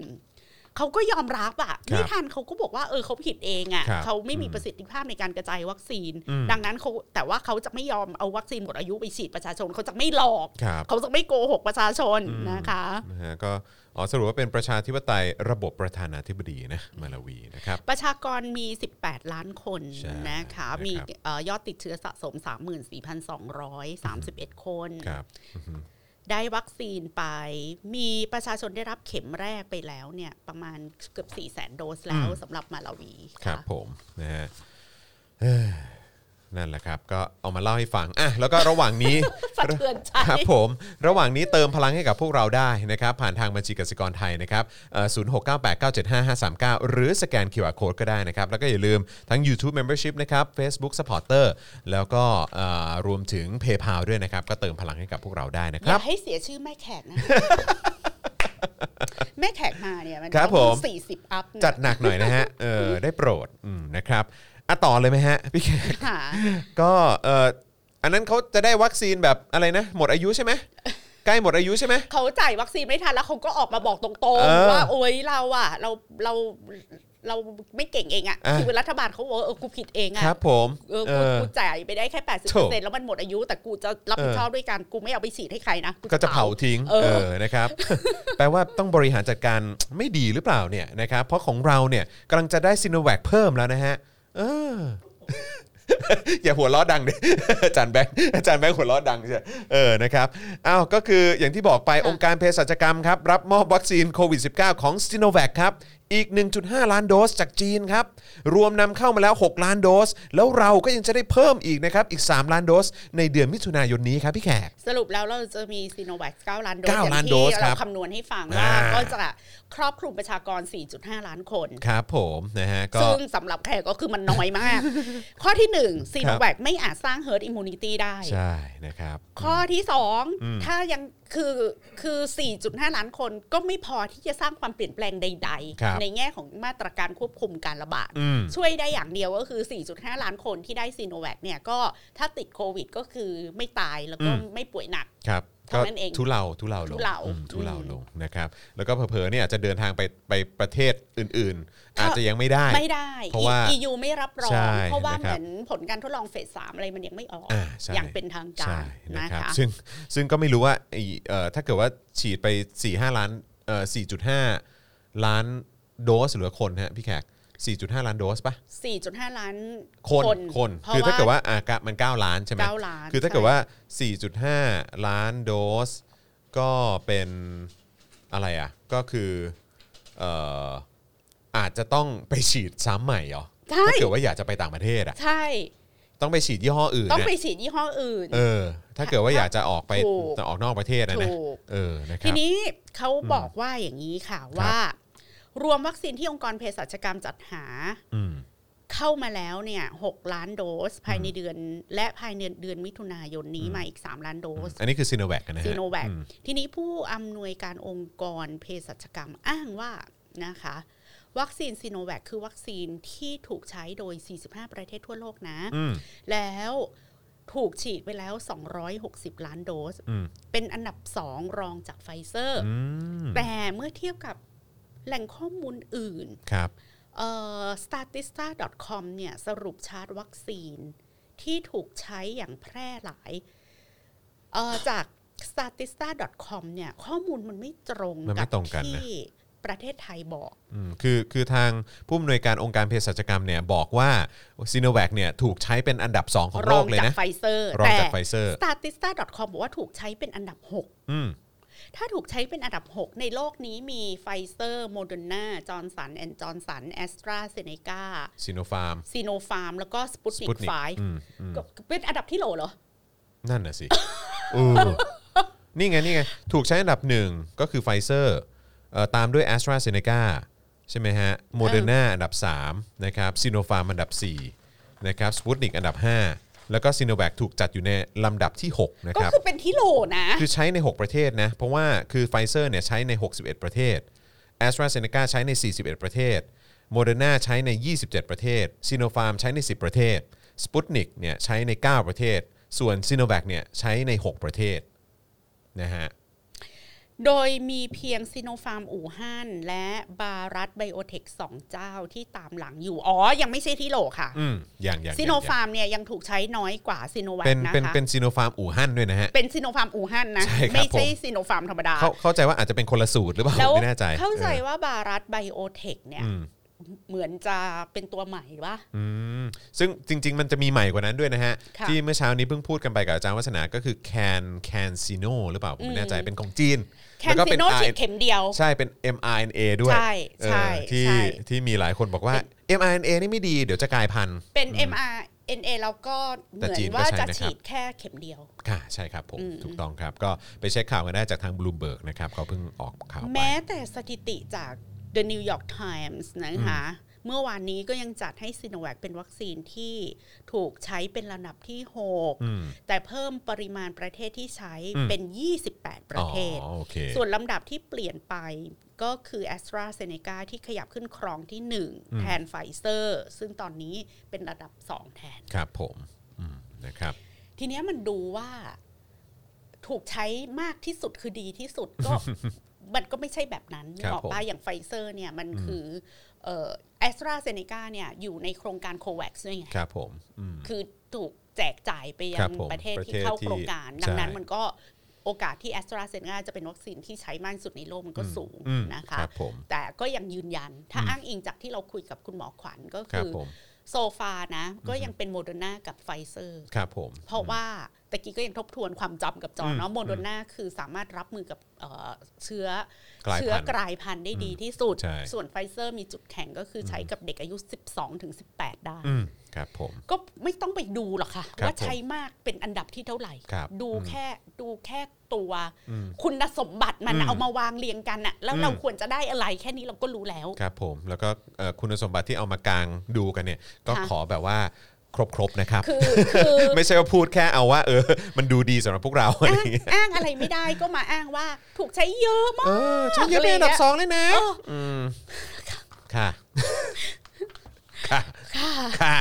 Speaker 3: เขาก็ยอมรับอะไม่ทันเขาก็บอกว่าเออเขาผิดเองอะ
Speaker 2: ครับ
Speaker 3: เขาไม่มี
Speaker 2: อืม
Speaker 3: ประสิทธิภาพในการกระจายวัคซีน
Speaker 2: อืม
Speaker 3: ดังนั้นเขาแต่ว่าเขาจะไม่ยอมเอาวัคซีนหมดอายุไปฉีดประชาชนเขาจะไม่หลอก
Speaker 2: ครับ
Speaker 3: เขาจะไม่โกหกประชาชน
Speaker 2: อืม
Speaker 3: นะคะ
Speaker 2: นะฮะก็อ๋อสรุปว่าเป็นประชาธิปไตยระบบประธานาธิบดีนะมาลาวีนะครับ
Speaker 3: ประชากรมี 18 ล้านคน
Speaker 2: ใช่
Speaker 3: นะคะ
Speaker 2: นะครับ
Speaker 3: มีเอ่อยอดติดเชื้อสะสม 34,231 คน
Speaker 2: ครับ
Speaker 3: ได้วัคซีนไป มีประชาชนได้รับเข็มแรกไปแล้วเนี่ย ประมาณเกือบ 4 0 0 0 0 0 โดสแล้วสำหรับมาลาวี
Speaker 2: ครับ
Speaker 3: ะ
Speaker 2: ผมนะฮะเอ้อ นั่นแหละครับ ก็เอามาเล่าให้ฟังอ่ะแล้วก็ระหว่างนี้
Speaker 3: สะเทือนใจ
Speaker 2: ครับผม ระหว่างนี้เติมพลังให้กับพวกเราได้นะครับ ผ่านทางบัญชีกสิกรไทยนะครับศูนย์หกเก้าแปดเก้าเจ็ดห้าห้าสามเก้าหรือสแกน QR Code ก็ได้นะครับ แล้วก็อย่าลืมทั้ง YouTube Membership นะครับ Facebook Supporter แล้วก็เอ่อรวมถึง PayPal ด้วยนะครับ ก็เติมพลังให้กับพวกเราได้นะค
Speaker 3: อ
Speaker 2: รั
Speaker 3: ย่า
Speaker 2: บ
Speaker 3: ให้เสียชื่อแม่แขก นะ แม่แขกมาเนี่ยมัน
Speaker 2: ครับผม
Speaker 3: สี่สิบอัพ
Speaker 2: จัดหนักหน่อยนะฮะเออได้โปรดอืมนะครับอ่ะต่อเลยไหมฮะพี่แขก
Speaker 3: หา
Speaker 2: ก็เอออันนั้นเขาจะได้วัคซีนแบบอะไรนะ หมดอายุใช่ไหมใกล้หมดอายุใช่ไหม
Speaker 3: เขาจ่ายวัคซีนไม่ทันแล้วเขาก็ออกมาบอกตรง
Speaker 2: เออ
Speaker 3: ๆ ว่าโอ๊ยเราอ่ะ เราเราเราไม่เก่งเองอ่ะ
Speaker 2: อ่ะ
Speaker 3: คือรัฐบาลเขาบอกว่าเออกูผิดเองอ่ะ
Speaker 2: ครับผม
Speaker 3: เออ
Speaker 2: เอ
Speaker 3: กู
Speaker 2: อ
Speaker 3: กูจ่ายไปได้แค่แปดสิบ
Speaker 2: โถ่
Speaker 3: เปอร์เซ็นต์แล้วมันหมดอายุแต่กูจะรับผิด
Speaker 2: เออ
Speaker 3: ชอบด้วยการกูไม่เอาไปฉีดให้ใครนะ
Speaker 2: ก็จะเผาทิ้ง
Speaker 3: เออ
Speaker 2: เออนะครับ แปลว่าต้องบริหารจัดการไม่ดีหรือเปล่าเนี่ยนะครับ เพราะของเราเนี่ยกำลังจะได้ซิโนแวคเพิ่มแล้วนะฮะเออ อย่าหัวล้อดังดิ อาจารย์แบงค์อาจารย์แบงค์หัวล้อดังใช่เออนะครับอ้าวก็คืออย่างที่บอกไปองค์การเภสัชกรรมครับ รับมอบวัคซีนโควิด -19 ของซิโนแวคครับ อีก 1.5 ล้านโดสจากจีนครับ รวมนำเข้ามาแล้ว 6 ล้านโดส แล้วเราก็ยังจะได้เพิ่มอีกนะครับ อีก 3 ล้านโดส ในเดือนมิถุนายนนี้ครับพี่แขก
Speaker 3: สรุปแล้วเราจะมีซีโนแวค9ล้านโดส
Speaker 2: เก้า
Speaker 3: อย่ง
Speaker 2: ล้านโดส
Speaker 3: ที่
Speaker 2: ครั
Speaker 3: เรา
Speaker 2: บ
Speaker 3: คำนวณให้ฟังว่า
Speaker 2: อ่า
Speaker 3: ก็จะครอบคลุมประชากร 4.5 ล้านคน
Speaker 2: ครับผมนะฮะก็
Speaker 3: ซึ่งสำหรับแขกก็คือมันน้อยมาก ข้อที่1ซีโนแวคไม่อาจสร้างเฮิร์ i อิมมูนิตี้ได้
Speaker 2: ใช่นะครับ
Speaker 3: ข้อที่ 2 ถ้ายังคือคือ 4.5 ล้านคนก็ไม่พอที่จะสร้างความเปลี่ยนแปลงใด
Speaker 2: ครับ
Speaker 3: ๆ ในแง่ของมาตรการควบคุมการระบาด
Speaker 2: อืม
Speaker 3: ช่วยได้อย่างเดียวก็คือ 4.5 ล้านคนที่ได้ซีโนแวคเนี่ยก็ถ้าติดโควิดก็คือไม่ตายแล้วก็
Speaker 2: อืม
Speaker 3: ไม่ป่วยหนัก
Speaker 2: ครับ
Speaker 3: เท่า
Speaker 2: ก็
Speaker 3: นั้นเอง
Speaker 2: ทุเลาทุเลาลง
Speaker 3: ทุเลา
Speaker 2: อืมทุเลา
Speaker 3: อืม
Speaker 2: ลงนะครับแล้วก็เผลอๆเนี่ยอาจจะเดินทางไปไปประเทศอื่นๆ
Speaker 3: ก็
Speaker 2: อาจจะยังไม่ได้
Speaker 3: ไม่ได้
Speaker 2: เพราะว่า
Speaker 3: EU ไม่รับรอ
Speaker 2: ใช่
Speaker 3: ง เพราะว่า
Speaker 2: นะ
Speaker 3: เห
Speaker 2: ครับ
Speaker 3: มือนผลการทดลองเฟสสามอะไรมันยังไม่ออก
Speaker 2: อ่าใช่
Speaker 3: อย่างเป็นทางกา
Speaker 2: ใช่
Speaker 3: ร
Speaker 2: นะ
Speaker 3: นะครับ คะ
Speaker 2: ซึ่งซึ่งก็ไม่รู้ว่าไอ้เอ่อถ้าเกิดว่าฉีดไป 4 5 ล้านเอ่อ4.5 ล้านโดสหรือคนฮะพี่แขก 4.5 ล้านโดสปะ
Speaker 3: 4.5 ล้าน
Speaker 2: คน
Speaker 3: ค
Speaker 2: คน น
Speaker 3: เพระ
Speaker 2: คือถ้าเกิดว่าอ่ะกะมัน 9 ล้านใช่ไหม
Speaker 3: 9ล้าน
Speaker 2: คือถ้าเกิดว่า 4.5 ล้านโดส ก็เป็นอะไรอ่ะ ก็คือเอ่ออาจจะต้องไปฉีดซ้ำใหม่เหรอ
Speaker 3: ใช่
Speaker 2: ถ้าเกิดว่าอยากจะไปต่างประเทศอ่ะ
Speaker 3: ใช่
Speaker 2: ต้องไปฉีดยี่ห้ออื่น
Speaker 3: ต้อง
Speaker 2: นะ
Speaker 3: ไปฉีดยี่ห้ออื่น
Speaker 2: เออ ถ้าเกิดว่าอยากจะออกไป
Speaker 3: ถูก
Speaker 2: ออกนอกประเทศนะนะ
Speaker 3: ถูก
Speaker 2: เออ นะค
Speaker 3: ที
Speaker 2: รับ
Speaker 3: นี้เขาบอกว่าอย่างนี้ค่ะว่า รวมวัคซีนที่องค์กรเภสัชกรรมจัดหา
Speaker 2: อืม
Speaker 3: เข้ามาแล้วเนี่ย6ล้านโดส ภายในเดือน และภายในเดือนมิถุนายนนี้มาอีก 3 ล้านโดส
Speaker 2: อันนี้คือซีโนแวคนะฮะ
Speaker 3: ซีโนแวค
Speaker 2: อืม
Speaker 3: ทีนี้ผู้อำนวยการองค์กรเภสัชกรรมอ้างว่านะคะ วัคซีนซีโนแวคคือวัคซีนที่ถูกใช้โดย 45 ประเทศทั่วโลกนะ
Speaker 2: อืม
Speaker 3: แล้วถูกฉีดไปแล้ว 260 ล้านโดส
Speaker 2: อืม
Speaker 3: เป็นอันดับ 2 รองจากไฟเซอร์
Speaker 2: อืม
Speaker 3: แต่เมื่อเทียบกับแหล่งข้อมูลอื่น
Speaker 2: ครับ
Speaker 3: เอ่อ statista.com เนี่ยสรุปชาร์ตวัคซีนที่ถูกใช้อย่างแพร่หลายเอ่อจาก statista.com เนี่ยข้อมูลมันไม่ตรง
Speaker 2: มันไม่
Speaker 3: กับ
Speaker 2: ตรงกันนะ
Speaker 3: ที่ประเทศไทยบอก
Speaker 2: อืมคือคือทางผู้อำนวยการองค์การเภสัชกรรมเนี่ยบอกว่าซีโนแวคเนี่ยถูกใช้เป็นอันดับ 2 ของ
Speaker 3: ร
Speaker 2: โล
Speaker 3: อง
Speaker 2: กเลย
Speaker 3: จาก
Speaker 2: นะ
Speaker 3: ไฟเซอร์
Speaker 2: รอง
Speaker 3: แต่
Speaker 2: จากไฟเซอร์
Speaker 3: statista.com บอกว่าถูกใช้เป็นอันดับ
Speaker 2: อืม
Speaker 3: 6 ถ้าถูกใช้เป็นอันดับ 6 ในโลกนี้มีไฟเซอร์โมเดอร์นาจอร์นสันแอนจอร์นสันแอสตราเซเนกา
Speaker 2: ซีโนฟาร์ม
Speaker 3: ซีโนฟาร์มแล้วก็สปุตนิ
Speaker 2: ปุ
Speaker 3: ก
Speaker 2: นิ
Speaker 3: ไฟ
Speaker 2: กอืมอืม
Speaker 3: เป็นอันดับที่โหลเหรอ
Speaker 2: นั่นน่ะสิเออนี่ไง นี่ไง ถูกใช้อันดับหนึ่งก็คือไฟเซอร์ตามด้วย a s t r a z เซ e c a ใช่ไหมฮะโมเดอร์นาอันดับ 3 นะครับซีโนฟาร์มอันดับ 4 นะครับส p u t นิกอันดับ 5 แล้วก็ซีโนแวคถูกจัดอยู่ในลำดับที่ 6 นะ
Speaker 3: ก็
Speaker 2: ครับ
Speaker 3: คือเป็นที่โหลนะ
Speaker 2: คือใช้ใน 6 ประเทศนะ เพราะว่าคือไฟเซอร์เนี่ยใช้ใน 61 ประเทศ a s t r a z เซ e c a ใช้ใน 41 ประเทศ โมเดอร์นาใช้ใน 27 ประเทศซ i โนฟาร์มใช้ใน 10 ประเทศสปุตนิกเนี่ยใช้ใน 9 ประเทศ ส่วนซ i โนแว c เนี่ยใช้ใน 6 ประเทศนะฮะ
Speaker 3: โดยมีเพียงซิโนฟาร์มอู่ฮั่นและบารัตไบโอเทคสองเจ้าที่ตามหลังอยู่ อ๋อ ยังไม่ใช่ที่โหลค่ะ
Speaker 2: อืม อย่างอย่าง
Speaker 3: ซิโนฟาร์มเนี่ยยังถูกใช้น้อยกว่าซิโนแว
Speaker 2: เป็น
Speaker 3: คนะ
Speaker 2: เป็น
Speaker 3: คะ
Speaker 2: เป็นซีโนฟาร์มอู่ฮั่นด้วยนะฮะ
Speaker 3: เป็นซิโนฟาร์มอู่ฮั่นนะ
Speaker 2: ใช่ครับ
Speaker 3: ไม่ใช่
Speaker 2: ผม
Speaker 3: ซิโนฟาร์มธรรมดา
Speaker 2: เขาเข้าใจว่าอาจจะเป็นคนละสูตรหรือเปล่า
Speaker 3: แล้ว
Speaker 2: ไม่แน่ใจ
Speaker 3: เข้าใจ
Speaker 2: ออ
Speaker 3: ว่าบารัตไบโอเทคเนี่ย
Speaker 2: อืม
Speaker 3: เหมือนจะเป็นตัวใหม่ปะ
Speaker 2: อืมซึ่งจริง ๆ มันจะมีใหม่กว่านั้นด้วยนะฮะ
Speaker 3: ค่ะ
Speaker 2: ที่เมื่อเช้านี้เพิ่งพูดกันไปกับอาจารย์วัฒนาก็คือแคนแคนซิโนหรือเปล่า ผมไม่แน่ใจ
Speaker 3: อืม
Speaker 2: เป็นของจีน
Speaker 3: แคน
Speaker 2: ก็
Speaker 3: ซิ
Speaker 2: เป็น
Speaker 3: โนฉีด
Speaker 2: RNA
Speaker 3: เข็มเดียว
Speaker 2: ใช่เป็น mRNA ด้วย
Speaker 3: ใช่ใช่
Speaker 2: เออที่
Speaker 3: ใช่
Speaker 2: ที่มีหลายคนบอกว่า
Speaker 3: เป็น
Speaker 2: mRNA นี่ไม่ดีเดี๋ยวจะกลายพันธุ์
Speaker 3: เป็น
Speaker 2: อืม
Speaker 3: MR NA เราก็เหมือ
Speaker 2: แต่จี
Speaker 3: น
Speaker 2: นก็
Speaker 3: ว่า
Speaker 2: ใช้
Speaker 3: จะ
Speaker 2: นะครับ
Speaker 3: ฉีดแค่เข็มเดียว
Speaker 2: ค่ะใช่ครับผม
Speaker 3: อืม
Speaker 2: ถูกต้องครับ ก็ไปเช็คข่าวกันได้จากทางบลูเบิร์กนะครับเขาเพิ่งออกข่าวไป
Speaker 3: แม้แต่สถิติจาก The New York Times นะคะ เมื่อวานนี้ก็ยังจัดให้ซิโนแวคเป็นวัคซีนที่ถูกใช้เป็นลำดับที่
Speaker 2: อืม
Speaker 3: 6 แต่เพิ่มปริมาณประเทศที่ใช้
Speaker 2: อืม
Speaker 3: เป็น 28 ประเทศ
Speaker 2: อ๋อโอเค
Speaker 3: ส่วนลำดับที่เปลี่ยนไปก็คือ a s t r a z เซ e c a ที่ขยับขึ้นครองทีหนึ่
Speaker 2: อืม
Speaker 3: 1 แทนไฟเซอร์ ซึ่งตอนนี้เป็นระดับ 2 แทน
Speaker 2: ครับผมอืมนะครับ
Speaker 3: ทีเนี้ยมันดูว่าถูกใช้มากที่สุดคือดีที่สุ ดก็ มันก็ไม่ใช่แบบนั้นนึก
Speaker 2: ครับ
Speaker 3: ออกป้า
Speaker 2: ผม
Speaker 3: อย่างไฟเซอร์เนี่ยมัน
Speaker 2: อืม
Speaker 3: คือแอสตราเซเนกาเนี่ยอยู่ในโครงการโควัคซ์ด้วยไง
Speaker 2: ครับผมอืม
Speaker 3: คือถูกแจกจ่ายไปยั
Speaker 2: ครับ
Speaker 3: ง
Speaker 2: ผม
Speaker 3: ประเทศ
Speaker 2: ประ
Speaker 3: ที่
Speaker 2: เทศ
Speaker 3: เข้า
Speaker 2: ที่
Speaker 3: โครงการ
Speaker 2: ใช่
Speaker 3: ดังนั้นมันก็โอกาสที่แอสตราเซเนกาจะเป็นวัคซีนที่ใช้มากที่สุดในโลกมันก็
Speaker 2: อืม
Speaker 3: สูง
Speaker 2: อืม
Speaker 3: นะคะ
Speaker 2: ครับผม
Speaker 3: แต่ก็ยังยืนยัน ถ้าอ้างอิงจากที่เราคุยกับคุณหมอขวัญก็
Speaker 2: ครับ
Speaker 3: คือ
Speaker 2: ผม
Speaker 3: โซฟานะ ก็ยังเป็นโมเดอร์นากับไฟเซอร์
Speaker 2: ครับผม
Speaker 3: เพราะว่าตะกี้ก็ยังทบทวนความจำกับจอเนาะ
Speaker 2: อืม
Speaker 3: โมโดนาคือสามารถรับมือกับเอ่อเชื้อก
Speaker 2: ลาย
Speaker 3: เชื้อ
Speaker 2: พันธุ์
Speaker 3: กลายพันธุ์ได้ดีที่สุด
Speaker 2: ใช่
Speaker 3: ส่วนไฟเซอร์มีจุดแข็งก็คือใช้กับเด็กอายุ 12ถึง18 ได้
Speaker 2: อืมครับผม
Speaker 3: ก็ไม่ต้องไปดูหรอกค่ะ
Speaker 2: ครับ
Speaker 3: ว่าใช้มากเป็นอันดับที่เท่าไหร่
Speaker 2: ครับ
Speaker 3: ดู
Speaker 2: อืม
Speaker 3: แค่ดูแค่ตัว
Speaker 2: อืม
Speaker 3: คุณสมบัติมัน
Speaker 2: อืม
Speaker 3: เอามาวางเรียงกันอะแล้ว
Speaker 2: อืม
Speaker 3: เราควรจะได้อะไรแค่นี้เราก็รู้แล้ว
Speaker 2: ครับผมแล้วก็เอ่อคุณสมบัติที่เอามากางดูกันเนี่ย ก็
Speaker 3: ค่ะ
Speaker 2: ขอแบบว่าครบครบๆนะครับ
Speaker 3: คือคือ
Speaker 2: ไม่ใช่ว่าพูดแค่เอาว่า เออ มันดูดีสำหรับพวกเราอะไรอ
Speaker 3: อ้าง
Speaker 2: ย่างเงี้ย
Speaker 3: อ้างอะไรไม่ได้ก็มาอ้างว่าถูกใช้เยอะมาก
Speaker 2: เออฉันยังเป็นอันดับสองเลยนะ
Speaker 3: เออ
Speaker 2: มค่ะค่ะ
Speaker 3: ค่ะ
Speaker 2: ค่ะ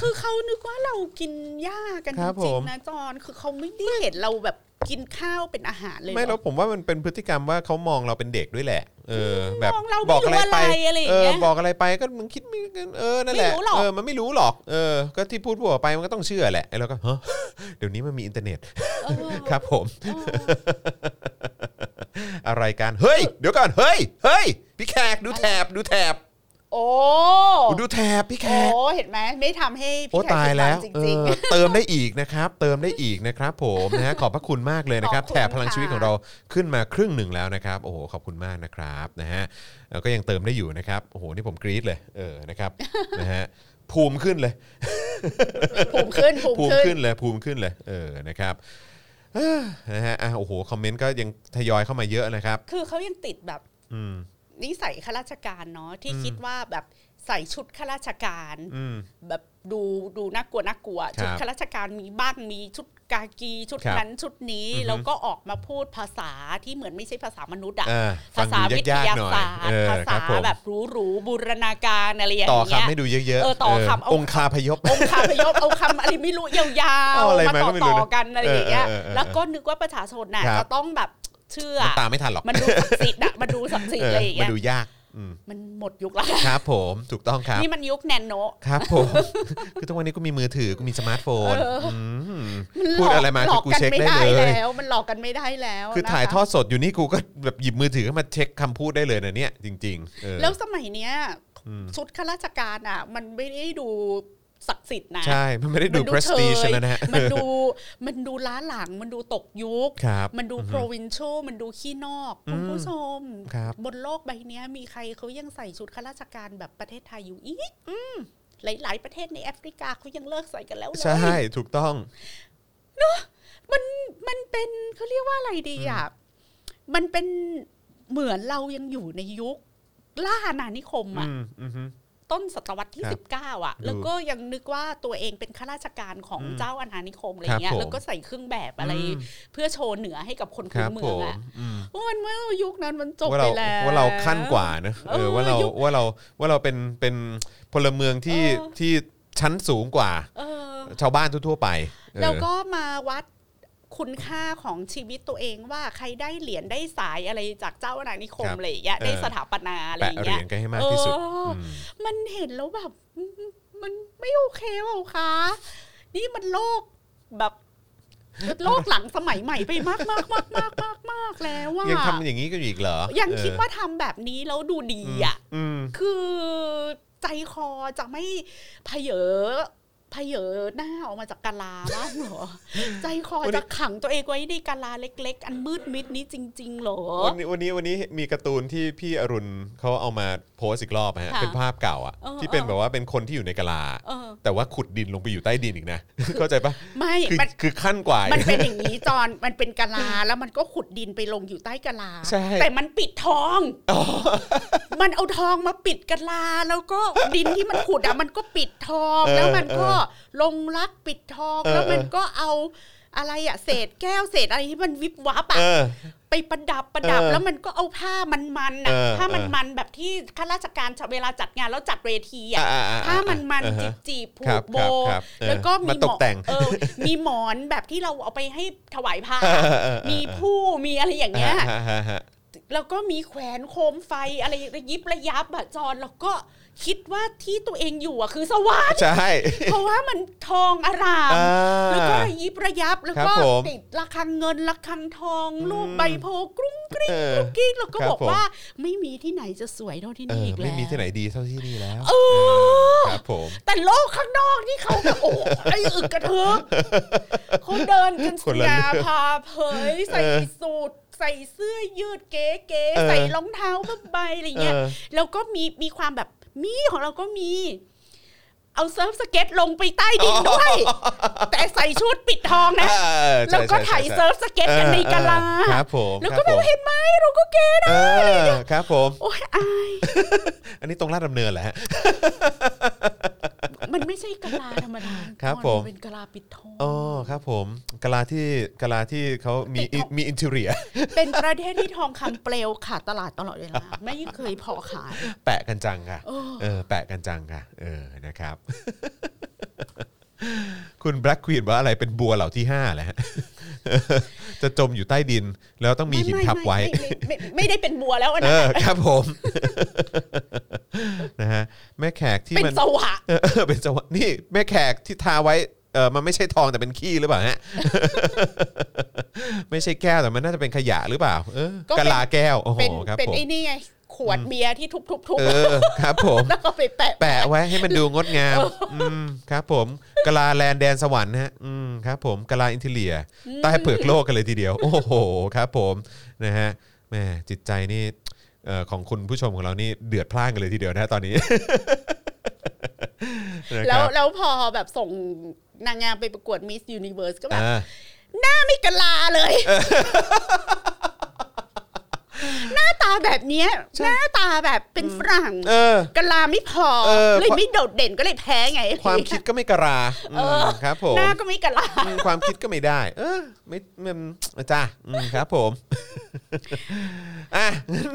Speaker 3: คือเขานึกว่าเรากินหญ้ากัน
Speaker 2: ค
Speaker 3: จ
Speaker 2: รับผ
Speaker 3: ริง
Speaker 2: ม
Speaker 3: ๆนะจอน คือเขาไม่ได้เห็นเราแบบกินข้าวเป็นอาหารเลย
Speaker 2: ไม่
Speaker 3: เหร
Speaker 2: แล้
Speaker 3: อ
Speaker 2: วผมว่ามันเป็นพฤติกรรมว่าเขามองเราเป็นเด็กด้วยแหละ เออ แบบ
Speaker 3: มองเราไม่
Speaker 2: บอกอะไร
Speaker 3: รู้อะไร
Speaker 2: ไป
Speaker 3: อะไรอย่าง
Speaker 2: เอ
Speaker 3: เงี้
Speaker 2: อย บอกอะไรไปก็มึงคิดไม่กันเออนั่นแหละ
Speaker 3: ไม่รู้หรอก
Speaker 2: เออมันไม่รู้หรอกเออ ก็ที่พูดพูดออกไปมันก็ต้องเชื่อแหละไอ้เราก็ฮะเดี๋ยวนี้มันมีอินเทอร์เน็ต
Speaker 3: เออ
Speaker 2: ครับ ผม
Speaker 3: เออ
Speaker 2: อะไรกันเฮ้ยเดี๋ยวก่อนเฮ้ยเฮ้ยพี่แขกดูแถบดูแถบ
Speaker 3: โอ้
Speaker 2: ดูแถบพี่แข
Speaker 3: โอ้
Speaker 2: ก
Speaker 3: เห็นไหมไม่ทำให้
Speaker 2: โอ้
Speaker 3: พี่แขก
Speaker 2: ตาย
Speaker 3: ผิดห
Speaker 2: แล้ว
Speaker 3: จ
Speaker 2: เอ
Speaker 3: ริง
Speaker 2: อเติมได้อีกนะครับ เติมได้อีกนะครับผมนะฮะขอบพระคุณมากเลยนะครับ
Speaker 3: ขอบคุณ
Speaker 2: แถบพลังชีวิต
Speaker 3: ค่ะ
Speaker 2: ของเราขึ้นมาครึ่งหนึ่งแล้วนะครับโอ้โหขอบคุณมากนะครับนะฮะเอ่อก็ยังเติมได้อยู่นะครับโอ้โหนี่ผมกรี๊ดเลยเออนะครับ นะฮะภูมิขึ้นเลย
Speaker 3: ๆ ภูมิขึ้นภูมิ
Speaker 2: ภูมิ
Speaker 3: ขึ้
Speaker 2: ขึ้
Speaker 3: น
Speaker 2: นเลยภูมิขึ้นเลยเออนะครับเอ้อนะฮะอ่ะโอ้โหคอมเมนต์ก็ยังทยอยเข้ามาเยอะนะครับ
Speaker 3: คือเขายังติดแบบ
Speaker 2: อืม
Speaker 3: นิสัยข้าราชการเนาะที่
Speaker 2: อืม
Speaker 3: คิดว่าแบบใส่ชุดข้าราชการ
Speaker 2: อืม
Speaker 3: แบบดูดูน่ากลัวน่ากลัว ชุด
Speaker 2: ครับ
Speaker 3: ข้าราชการมีบ้างมีชุดกากีชุด
Speaker 2: ครับ
Speaker 3: นั้นชุดนี้
Speaker 2: อือฮึ
Speaker 3: แล้วก็ออกมาพูดภาษาที่เหมือนไม่ใช่ภาษามนุษย์อะ
Speaker 2: อ่า
Speaker 3: ภาษา
Speaker 2: ดู
Speaker 3: วิทยาศาสต
Speaker 2: เอ
Speaker 3: ร์
Speaker 2: อ
Speaker 3: ภา
Speaker 2: ค
Speaker 3: ษา
Speaker 2: รับผม
Speaker 3: แบบหรูหรูๆบูรณาการอะไรอย่าง
Speaker 2: ต่อ
Speaker 3: เงี้ย
Speaker 2: คำให้ดูเยอะๆ
Speaker 3: เออต่อคำเอา
Speaker 2: องค์คาพยพ
Speaker 3: องค์คาพ ยพเอาคำอะไรไม่รู้ยาว
Speaker 2: เอาอะไร
Speaker 3: ๆ
Speaker 2: มาก็
Speaker 3: มาต่อ
Speaker 2: ไม่รู้
Speaker 3: ต่อ
Speaker 2: นะ
Speaker 3: กันอะไรอย่างเงี้ย
Speaker 2: เออเออเออ
Speaker 3: แล้วก็นึกว่าประชาชนน่ะ
Speaker 2: ครับ
Speaker 3: จะต้องแบบเชื่อ
Speaker 2: มันตามไม่ทันหรอก
Speaker 3: มันดูศักดิ์สิทธิ์อะมันดูศักดิ์สิทธิ์
Speaker 2: เออ
Speaker 3: อะไรอย่า
Speaker 2: มั
Speaker 3: งเงี้
Speaker 2: น
Speaker 3: ย
Speaker 2: ดูยากอืม
Speaker 3: มันหมดยุคละ
Speaker 2: ครับผมถูกต้องครับ
Speaker 3: นี่มันยุคแนนโน
Speaker 2: ครับผม คือทุกวันนี้กูมีมือถือกูมีสมาร์ทโฟน
Speaker 3: เอออื
Speaker 2: ม
Speaker 3: มันหล
Speaker 2: พูดอะไรมา
Speaker 3: หล
Speaker 2: คือ อก กู
Speaker 3: กัน
Speaker 2: เช็ค
Speaker 3: ไม่
Speaker 2: ได้
Speaker 3: ได้
Speaker 2: เลย
Speaker 3: แล้ว มันหลอกกันไม่ได้แล้ว
Speaker 2: คือ
Speaker 3: นะคะ
Speaker 2: ถ่ายทอดสดอยู่นี่กูก็แบบหยิบมือถือขึ้นมาเช็คคำพูดได้เลยนะเนี่ย จริงๆเออ
Speaker 3: แล้วสมัยเนี้ย
Speaker 2: อืม
Speaker 3: ชุดข้าราชการอะมันไม่ได้ดูศักดิ์สิทธิ์นะ
Speaker 2: ใช่ มันไม่ได้ดู
Speaker 3: มัน
Speaker 2: prestige
Speaker 3: เชย
Speaker 2: แล้วนะฮะ
Speaker 3: มันดูมันดูล้าหลังมันดูตกยุค
Speaker 2: ครับ
Speaker 3: มันดู provincial มันดูขี้นอก คุณผู้ชม
Speaker 2: ครับ
Speaker 3: บนโลกใบเนี้ยมีใครเขายังใส่ชุดข้าราชการแบบประเทศไทยอยู่อีกอืมหลาย ๆ ประเทศในแอฟริกาเขายังเลิกใส่กันแล้วเล
Speaker 2: ใช่
Speaker 3: ย
Speaker 2: ถูกต้อง
Speaker 3: มันมันเป็นเขาเรียกว่าอะไรดีอ่ะ มันเป็นเหมือนเรายังอยู่ในยุค ล่าอาณานิคมอ่ะ
Speaker 2: อืมอือฮึ
Speaker 3: ต้นศตวรรษที่
Speaker 2: ครับ
Speaker 3: สิบเก้าอ่ะ แล้วก็ยังนึกว่าตัวเองเป็นข้าราชการของ
Speaker 2: อืม
Speaker 3: เจ้าอาณานิคมอะไร
Speaker 2: ครับ
Speaker 3: เงี้ย
Speaker 2: ผม
Speaker 3: แล้วก็ใส่เครื่องแบบอะไร
Speaker 2: อืม
Speaker 3: เพื่อโชว์เหนือให้กับคน
Speaker 2: ค
Speaker 3: พื้
Speaker 2: รั
Speaker 3: น
Speaker 2: บ
Speaker 3: เมื
Speaker 2: ผ
Speaker 3: อ
Speaker 2: ม
Speaker 3: งอ่ะ
Speaker 2: อืม
Speaker 3: ว่ามันว่ายุคนั้นมันจบ
Speaker 2: ว่า
Speaker 3: ไป
Speaker 2: เรา
Speaker 3: แล้ว
Speaker 2: ว่าเราขั้นกว่านะเอ
Speaker 3: เอ
Speaker 2: อ
Speaker 3: อ
Speaker 2: ว่าเรา
Speaker 3: ยุค
Speaker 2: ว่าเราว่าเราเป็นเป็นพลเมืองที่
Speaker 3: เออ
Speaker 2: ที่ชั้นสูงกว่า
Speaker 3: เออ
Speaker 2: ชาวบ้านทั่วๆไปเออ
Speaker 3: แล้วก็มาวัดคุณค่าของชีวิตตัวเองว่าใครได้เหรียญได้สายอะไรจากเจ้าอาณานิคม
Speaker 2: ครับ
Speaker 3: อะไรอย่างเงี้ย
Speaker 2: เออ
Speaker 3: ได้สถาปนาอะไรอ
Speaker 2: แปะ
Speaker 3: ย่า
Speaker 2: เหรี
Speaker 3: งเงี้ย
Speaker 2: ยญกันให้มากที่สุด
Speaker 3: เออ
Speaker 2: ม
Speaker 3: อืมันเห็นแล้วแบบอืมมันไม่โอเคเปล่าคะนี่มันโลกแบบโลกหลังสมัยใหม่ไปมากมากมากมากมากมากแล้วว่า
Speaker 2: ยัง
Speaker 3: ย
Speaker 2: ทำอย่างนี้กันอยู่อีกเหรอ
Speaker 3: ยังคิด
Speaker 2: เออ
Speaker 3: ว่าทำแบบนี้แล้วดูดีอ่ะ
Speaker 2: อืม
Speaker 3: คือใจคอจะไม่พเผยอพเผยอหน้าออกมาจากกะลาบ้างเหรอ ใจคอ
Speaker 2: วันนี้
Speaker 3: จะขังตัวเองไว้ในกะลาเล็ก ๆ อันมืดมิดนี้จริง ๆ เหรอ
Speaker 2: วันนี้วันนี้วันนี้มีการ์ตูนที่พี่อรุณเขาเอามาโพสต์อีกรอบฮะ
Speaker 3: ค่ะ
Speaker 2: เป็นภาพเก่าอ่ะ
Speaker 3: เออ
Speaker 2: ที่เป็น
Speaker 3: เออ
Speaker 2: แบบว่าเป็นคนที่อยู่ในกะลา
Speaker 3: เออ
Speaker 2: แต่ว่าขุดดินลงไปอยู่ใต้ดินอีก นะ เข้าใจปะ
Speaker 3: ไม่
Speaker 2: คือ
Speaker 3: มัน
Speaker 2: คือขั้นกว่า
Speaker 3: มัน
Speaker 2: อีก
Speaker 3: เป็นอย่างนี้จอนมันเป็นกะ ลาแล้วมันก็ขุดดินไปลงอยู่ใต้กะลา
Speaker 2: ใช่
Speaker 3: แต่มันปิดทอง
Speaker 2: อ๋อ
Speaker 3: มันเอาทองมาปิดกะลาแล้วก็ดินที่มันขุด อะมันก็ปิดทองแล้วมันก็ลงรักปิดทองแล้วมันก็เอาอะไรอะเศษแก้วเศษอะไรที่มันวิบวับอะ
Speaker 2: เออ
Speaker 3: ไปประดับประดับ
Speaker 2: เออ
Speaker 3: แล้วมันก็เอาผ้ามันมันๆ
Speaker 2: เอ
Speaker 3: น่ะ
Speaker 2: อ
Speaker 3: ผ้ามัน
Speaker 2: เออ
Speaker 3: มันๆแบบที่ข้าราชการเวลาจัดงานแล้วจัดเวที
Speaker 2: อ่ะ
Speaker 3: อ่ะ
Speaker 2: อ่ะอ่ะ
Speaker 3: ผ้ามันมัน
Speaker 2: อ่ะ
Speaker 3: จี
Speaker 2: ฮะ
Speaker 3: บจีบๆผู
Speaker 2: ครับ
Speaker 3: กโบ
Speaker 2: ครับครับเออ
Speaker 3: แล้วก็
Speaker 2: มา
Speaker 3: มี
Speaker 2: ตกแต่ง
Speaker 3: หมอนเออ มีหมอนแบบที่เราเอาไปให้ถวาย พระ
Speaker 2: เออ
Speaker 3: อะ
Speaker 2: เออเออ
Speaker 3: มีผู้มีอะไรอย่างเงี้ย
Speaker 2: ฮะฮะฮะ
Speaker 3: แล้วก็มีแขวนโคมไฟอะไรระยิบระยับอะจอนแล้วก็คิดว่าที่ตัวเองอยู่อะคือสวรรค์
Speaker 2: ใช่
Speaker 3: เพราะว่ามันทองอาราม
Speaker 2: อ่า
Speaker 3: แล้วก็ระยิบระยับแล้ว
Speaker 2: ครับ
Speaker 3: ก็
Speaker 2: ผม
Speaker 3: ติดระฆังเงินระฆังทอง
Speaker 2: อืม
Speaker 3: ลูกใบโพกรุ้งกริ้ง
Speaker 2: เออ
Speaker 3: กริ้งแล้วก็
Speaker 2: ครับ
Speaker 3: บอก
Speaker 2: ผม
Speaker 3: ว่าไม่มีที่ไหนจะสวยเท่าที่
Speaker 2: เอ
Speaker 3: นี่
Speaker 2: อ
Speaker 3: อีกแล้ว
Speaker 2: ไม่มีที่ไหนดีเท่าที่นี่แล้ว
Speaker 3: เออ
Speaker 2: ครับผม
Speaker 3: แต่โลกข้างนอกนี่เขาแบบโอ้ยอึกกระเทึกเขาเดินกัน
Speaker 2: คน
Speaker 3: เสี
Speaker 2: ละ
Speaker 3: ย
Speaker 2: เรื่อง
Speaker 3: พาเผย ใส่
Speaker 2: เออ
Speaker 3: สูทใส่เสื้อยืดเก๋
Speaker 2: เออ
Speaker 3: ๆใส่รองเท้าผ้าใบอะไร
Speaker 2: เอ
Speaker 3: เงี้ย
Speaker 2: อ
Speaker 3: แล้วก็มีมีความแบบมีของเราก็มี เอาเซิร์ฟสเก็ตลงไปใต้ดินด้วย แต่ใส่ชุดปิดทองนะ
Speaker 2: เออ
Speaker 3: แล้
Speaker 2: ใช่
Speaker 3: วก็
Speaker 2: ใช่
Speaker 3: ถ่าย
Speaker 2: ใช่
Speaker 3: เซิร์ฟสเก็ตกันในกะลา
Speaker 2: เออครับผม
Speaker 3: แล้วก็แบ
Speaker 2: ครับ บผม
Speaker 3: เห็นไหมเราก็เก๋นะ
Speaker 2: เออครับผม
Speaker 3: โอ้ยอาย
Speaker 2: อันนี้ตรงลาดดำเนินแหละ
Speaker 3: มันไม่ใช่กะลาธรรมดา
Speaker 2: ครับ
Speaker 3: น
Speaker 2: ผม
Speaker 3: เป็นกะลาปิดทอง
Speaker 2: อ๋อครับผมกะลาที่กะลาที่เขามี
Speaker 3: ติดเขามี
Speaker 2: มีอินเทเรีย
Speaker 3: เป็นประเทศที่ทองคำเปลวขาดตลาดตลอดเวลา ไม่เคยพอขาย
Speaker 2: แปะกันจังค่ะ
Speaker 3: เออ
Speaker 2: เออแปะกันจังค่ะเออนะครับ คุณแบล็กควีนว่าอะไรเป็นบัวเหล่าที่ห้าแหละ จะจมอยู่ใต้ดิน แล้วต้องมีหินทับไว้
Speaker 3: ไม่ไม่ไม่ไม่ไม่ได้เป็นบัวแล้วอัน
Speaker 2: เอ
Speaker 3: นั้น
Speaker 2: อครับผม นะฮะแม่แขกที่
Speaker 3: เป็น
Speaker 2: มัน
Speaker 3: สวะ
Speaker 2: เออ เป็นจังหวะนี่แม่แขกที่ทาไว้เออมันไม่ใช่ทองแต่เป็นขี้หรือเปล่าฮะ ไม่ใช่แก้วแต่มันน่าจะเป็นขยะหรือเปล่า เออกะลาแก้วโอ้โห
Speaker 3: เป็น
Speaker 2: ครับ
Speaker 3: เป็น
Speaker 2: ผม
Speaker 3: ไอ้นี่ไง ขวดเบียร์ที่ทุบ
Speaker 2: เอ
Speaker 3: ๆ
Speaker 2: อครับผม
Speaker 3: ๆแล้วก็ไปแปะ
Speaker 2: แปะไว้ให้มันดูงดงามมครับผมกะลาแลนด์แดนสวรรค์ฮะอืมครับผมกะลาอินเทเลียใต้เปลือกโลกกันเลยทีเดียว โอ้โหครับผมนะฮะแหม่จิตใจนี่เอ่อของคุณผู้ชมของเรานี่เดือดพล่านกันเลยทีเดียวนะฮะตอนนี้ นะค
Speaker 3: แล้
Speaker 2: รั
Speaker 3: ว
Speaker 2: บ
Speaker 3: แล้วพอแบบส่งนางงามไปประกวดมิสยูนิเวิร์สก็แบบ
Speaker 2: อ่า
Speaker 3: ไม่กะลาเลย หน้าตาแบบเนี้ยหน้าตาแบบเป็นฝรั่ง
Speaker 2: เออ
Speaker 3: กะลาไม่พอ
Speaker 2: เออ
Speaker 3: เลยไม่โดดเด่นก็เลยแพ้ไง
Speaker 2: ความคิดก็ไม่กระลาอืมครับผม
Speaker 3: หน้าก็ไม่กะลา
Speaker 2: อืมความคิดก็ไม่ได้ เออไม่ไม่ไม่จ้าอืมครับผม อ่ะ งั้น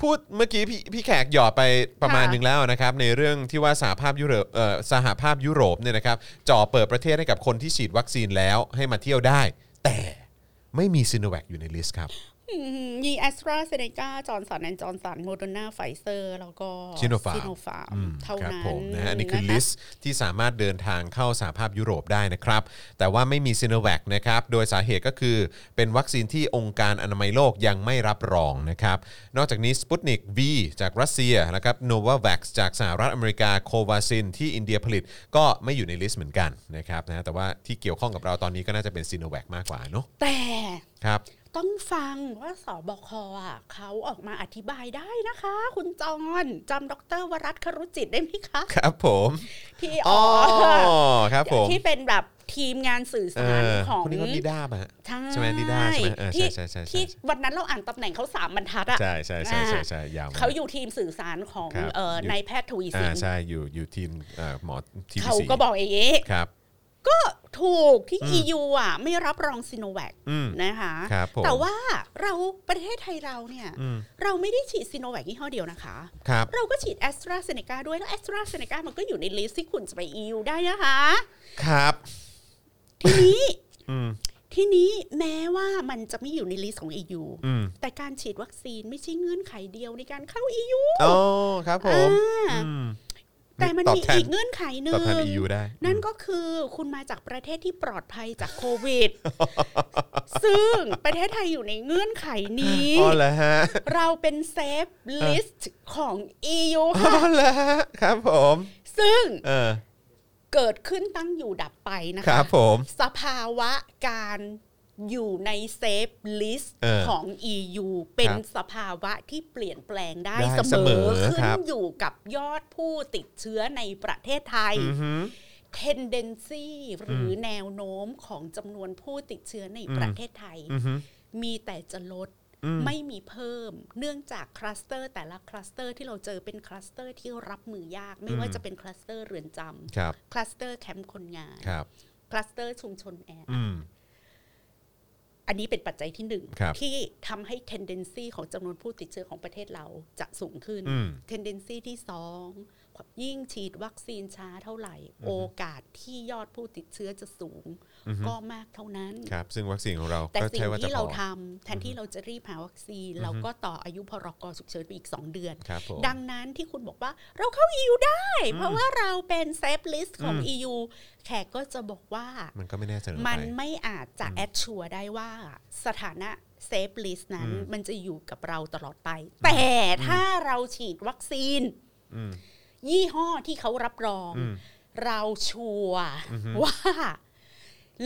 Speaker 2: พูดเมื่อกี้พี่พี่แขกหยอดไปประมาณหนึ่งแล้วนะครับ ในเรื่องที่ว่าสหภาพยุโรปเอ่อสหภาพยุโรปเนี่ยนะครับจ่อเปิดประเทศให้กับคนที่ฉีดวัคซีนแล้วให้มาเที่ยวได้ แต่ไม่มีซิโนแวคอยู่ในลิสต์ครับ
Speaker 3: อืมมีแอสตราเซเนกาจอร์นสันแอนจอร์นสันโมเดอร์นาไฟเซอร์แล้วก็
Speaker 2: ซิโนฟาร์ม
Speaker 3: ฟาร์ม
Speaker 2: อืม
Speaker 3: เท่า
Speaker 2: ครับ
Speaker 3: นั้น
Speaker 2: ผมนะฮะอันนี่คือะ
Speaker 3: ะ
Speaker 2: ลิสต์ที่สามารถเดินทางเข้าสหภาพยุโรปได้นะครับ แต่ว่าไม่มีซิโนแวคนะครับโดยสาเหตุก็คือเป็นวัคซีนที่องค์การอนามัยโลกยังไม่รับรองนะครับ นอกจากนี้สปุตนิก V จากรัสเซียนะครับโนวาแวคจากสหรัฐอเมริกาโควาซินที่อินเดียผลิตก็ไม่อยู่ในลิสต์เหมือนกันนะครับนะแต่ว่าที่เกี่ยวข้องกับเราตอนนี้ก็น่าจะเป็นซิโนแวคมากกว่าเนอะ
Speaker 3: แต่
Speaker 2: ครับ
Speaker 3: ต้องฟังว่าสบคอ่ะเขาออกมาอธิบายได้นะคะ คุณจอนจำดรวรัตน์ครุจิตได้ไหม คะ
Speaker 2: ครับผม
Speaker 3: ที่อ
Speaker 2: อ๋อ
Speaker 3: อก
Speaker 2: ครับผม
Speaker 3: ที่เป็นแบบทีมงานสื่อ
Speaker 2: เอ
Speaker 3: สาร
Speaker 2: อ
Speaker 3: ของ
Speaker 2: คนนี้เขาดีด้าป่ะฮะ
Speaker 3: ใช่
Speaker 2: ใช่ไหมดีด้าใช่ไหมเออ
Speaker 3: ที่
Speaker 2: ใช่ใช่ใช่
Speaker 3: ที่
Speaker 2: ใช่
Speaker 3: วันนั้นเราอ่านตำแหน่งเขาสามบรรทัดอะ
Speaker 2: ใช่ใช่ใช่ใช่
Speaker 3: อ่า
Speaker 2: ใช่ยาวมก
Speaker 3: เขาอยู่ทีมสื่อสารของ
Speaker 2: ครับ
Speaker 3: เอ่ออยู่ นายแพทย์ทวีสิ
Speaker 2: อ่าน ใช่อยู่อยู่ทีมเอ่อหมอทีม
Speaker 3: เขาก็บอกอย่างนี้
Speaker 2: ครับ
Speaker 3: ก็ถูกที่ EU อ่ะ ไม่รับรองซิโนแวค
Speaker 2: อืม
Speaker 3: นะคะ
Speaker 2: ครับผม
Speaker 3: แต่ว่าเราประเทศไทยเราเนี่ย
Speaker 2: อืม
Speaker 3: เราไม่ได้ฉีดซิโนแวคยี่ห้อเดียวนะคะ
Speaker 2: ครับ
Speaker 3: เราก็ฉีดแอสตราเซเนกาด้วยแล้วแอสตราเซเนกามันก็อยู่ในลิสต์ที่คุณจะไป EU ได้นะคะ
Speaker 2: ครับ
Speaker 3: ทีนี้
Speaker 2: อืม
Speaker 3: ทีนี้แม้ว่ามันจะไม่อยู่ในลิสต์ของ EU
Speaker 2: อืม
Speaker 3: แต่การฉีดวัคซีนไม่ใช่เงื่อนไขเดียวในการเข้า EU
Speaker 2: อ๋อครับผม
Speaker 3: อ่า
Speaker 2: อืม
Speaker 3: แต่มัน
Speaker 2: ตอบ
Speaker 3: มี
Speaker 2: แท
Speaker 3: อีกเงื่อนไขหนึ่
Speaker 2: ต
Speaker 3: ง
Speaker 2: อบแทน EU ได้
Speaker 3: นั่นก็คือคุณมาจากประเทศที่ปลอดภัยจากโควิ ด ซึ่งประเทศไทยอยู่ในเงื่อนไขนี้
Speaker 2: อ๋อเหรอฮะ
Speaker 3: เราเป็นเซฟลิสต์ของ EU
Speaker 2: อ๋
Speaker 3: ค่ะ
Speaker 2: อเหรอฮะครับผม
Speaker 3: ซึ่ง
Speaker 2: เออ
Speaker 3: เกิดขึ้นตั้งอยู่ดับไปนะ
Speaker 2: ครั
Speaker 3: คะ
Speaker 2: บผม
Speaker 3: สภาวะการอยู่ในเซฟลิสต์
Speaker 2: เออ
Speaker 3: ของ EU เป็
Speaker 2: ค
Speaker 3: น
Speaker 2: รับ
Speaker 3: สภาวะที่เปลี่ยนแปลงได้
Speaker 2: ได้
Speaker 3: เส
Speaker 2: เสม
Speaker 3: มอ
Speaker 2: อ
Speaker 3: ขึ้
Speaker 2: ครั
Speaker 3: น
Speaker 2: บ
Speaker 3: อยู่กับยอดผู้ติดเชื้อในประเทศไทย
Speaker 2: อือหือ
Speaker 3: tendency หรือแนวโน้มของจำนวนผู้ติดเชื้อในประเทศไทย
Speaker 2: อือฮึ
Speaker 3: มีแต่จะลด
Speaker 2: อืม
Speaker 3: ไม่มีเพิ่ม เนื่องจากคลัสเตอร์แต่ละคลัสเตอร์ที่เราเจอเป็นคลัสเตอร์ที่รับมือยาก ไม่ว่าจะเป็นคลัสเตอร์เรือนจ
Speaker 2: ครับ
Speaker 3: ำคลัสเตอร์แคมป์คนงาน
Speaker 2: ครับ
Speaker 3: คลัสเตอร์ชุมชนแออัด
Speaker 2: อืม
Speaker 3: อันนี้เป็นปัจจัยที่หนึ่ง
Speaker 2: ครับ
Speaker 3: ที่ทำให้ tendency ของจำนวนผู้ติดเชื้อของประเทศเราจะสูงขึ้น
Speaker 2: อืม
Speaker 3: tendency ที่สองยิ่งฉีดวัคซีนช้าเท่าไหร่ โอกาสที่ยอดผู้ติดเชื้อจะสูง ก็มากเท่านั้น
Speaker 2: ครับซึ่งวัคซีนของเรา
Speaker 3: แต่
Speaker 2: ก็
Speaker 3: สิ่
Speaker 2: ใช่
Speaker 3: ง
Speaker 2: ว่าจะ
Speaker 3: ที่
Speaker 2: พ
Speaker 3: เรา
Speaker 2: อ
Speaker 3: ทำแทนที่เราจะรีบหาวัคซีน เราก็ต่ออายุพรกฉุกเฉินไปอีก 2 เดือน
Speaker 2: ครับผม
Speaker 3: ดังนั้นที่คุณบอกว่าเราเข้า EU ได้ เพราะว่าเราเป็นเซฟลิสต์ของ
Speaker 2: อืม
Speaker 3: EU แขกก็จะบอกว่า
Speaker 2: มันก็ไม่แน่เสมอ
Speaker 3: มัน
Speaker 2: ไป
Speaker 3: ไม่อาจจะแอดชัวร์ได้ว่าสถานะเซฟลิสต์นั้น
Speaker 2: อืม
Speaker 3: มันจะอยู่กับเราตลอดไป แต่ถ้าเราฉีดวัคซีน
Speaker 2: อืม
Speaker 3: ยี่ห้อที่เขารับรอง
Speaker 2: อืม
Speaker 3: เราชัวร์ว่า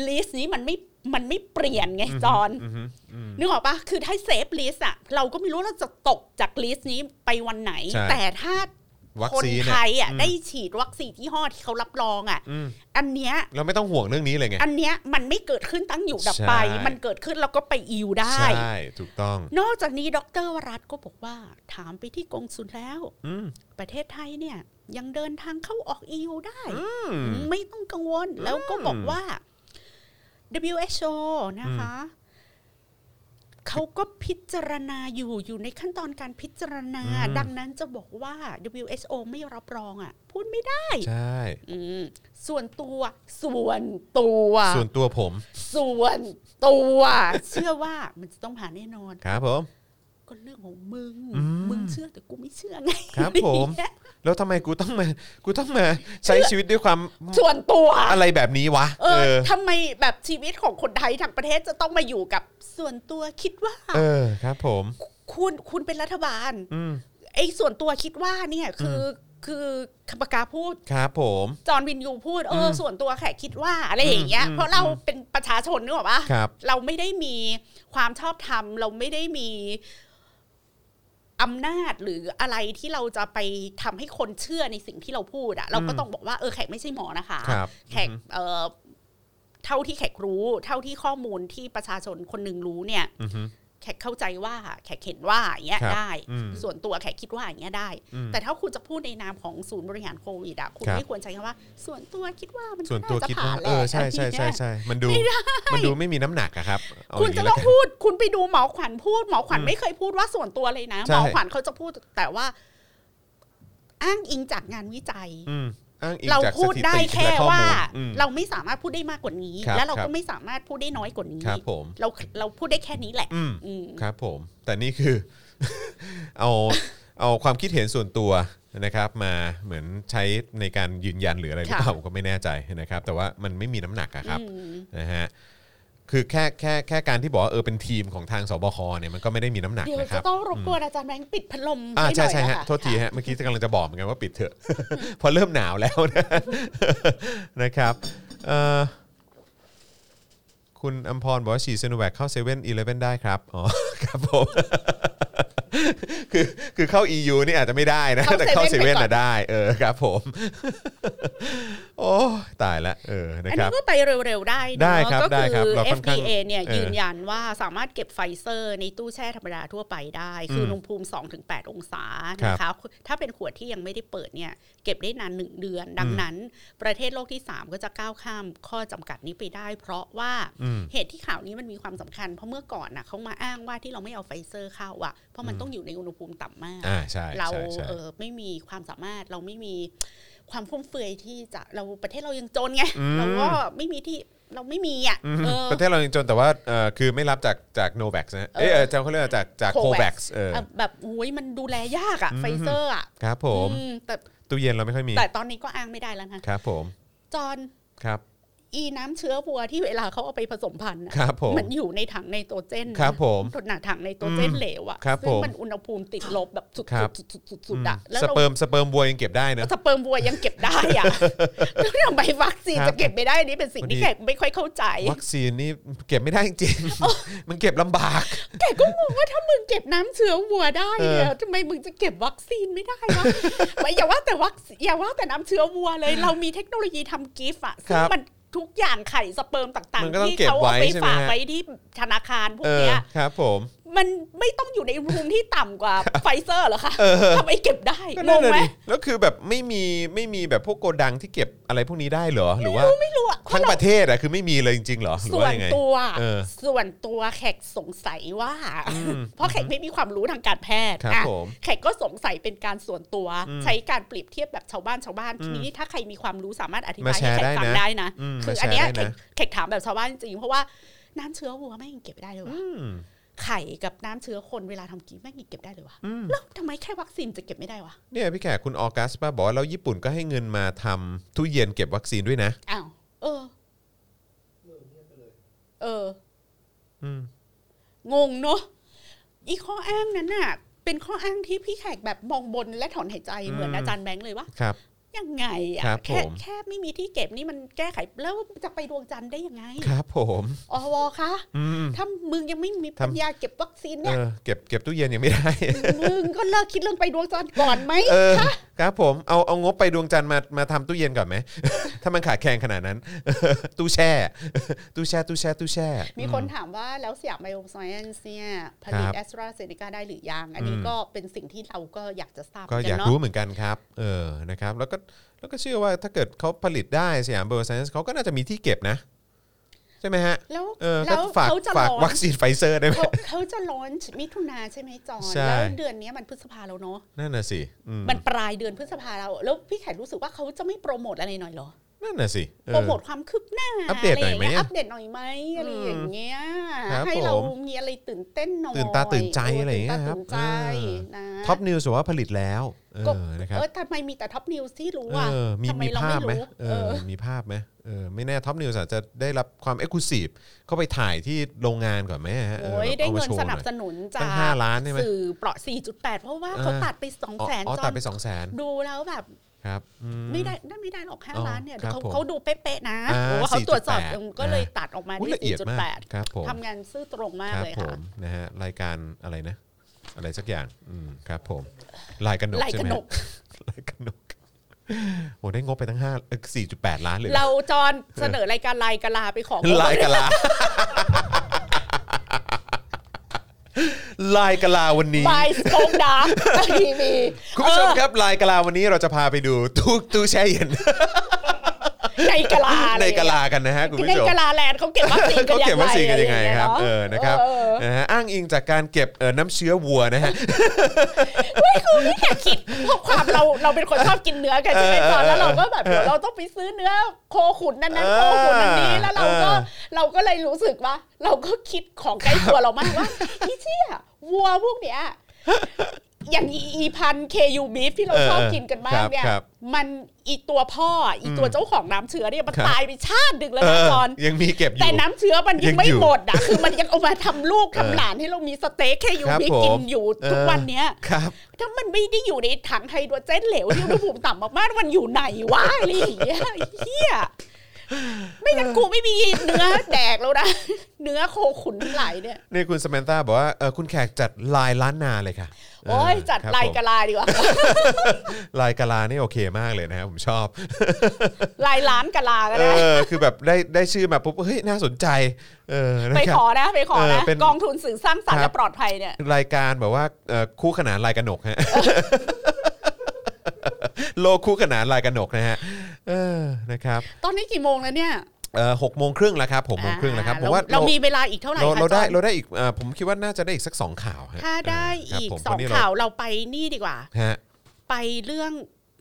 Speaker 3: ลิสต์นี้มันไม่มันไม่เปลี่ยนไงจอน
Speaker 2: อือฮึอืม
Speaker 3: นึกออกปะคือถ้าเซฟลิสต์อะเราก็ไม่รู้เราจะตกจากลิสต์นี้ไปวันไหน
Speaker 2: ใช่
Speaker 3: แต่ถ้า
Speaker 2: วัค
Speaker 3: คน
Speaker 2: ซีน
Speaker 3: ไทยอะ
Speaker 2: ม
Speaker 3: ได้ฉีดวัคซีนยี่ห้อที่เขารับรองอะ
Speaker 2: อืม
Speaker 3: อันเนี้ย
Speaker 2: เราไม่ต้องห่วงเรื่องนี้เลยไง
Speaker 3: อันเนี้ยมันไม่เกิดขึ้นตั้งอยู่ดับไป
Speaker 2: ใช่
Speaker 3: มันเกิดขึ้นแล้วก็ไปอิวได้
Speaker 2: ใช่ถูกต้อง
Speaker 3: นอกจากนี้ดรวรัตน์ก็บอกว่า ถามไปที่กงสุลแล้ว
Speaker 2: อืม
Speaker 3: ประเทศไทยเนี่ยยังเดินทางเข้าออก EU ได้
Speaker 2: อืม
Speaker 3: ไม่ต้องกังวล แล้วก็บอกว่า WHO นะคะ เขาก็พิจารณาอยู่อยู่ในขั้นตอนการพิจารณา
Speaker 2: อืม
Speaker 3: ดังนั้นจะบอกว่า WHO ไม่รับรองอ่ะ พูดไม่ได้
Speaker 2: ใช่
Speaker 3: อืมส่วนตัว ส่วนตัว
Speaker 2: ส่วนตัวผม
Speaker 3: ส่วนตัว เชื่อว่ามันจะต้องผ่านแน่นอน
Speaker 2: ครับผม
Speaker 3: ก็เรื่องของมึง
Speaker 2: อืม
Speaker 3: มึงเชื่อแต่กูไม่เชื่อไง
Speaker 2: ครับผม แล้วทำไมกูต้องมา กูต้องมาใช้ชีวิตด้วยความ
Speaker 3: ส่วนตัว
Speaker 2: อะไรแบบนี้วะ
Speaker 3: เออทำไมแบบชีวิตของคนไทยทั้งประเทศจะต้องมาอยู่กับส่วนตัวคิดว่า
Speaker 2: เออ ครับผม
Speaker 3: คุณคุณเป็นรัฐบาล
Speaker 2: อืม
Speaker 3: ไอ้ส่วนตัวคิดว่าเนี่ยคืออคือคำปากกาพูด
Speaker 2: ครับผม
Speaker 3: จอร์นวินยูพูดเออ
Speaker 2: อืม
Speaker 3: ส่วนตัวแขกคิดว่าอะไรอย่างเงี้ย
Speaker 2: อืม
Speaker 3: เพราะเรา
Speaker 2: อืม
Speaker 3: เป็นประชาชนนึกออกปะ
Speaker 2: ครับ
Speaker 3: เราไม่ได้มีความชอบธรรม เราไม่ได้มีอำนาจหรืออะไรที่เราจะไปทำให้คนเชื่อในสิ่งที่เราพูดอะเราก็ต้องบอกว่าเออแขกไม่ใช่หมอนะคะ
Speaker 2: ครับ
Speaker 3: แขกเอ่อเท่าที่แขกรู้ เท่าที่ข้อมูลที่ประชาชนคนหนึ่งรู้เนี่ย
Speaker 2: อือฮึ
Speaker 3: แขกเข้าใจว่าแขกเห็นว่าอย่างเงี้ย
Speaker 2: ครับ
Speaker 3: ได้
Speaker 2: อืม
Speaker 3: ส่วนตัวแขกคิดว่าอย่างเงี้ยได้
Speaker 2: อืม
Speaker 3: แต่ถ้าคุณจะพูดในนามของศูนย์บริหารโควิดอะคุณ
Speaker 2: ครับ
Speaker 3: ไม่ควรใช้คำว่า ส่วนตัวคิดว่ามัน
Speaker 2: ส่วนตัว
Speaker 3: น่จะ
Speaker 2: คิด
Speaker 3: ผ่
Speaker 2: ว่า
Speaker 3: นแหละ
Speaker 2: เออ ใช่ใช่ใช่ใช่ มันดู มันดูไม่มีน้ำหนักอะครับเา
Speaker 3: คุณ
Speaker 2: ย่า
Speaker 3: จะ
Speaker 2: นี้แล้
Speaker 3: ต้
Speaker 2: ว
Speaker 3: อง
Speaker 2: กัน
Speaker 3: พูด คุณไปดูหมอขวัญพูดหมอขวัญ
Speaker 2: อืม
Speaker 3: ไม่เคยพูดว่าส่วนตัวเลยนะ
Speaker 2: ใช่
Speaker 3: หมอขวัญเขาจะพูดแต่ว่า อ้างอิงจากงานวิจัย
Speaker 2: อืมอ้างอิง
Speaker 3: เรา
Speaker 2: จากส
Speaker 3: พูด
Speaker 2: ถิ
Speaker 3: ได้
Speaker 2: ติ
Speaker 3: แค่
Speaker 2: และข้อ
Speaker 3: ว่า
Speaker 2: มูลอืม
Speaker 3: เราไม่สามารถพูดได้มากกว่านี้
Speaker 2: ครับ
Speaker 3: แล้วเรา
Speaker 2: ครั
Speaker 3: ก็
Speaker 2: บ
Speaker 3: ไม่สามารถพูดได้น้อยกว่านี้
Speaker 2: ครับผม
Speaker 3: เราเราพูดได้แค่นี้แหละ
Speaker 2: อืม
Speaker 3: อืม
Speaker 2: ครับผม แต่นี่คือ เอาเอาความคิดเห็นส่วนตัวนะครับ มาเหมือนใช้ในการยืนยันหรืออะไรหรือเปล่า
Speaker 3: ค่ะ
Speaker 2: ผมก็ไม่แน่ใจนะครับ แต่ว่ามันไม่มีน้ำหนักอะครับ
Speaker 3: อืม
Speaker 2: นะฮะคือแค่แค่แค่การที่บอกว่าเออเป็นทีมของทางสบคเนี่ยมันก็ไม่ได้มีน้ำหนัก
Speaker 3: เดี๋ยว
Speaker 2: นะค
Speaker 3: จะ
Speaker 2: รับ
Speaker 3: ต้องรบกวนอาจารย์แบงค์ปิดพัดลม
Speaker 2: อ่า
Speaker 3: ให้หน่
Speaker 2: ใช่
Speaker 3: อย
Speaker 2: ใช่
Speaker 3: น
Speaker 2: ฮะ
Speaker 3: ค
Speaker 2: โทษทีฮะเมื่อกี้กำลังจะบอกเหมือนกันว่าปิดเถอะ พอเริ่มหนาวแล้วนะ นะครับเอ่อคุณอัมพรบอกว่าฉีดเซโนแวคเข้าเซเว่นอีเลฟเว่นได้ครับอ๋อ ครับผม คือคือเข้า EU นี่อาจจะไม่ได้นะ
Speaker 3: เข้า
Speaker 2: แต่เข้าเซ
Speaker 3: 7-Eleven
Speaker 2: เว่น
Speaker 3: ไปก่อน
Speaker 2: อะได้ เออครับผม โอ้ตายละเออนะ
Speaker 3: อัน
Speaker 2: ครั
Speaker 3: นี้
Speaker 2: บ
Speaker 3: ก็ไปเร็วๆได้เน
Speaker 2: ได้
Speaker 3: อะ
Speaker 2: ครับ
Speaker 3: ก็
Speaker 2: ได้ครับ
Speaker 3: คือ
Speaker 2: เราค่อนข้าง
Speaker 3: FDA เนี่ย
Speaker 2: เออ
Speaker 3: ยืนยันว่าสามารถเก็บไฟเซอร์ในตู้แช่ธรรมดาทั่วไปได้ คื
Speaker 2: ม
Speaker 3: ออุณหภูมิ 2-8 องศา
Speaker 2: ครับ
Speaker 3: นะคะ ถ้าเป็นขวดที่ยังไม่ได้เปิดเนี่ย เก็บได้นาน 1 เดือน ดังนั้น ประเทศโลกที่ 3 ก็จะก้าวข้ามข้อจำกัดนี้ไปได้ เพราะว่า
Speaker 2: อืม
Speaker 3: เหตุที่ข่าวนี้มันมีความสำคัญ เพราะเมื่อก่อนน่ะเขามาอ้างว่าที่เราไม่เอาไฟเซอร์เข้าอ่ะเพราะมันต้องอยู่ในอุณหภูมิต่ำมาก
Speaker 2: อ่าใช่
Speaker 3: เรา
Speaker 2: ใช่ใช่
Speaker 3: เออไม่มีความสามารถเราไม่มีความฟุ่มเฟือยที่จะเราประเทศเรายังจนไง
Speaker 2: อืม
Speaker 3: เราก็ไม่มีที่เราไม่มีอ่ะ
Speaker 2: อืม
Speaker 3: เออ
Speaker 2: ประเทศเรายังจนแต่ว่าเออคือไม่รับจากจากโนแบกนะฮะเอย
Speaker 3: เออ
Speaker 2: เออจะเขาเรียกว่าจากจากโคแบก
Speaker 3: Covax
Speaker 2: เออ
Speaker 3: เอาแบบโอ้ยมันดูแลยากอ่ะ
Speaker 2: อืม
Speaker 3: ไฟเซอร์อ่ะ
Speaker 2: ครับผม
Speaker 3: อืมแต่
Speaker 2: ตู้เย็นเราไม่ค่อยมี
Speaker 3: แต่ตอนนี้ก็อ้างไม่ได้แล้วนะครับ
Speaker 2: ผม
Speaker 3: จอห์น
Speaker 2: ครับ
Speaker 3: อีน้ำเชื้อวัวที่เวลาเขาเอาไปผสมพันธุ์น่ะ
Speaker 2: ครับผม
Speaker 3: มันอยู่ในถังไนโตรเจนนะครับ
Speaker 2: ผม
Speaker 3: ถังถังไนโตรเจน
Speaker 2: อืม
Speaker 3: เหลวอะ
Speaker 2: ครับ
Speaker 3: ซึ่
Speaker 2: ผ
Speaker 3: ง
Speaker 2: ม
Speaker 3: มันอุณหภูมิติดลบแบบสุด
Speaker 2: ครับ
Speaker 3: ๆสุดๆสุดๆสุดๆอะแล้ว
Speaker 2: ส
Speaker 3: เรา
Speaker 2: เปิร์มสเปิร์มวัวยังเก็บได้เนอะ
Speaker 3: สเปิร์มวัวยังเก็บได้อะ แล้วทำไมวัคซีน
Speaker 2: ครับ
Speaker 3: จะเก็บไม่ได้อันนี้เป็นสิ่ง
Speaker 2: พอดี
Speaker 3: ที่แขกไม่ค่อยเข้าใจ
Speaker 2: วัคซีนนี่เก็บไม่ได้จริงๆมันเก็บลำบาก
Speaker 3: แกก็งงว่าถ้ามึงเก็บน้ำเชื้อวัวได้
Speaker 2: เออ
Speaker 3: เนี่ยทำไมมึงจะเก็บวัคซีนไม่ได้วะ ไม่อย่าว่าแต่วัคซีอย่าว่าแต่น้ำเชื้อวัว เลย เรามีเทคโนโลยีทำกิฟต์อะ
Speaker 2: ค
Speaker 3: ซึ่
Speaker 2: รั
Speaker 3: ง
Speaker 2: บ
Speaker 3: มันทุกอย่างไข่สเปิร์มต่าง
Speaker 2: มันก็
Speaker 3: ๆ
Speaker 2: ต้อง
Speaker 3: ที่
Speaker 2: เก็บ
Speaker 3: เขาเอา
Speaker 2: ไว้
Speaker 3: ไป
Speaker 2: ใช่ไหม
Speaker 3: ฝาก
Speaker 2: ฮะ
Speaker 3: ไว้ที่ธนาคารพว
Speaker 2: เอก อ
Speaker 3: เนี้ย
Speaker 2: ครับผม
Speaker 3: มันไม่ต้องอยู่ในรูมที่ต่ำกว่า ไฟเซอร์เหรอคะทำไมเก็บได้
Speaker 2: ก็
Speaker 3: ง
Speaker 2: นั่น
Speaker 3: ง
Speaker 2: น่ะ
Speaker 3: ไหม
Speaker 2: ดิแล้วคือแบบไม่มีไม่มีแบบพวกโกดังที่เก็บอะไรพวกนี้ได้เหรอ หรือว่า
Speaker 3: ไม่รู้อะเพ
Speaker 2: ทั้
Speaker 3: ราะ
Speaker 2: ง
Speaker 3: เรา
Speaker 2: ประเทศอะคือไม่มีเลยจริงๆเหรอหรือ
Speaker 3: ส่ว
Speaker 2: ว่าน ยังไง
Speaker 3: ตัว
Speaker 2: เออ
Speaker 3: ส่วนตัวแขกสงสัยว่า เพราะแขกไม่มีความรู้ทางการแพทย์
Speaker 2: ครับ
Speaker 3: อะ
Speaker 2: ผม
Speaker 3: แขกก็สงสัยเป็นการส่วนตัว ใช้การเปรียบเทียบแบบชาวบ้านชาวบ้านทีนี้ถ้าใครมีความรู้สามารถอธิบาย
Speaker 2: มาแช
Speaker 3: ให้
Speaker 2: ร์
Speaker 3: แขกฟัง
Speaker 2: ได้นะ
Speaker 3: ได้นะ
Speaker 2: อืม
Speaker 3: คื
Speaker 2: มาแชร์
Speaker 3: อันเนี้ย
Speaker 2: ได้นะ
Speaker 3: แขกถามแบบชาวบ้านจริงๆเพราะว่าน้ำเชื้อวัวแม่งยังเก็บไม่ได้เลยวะ
Speaker 2: อืม
Speaker 3: ไข่กับน้ำเชื้อคนเวลาทำกินแม่งยังเก็บได้เลยวะ
Speaker 2: อืม
Speaker 3: แล้วทำไมแค่วัคซีนจะเก็บไม่ได้วะ
Speaker 2: เนี่ยพี่แขกคุณออกัสป้าบอกว่าแล้วญี่ปุ่นก็ให้เงินมาทำตู้เย็นเก็บวัคซีนด้วยนะ
Speaker 3: อ้าวเออ เออ
Speaker 2: อืม
Speaker 3: งงเนอะอีข้ออ้างนั้นน่ะ เป็นข้ออ้างที่พี่แขกแบบมองบนและถอนหายใจเหมือน
Speaker 2: อืม
Speaker 3: อาจารย์แบงค์เลยว่า
Speaker 2: ครับ
Speaker 3: ยังไงอะ
Speaker 2: ครับ
Speaker 3: แค่
Speaker 2: ผม
Speaker 3: แค่ไม่มีที่เก็บนี่มันแก้ไขแล้วจะไปดวงจันทร์ได้ยังไง
Speaker 2: ครับผม
Speaker 3: อวคะ
Speaker 2: อืม
Speaker 3: ถ้ามึงยังไม่มี
Speaker 2: ทำ
Speaker 3: ปัญญาเก็บวัคซีน
Speaker 2: เอ
Speaker 3: เนี่ย
Speaker 2: อเก็บเก็บตู้เย็นยังไม่ได้
Speaker 3: มึงก็เลิกคิดเรื่องไปดวงจันทร์ก่อนไหม
Speaker 2: เออครับผมเอาเอางบไปดวงจันทร์มามาทำตู้เย็นก่อนไหม ถ้ามันขาดแคลนขนาดนั้น ตู้แช่ ตู้แช่ตู้แช่ตู้แช่
Speaker 3: มีคนถามว่าแล้วสยามไบโอไซเอนซ์เนี่ยผลิ
Speaker 2: ค
Speaker 3: ต
Speaker 2: รับ
Speaker 3: แอสตราเซเนกาได้หรือยัง อันนี้
Speaker 2: อืม
Speaker 3: ก็เป็นสิ่งที่เราก็อยากจะทราบเห
Speaker 2: ก็
Speaker 3: มือน
Speaker 2: อยาก
Speaker 3: เนาะ
Speaker 2: รู้เหมือนกันครับ เออ นะครับ แล้วก็ แล้วก็เชื่อว่าถ้าเกิดเขาผลิตได้สยามเบอร์ไซน์เขาก็น่าจะมีที่เก็บนะ ใช่ไหมฮะ
Speaker 3: แล้ว
Speaker 2: เออ
Speaker 3: แล้ว
Speaker 2: ก็ฝาก
Speaker 3: เขาจะ
Speaker 2: ฝาก
Speaker 3: ร้อน
Speaker 2: วัคซีนไฟเซอร์ได้ไหม
Speaker 3: เขาเขาจะร้อนมิถุนาใช่ไหมจอน
Speaker 2: ใช่
Speaker 3: แล้วเดือนเนี้ยมันพฤษภาแล้วเนาะ
Speaker 2: นั่นน่ะสิอืม
Speaker 3: มันปลายเดือนพฤษภาแล้วแล้วพี่แขกรู้สึกว่าเขาจะไม่โปรโมทอะไรหน่อยเหรอ
Speaker 2: นั่นน่ะสิเออ
Speaker 3: โปรโมทความคืบหน้า
Speaker 2: อัปเดตหน่อยไหม
Speaker 3: ะราง
Speaker 2: อะ
Speaker 3: เงี้อัปเดตหน่อยไหมอะไรอย่างเงี้ย
Speaker 2: ครับ
Speaker 3: ให้เรา
Speaker 2: ผม
Speaker 3: มีอะไรตื่นเต้นหน่อย
Speaker 2: ตื่นตาตื่นใจอะไรอย่างเงี้ย
Speaker 3: ตื่นตาตื่นใจ
Speaker 2: ครับ
Speaker 3: นะ
Speaker 2: ท็อปนิวส์ว่าผลิตแล้ว เอ
Speaker 3: ก็
Speaker 2: อ นะครับ
Speaker 3: เออทำไมมีแต่ท็อปนิวส์ที่รู้
Speaker 2: เอ
Speaker 3: อ่ะ
Speaker 2: อ มี
Speaker 3: ทำไม
Speaker 2: มี
Speaker 3: เรา
Speaker 2: ภา
Speaker 3: ไม่
Speaker 2: พไหม
Speaker 3: รู้
Speaker 2: เอ
Speaker 3: เอ
Speaker 2: อ
Speaker 3: อ
Speaker 2: มีภาพไหมเออ ไม่แน่ท็อปนิวส์อาจจะได้รับความเอ็กซ์คลูซีฟเข้าไปถ่ายที่โรงงานก่อนไหมฮะเออ
Speaker 3: โอ้ย
Speaker 2: แบบ
Speaker 3: ได้
Speaker 2: อามา
Speaker 3: เงิน
Speaker 2: โชว์
Speaker 3: ส
Speaker 2: ห
Speaker 3: นั
Speaker 2: อบ ย
Speaker 3: สนุนจา
Speaker 2: ตั้งห้าล้านใช่ไหม
Speaker 3: สื่อเปราะ 4.8 เพราะว่า
Speaker 2: เออ
Speaker 3: เขาตัดไป 2 แสน
Speaker 2: อ๋อ
Speaker 3: จ
Speaker 2: ตัด
Speaker 3: น
Speaker 2: ไปสองแสน
Speaker 3: ดูแล้วแบบ
Speaker 2: ครับอื
Speaker 3: ไม่ได้น่าไม่ได้หรอก
Speaker 2: อ๋อ
Speaker 3: 5ล้านเนี่ย
Speaker 2: ครับ
Speaker 3: เขา
Speaker 2: ผม
Speaker 3: เขาดูเป๊ะๆนะ
Speaker 2: อ่า
Speaker 3: เพราะว่าเขาตรวจสอบ
Speaker 2: 4.8
Speaker 3: เองก็เลยตัดออกมา
Speaker 2: อุ๊ย
Speaker 3: ที่
Speaker 2: ละเอียดมากครับผม
Speaker 3: 4.8ทำงานซื่อตรงมาก
Speaker 2: ครับ
Speaker 3: เลย
Speaker 2: ผ
Speaker 3: ค่ะ
Speaker 2: มนะฮะรายการอะไรนะ อะไรสักอย่างอืมครับผมลายกระหนก
Speaker 3: ลาย
Speaker 2: ใช่
Speaker 3: ก
Speaker 2: ไหม
Speaker 3: ระหนก
Speaker 2: ลายกระหนกโอ้ได้งบไปทั้งห้าสี่จุดแปดล้านเลยนะ
Speaker 3: เราจอนเสนอรายการลายกะลาไปขอ
Speaker 2: ลาย กะลา ลายกะลาวันนี้
Speaker 3: บายสโตกดาร์ก ทีวี
Speaker 2: คุณผู้ชมครับลายกะลาวันนี้เราจะพาไปดูตู้ตู้แช่เย็น
Speaker 3: ในกะลา
Speaker 2: ใน
Speaker 3: เลย
Speaker 2: กะลากันนะฮะคุณ
Speaker 3: ใน
Speaker 2: ผู้ชม
Speaker 3: กะลาแลนด์เขาเก็บวัคซีนกัน
Speaker 2: เขา
Speaker 3: อย่างไร
Speaker 2: เก็บวัคซีนกันยังไงครับ เออ นะครับ
Speaker 3: เออ
Speaker 2: นะฮะอ้างอิงจากการเก็บเอ่อน้ำเชื้อวัวนะฮะ
Speaker 3: แต่คิดเพราะความเราเราเป็นคนชอบกินเนื้อกันใช่ไหม
Speaker 2: เออ
Speaker 3: ตอนแล้วเราก็แบบ
Speaker 2: เออ
Speaker 3: เราต้องไปซื้อเนื้อโคขุนนั้นนั้น
Speaker 2: เออ
Speaker 3: โคขุนนั้นนี้แล้วเราก็
Speaker 2: เออ
Speaker 3: เราก็เลยรู้สึกว่า เราก็คิดของใกล้ตัวเรามากว่าอีเชี่ยวัวพวกเนี้ยอย่างอีอีพันเคยูบีฟที่เราชอบ
Speaker 2: เออ
Speaker 3: กินกันมากเนี่ย
Speaker 2: ครับ
Speaker 3: มันอีตัวพ่ออีตัวเจ้าของน้ำเชื้อเนี่ยมันตายไปชาติดึงแล้ว
Speaker 2: เอ
Speaker 3: นะ
Speaker 2: อ
Speaker 3: จอน
Speaker 2: ยังมีเก็บอยู่
Speaker 3: แต่น้ำเชื้อมัน
Speaker 2: ยั
Speaker 3: ยัง ง
Speaker 2: อ
Speaker 3: ไม่
Speaker 2: ยู่
Speaker 3: หมดอ่ะ คือมันยังเอามาทำลูก
Speaker 2: เออ
Speaker 3: ทำหลานให้เรามีสเต็กให้อยู่
Speaker 2: ครับ
Speaker 3: มีกิ
Speaker 2: ผ
Speaker 3: น
Speaker 2: ม
Speaker 3: อยู่
Speaker 2: เออ
Speaker 3: ทุกวันเนี้ย
Speaker 2: ครับ
Speaker 3: ถ้ามันไม่ได้อยู่ในถังไฮโดรเจนเหลวที่อุณหภูมิต่ำมากๆมันอยู่ไหนวะอะไรอย่างเงี้ยเฮียไม่งั้นกูไม่มีเนื้อแดกแล้วนะเนื้อโคขุนทั้งหลายเนี่ย
Speaker 2: นี่คุณสแมนต้าบอกว่าเออคุณแขกจัดลายล้านนาเลยค่ะ
Speaker 3: โอ้ย
Speaker 2: เออ
Speaker 3: จัด
Speaker 2: ครับ
Speaker 3: ลาย
Speaker 2: ผ
Speaker 3: กะ
Speaker 2: ม
Speaker 3: ลาดีกว่า
Speaker 2: ลายกะลานี่โอเคมากเลยนะฮะผมชอบ
Speaker 3: ลายล้านกะลาก็
Speaker 2: เอ
Speaker 3: ได้
Speaker 2: อ คือแบบได้ได้ชื่อมาปุ๊บ เฮ้ย น่าสนใจ เออนะ
Speaker 3: ไป
Speaker 2: ครั
Speaker 3: ข
Speaker 2: บ
Speaker 3: อนะไปขอนะ
Speaker 2: เออเป็น
Speaker 3: กองทุนสื่อสร้างสรรค์
Speaker 2: ครั
Speaker 3: และ
Speaker 2: บ
Speaker 3: ปลอดภัยเนี่ย
Speaker 2: รายการแบบว่าเอ่อคู่ขนานลายกระหนก ฮะ โลกคู่ขนานลายกระหนกนะฮะ เออ นะครับ
Speaker 3: ตอนนี้กี่โมงแล้วเนี่ย
Speaker 2: เอ่อหกโมงครึ่งแล้วครับหกโมงครึ่งแล้วครับ เพราะว่า
Speaker 3: เรามีเวลาอีกเท่าไหร่
Speaker 2: เรา
Speaker 3: คะ
Speaker 2: เรา
Speaker 3: จ
Speaker 2: ได้
Speaker 3: อน
Speaker 2: เราได้อีกเอ่อผมคิดว่าน่าจะได้อีกสักสองข่าวฮะ
Speaker 3: ถ้าได้อีก
Speaker 2: ครับผม
Speaker 3: สอง
Speaker 2: วันนี้เร
Speaker 3: ข่าวเราไปนี่ดีกว่า
Speaker 2: ฮะ
Speaker 3: ไปเรื่อง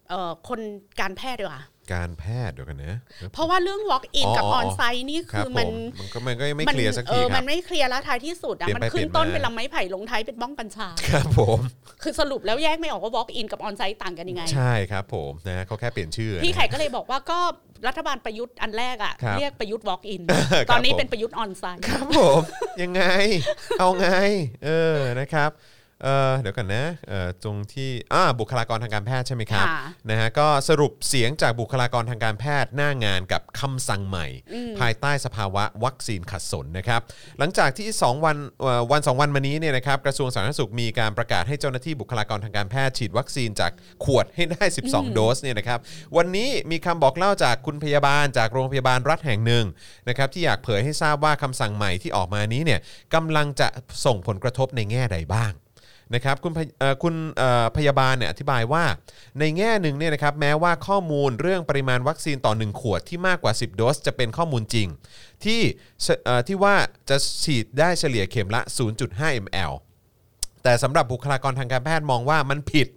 Speaker 3: เอ่อคนการแพทย์ดีกว่า
Speaker 2: การแพทย์เดี๋ยวกันนะ
Speaker 3: เพราะว่าเรื่อง walk in
Speaker 2: อ๋อ
Speaker 3: กับ
Speaker 2: อ๋อ
Speaker 3: on site นี่
Speaker 2: รั
Speaker 3: คื
Speaker 2: บ
Speaker 3: อมัน
Speaker 2: ผมมันก็มันก็ยังไม่
Speaker 3: มั
Speaker 2: เคลียร์สัก
Speaker 3: เอ
Speaker 2: ที
Speaker 3: อ
Speaker 2: ค
Speaker 3: มั
Speaker 2: รับ
Speaker 3: นไม่เคลียร์แล้วท้ายที่สุดอะ
Speaker 2: เปลี่ยน
Speaker 3: มัน
Speaker 2: ไปเป
Speaker 3: ขึ้น
Speaker 2: ลี่ยน
Speaker 3: ต้น
Speaker 2: มา
Speaker 3: เป็นลำไม้ไผ่ลงท้ายเป็นบ้องกัญชา
Speaker 2: ครับผม
Speaker 3: คือสรุปแล้วแยกไม่ออกว่า walk in กับ on site ต่างกันยังไง
Speaker 2: ใช่ครับผมนะเขาแค่เปลี่ยนชื่อ
Speaker 3: พี่
Speaker 2: นะ
Speaker 3: ไข่ก็เลยบอกว่าก็ รัฐบาลประยุทธ์อันแรกอะ
Speaker 2: ครับ
Speaker 3: เรียกประยุทธ์ walk in ตอนนี้เป็นประยุทธ์ออนไซต์
Speaker 2: ครับผม ยังไง เอาไง เออนะครับเออเดี๋ยวกันนะเออตรงที่อ่าบุคลากรทางการแพทย์ใช่ไหมครับ
Speaker 3: ค่ะ
Speaker 2: นะฮะก็สรุปเสียงจากบุคลากรทางการแพทย์หน้างานกับคำสั่งใหม่ ภายใต้สภาวะวัคซีนขัดสนนะครับ หลังจากที่ 2 วันเอ่อวัน 2 วันมานี้เนี่ยนะครับกระทรวงสาธารณสุขมีการประกาศให้เจ้าหน้าที่บุคลากรทางการแพทย์ฉีดวัคซีนจากขวดให้ได้ 12 โดสเนี่ยนะครับวันนี้มีคำบอกเล่าจากคุณพยาบาลจากโรงพยาบาลรัฐแห่งหนึ่ง นะครับที่อยากเผยให้ทราบว่าคำสั่งใหม่ที่ออกมานี้เนี่ยกำลังจะส่งผลกระทบในแง่ใดบ้างนะครับคุณพยเอ่อคุณเอ่อพยาบาลเนี่ยอธิบายว่าในแง่หนึ่งเนี่ยนะครับแม้ว่าข้อมูลเรื่องปริมาณวัคซีนต่อ 1 ขวดที่มากกว่า 10 โดส จะเป็นข้อมูลจริง ที่เสเอ่อที่ว่าจะฉีดได้เฉลี่ยเข็มละ 0.5 ml แต่สำหรับบุคลากรทางการแพทย์มองว่ามันผิด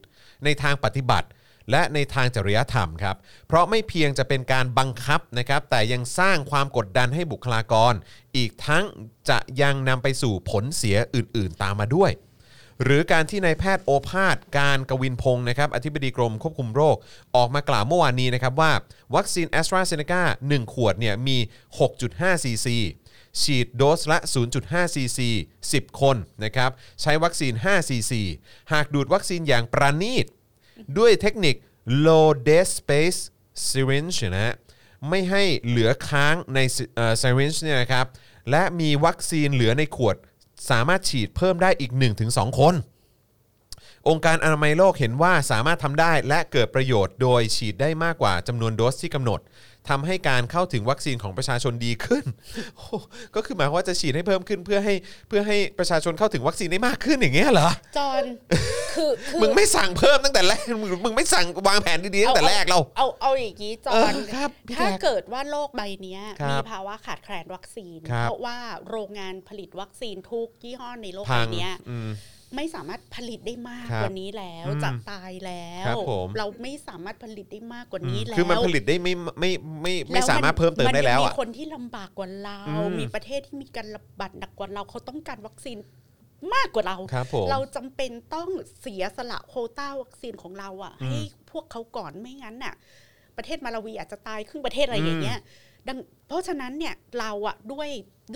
Speaker 2: ในทางปฏิบัติ และในทางจริยธรรมครับ เพราะไม่เพียงจะเป็นการบังคับนะครับ แต่ยังสร้างความกดดันให้บุคลากร อีกทั้งจะยังนำไปสู่ผลเสียอื่น ๆ ตามมาด้วย หรือการที่นายแพทย์โอภาสการกวินพงศ์นะครับอธิบดีกรมควบคุมโรค ออกมากล่าวเมื่อวานนี้นะครับว่า วัคซีนแอสตราเซเนกา1ขวดเนี่ยมี 6.5 ซีซี ฉีดโดสละ 0.5 ซีซี 10 คนนะครับใช้วัคซีน 5 ซีซี หากดูดวัคซีนอย่างประณีต ด้วยเทคนิค low dead space syringe นะฮะไม่ให้เหลือค้างในเอ่อ syringe เนี่ยนะครับ และมีวัคซีนเหลือในขวด สามารถฉีดเพิ่มได้อีก 1-2 คน องค์การอนามัยโลกเห็นว่าสามารถทำได้และเกิดประโยชน์โดยฉีดได้มากกว่าจำนวนโดสที่กำหนดทำให้การเข้าถึงวัคซีนของประชาชนดีขึ้นโอ้ก็คือหมายความว่าจะฉีดให้เพิ่มขึ้นเพื่อให้เพื่อให้ประชาชนเข้าถึงวัคซีนได้มากขึ้นอย่างเงี้ยเหรอ
Speaker 3: จ อนคือคือ
Speaker 2: มึงไม่สั่งเพิ่มตั้งแต่แรก มึงมึงไม่สั่งวางแผนดีๆตั้งแต่แรกเรา
Speaker 3: เอาเอาอย่างนี้จอ
Speaker 2: เออน ครับพี่
Speaker 3: ถ้า
Speaker 2: แขก
Speaker 3: เกิดว่าโลกใบเนี้ย
Speaker 2: ครับ
Speaker 3: มีภาวะขาดแคลนวัคซีน
Speaker 2: ครับ
Speaker 3: เพราะว่าโรงงานผลิตวัคซีนทุกยี่ห้อในโลก
Speaker 2: พั
Speaker 3: ใบ
Speaker 2: ง
Speaker 3: เนี้ย
Speaker 2: อืม
Speaker 3: ไม่สามารถผลิตได้มาก
Speaker 2: ครับ
Speaker 3: กว่านี้แล้ว
Speaker 2: อืม
Speaker 3: จะตายแล้ว
Speaker 2: ครับผม
Speaker 3: เราไม่สามารถผลิตได้มากกว่า
Speaker 2: อืม
Speaker 3: นี้แล้ว
Speaker 2: คือมันผลิตได้ไม่ไม่ไม่ไม่ไม่
Speaker 3: แล้
Speaker 2: สามารถเพิ่มเติมได้แล้ว
Speaker 3: นยั
Speaker 2: อ่ะ
Speaker 3: งมีคนที่ลำบากกว่าเรา
Speaker 2: อืม
Speaker 3: มีประเทศที่มีการระบาดหนักกว่าเราเขาต้องการวัคซีนมากกว่าเรา
Speaker 2: ครับผม
Speaker 3: เราจำเป็นต้องเสียสละโควต้าวัคซีนของเราอะ่ะ
Speaker 2: อืม
Speaker 3: ให้พวกเขาก่อนไม่งั้นน่ะ ประเทศมาลาวีอาจจะตายครึ่งประเทศอะไรอย่างเงี้ยดังเพราะฉะนั้นเนี่ยเราอะด้วย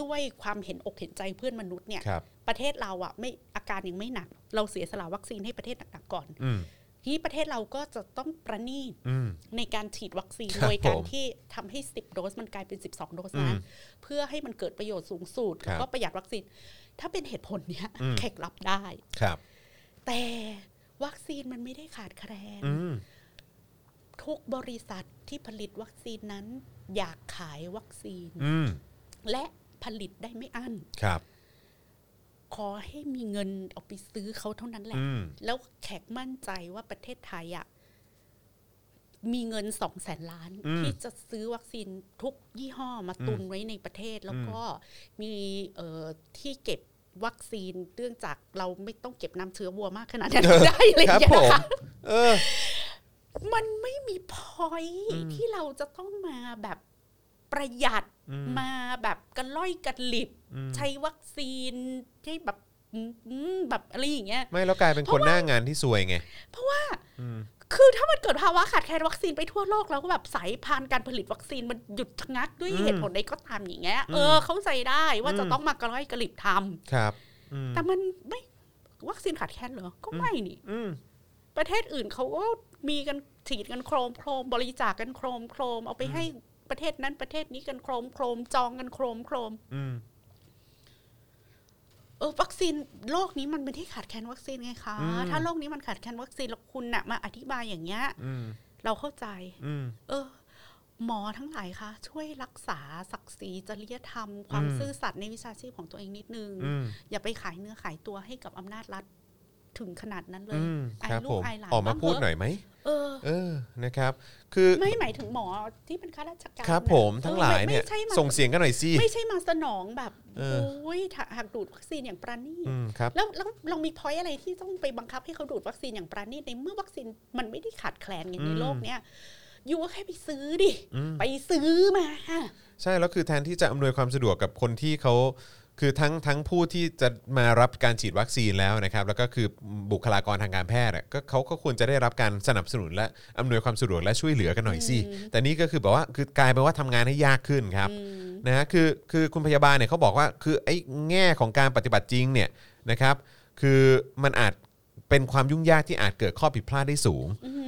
Speaker 3: ด้วยความเห็นอกเห็นใจเพื่อนมนุษย์เนี่ย
Speaker 2: ครับ
Speaker 3: ประเทศเราอะไม่อาการยังไม่หนัก เราเสียสละวัคซีนให้ประเทศหนักๆก่อน
Speaker 2: อืม
Speaker 3: ทนีประเทศเราก็จะต้องประนีต
Speaker 2: อืม
Speaker 3: ในการฉีดวัคซีน
Speaker 2: ครับ
Speaker 3: โดยการ
Speaker 2: ผม
Speaker 3: ที่ทำให้ 10 โดสมันกลายเป็น 12 โดส
Speaker 2: อื
Speaker 3: นะ
Speaker 2: ม
Speaker 3: เพื่อให้มันเกิดประโยชน์สูงสุด
Speaker 2: ครั
Speaker 3: แล้ว
Speaker 2: บ
Speaker 3: ก็ประหยัดวัคซีน ถ้าเป็นเหตุผลเนี้ย
Speaker 2: อืม
Speaker 3: แขกรับได้
Speaker 2: ครับ
Speaker 3: แต่วัคซีนมันไม่ได้ขาดแคลน
Speaker 2: อืม
Speaker 3: ทุกบริษัทที่ผลิตวัคซีนนั้น อยากขายวัคซีน
Speaker 2: อืม
Speaker 3: และผลิตได้ไม่อั้น
Speaker 2: ครับ
Speaker 3: ขอให้มีเงินเอาไปซื้อเขาเท่านั้นแหละ
Speaker 2: อืม
Speaker 3: แล้วแขกมั่นใจว่าประเทศไทยอะมีเงินสองแสนล้าน
Speaker 2: อืม
Speaker 3: ที่จะซื้อวัคซีนทุกยี่ห้อมาตุนไว้ในประเทศ แล้วก็มีเอ่อที่เก็บวัคซีนเรื่องจากเราไม่ต้องเก็บน้ำเชื้อวัวมากขนาดนั้น
Speaker 2: เออ
Speaker 3: ได้เลย
Speaker 2: ครับ
Speaker 3: นะ
Speaker 2: ผม
Speaker 3: คะ
Speaker 2: เออ
Speaker 3: มันไม่มีพอย
Speaker 2: อืม
Speaker 3: ที่เราจะต้องมาแบบประหยัด
Speaker 2: อืม
Speaker 3: มาแบบกันล่อยกันหลิบ
Speaker 2: อืม
Speaker 3: ใช้วัคซีนใช้แบบอืมแบบอะไรอย่างเงี้ย
Speaker 2: ไม่แล้วกลายเป็นคนหน้างานที่ซวยไง
Speaker 3: เพราะว่า
Speaker 2: อืม
Speaker 3: คือถ้ามันเกิดภาวะขาดแคลนวัคซีนไปทั่วโลกแล้วก็แบบสายพานธุ์การผลิตวัคซีนมันหยุดชะงักด้วย
Speaker 2: อืม
Speaker 3: เหตุผลใดก็ตามอย่างเงี้ยเออ
Speaker 2: ม
Speaker 3: เข้าใจได้ว่า
Speaker 2: อืม
Speaker 3: จะต้องมากระล่อยกระหลิบทำ
Speaker 2: ครับอืม
Speaker 3: แต่มันไม่วัคซีนขาดแคลนเหรอก็ไม่นี่
Speaker 2: อืม
Speaker 3: ประเทศอื่นเขาก็มีกันฉีดกันโครมโครมบริจาคกันโครมโครมเอาไปให้ประเทศนั้นประเทศนี้กันโครมโครมจองกันโครมโครม
Speaker 2: อืม
Speaker 3: เออวัคซีนโลกนี้มันไม่ได้ขาดแคลนวัคซีนไงคะ
Speaker 2: อืม
Speaker 3: ถ้าโลกนี้มันขาดแคลนวัคซีนแล้วคุณน่ะมาอธิบายอย่างเงี้ย
Speaker 2: อืม
Speaker 3: เราเข้าใจ
Speaker 2: อืม
Speaker 3: เออ หมอทั้งหลายคะช่วยรักษาศักดิ์ศรีจริยธรรม ความ
Speaker 2: อืม
Speaker 3: ซื่อสัตย์ในวิชาชีพของตัวเองนิดนึง
Speaker 2: อืม
Speaker 3: อย่าไปขายเนื้อขายตัวให้กับอำนาจรัฐถึงขนาดนั้นเล
Speaker 2: อื
Speaker 3: ย
Speaker 2: ม
Speaker 3: อา
Speaker 2: ค
Speaker 3: ย
Speaker 2: รับ
Speaker 3: ลู
Speaker 2: ผ
Speaker 3: ก
Speaker 2: ม
Speaker 3: อายหลาน
Speaker 2: ออกมา
Speaker 3: บ้ง
Speaker 2: พูด
Speaker 3: เถะ
Speaker 2: หน่อยไหม
Speaker 3: เออ
Speaker 2: เออนะครับ คือ
Speaker 3: ไม่หมายถึงหมอที่เป็นข้าราชการ
Speaker 2: ครับ
Speaker 3: นะ
Speaker 2: ผมทั้ง
Speaker 3: ออ
Speaker 2: หลาย
Speaker 3: ไม่
Speaker 2: เนี่ย
Speaker 3: ไม่ใช่มา
Speaker 2: ส่งเสียงกันหน่อยสิ
Speaker 3: ไม่ใช่มาสนองแบบ
Speaker 2: เอ
Speaker 3: โอ
Speaker 2: อ
Speaker 3: ้ยถ้าหากดูดวัคซีนอย่างปราณีต
Speaker 2: อืมครับ
Speaker 3: แล้วแล้วเรามีพอยอะไรที่ต้องไปบังคับให้เขาดูดวัคซีนอย่างปราณีตในเมื่อวัคซีนมันไม่ได้ขาดแคลนอย่างใน
Speaker 2: อืม
Speaker 3: โลกเนี้ยยูก็แค่ไปซื้อดิ
Speaker 2: อืม
Speaker 3: ไปซื้อมา
Speaker 2: ใช่ แล้วคือแทนที่จะอำนวยความสะดวกกับคนที่เขา คือทั้งทั้งผู้ที่จะมารับการฉีดวัคซีนแล้วนะครับแล้วก็คือบุคลากรทางการแพทย์อะก็เขาก็ควรจะได้รับการสนับสนุนและอำนวยความสะดวกและช่วยเหลือกันหน่อยสิแต่นี่ก็คือแบบว่าคือกลายเป็นว่าทำงานให้ยากขึ้นครับนะฮะคือคือคุณพยาบาลเนี่ยเขาบอกว่าคือไอ้แง่ของการปฏิบัติจริงเนี่ยนะครับ คือมันอาจเป็นความยุ่งยากที่อาจเกิดข้อผิดพลาดได้สูง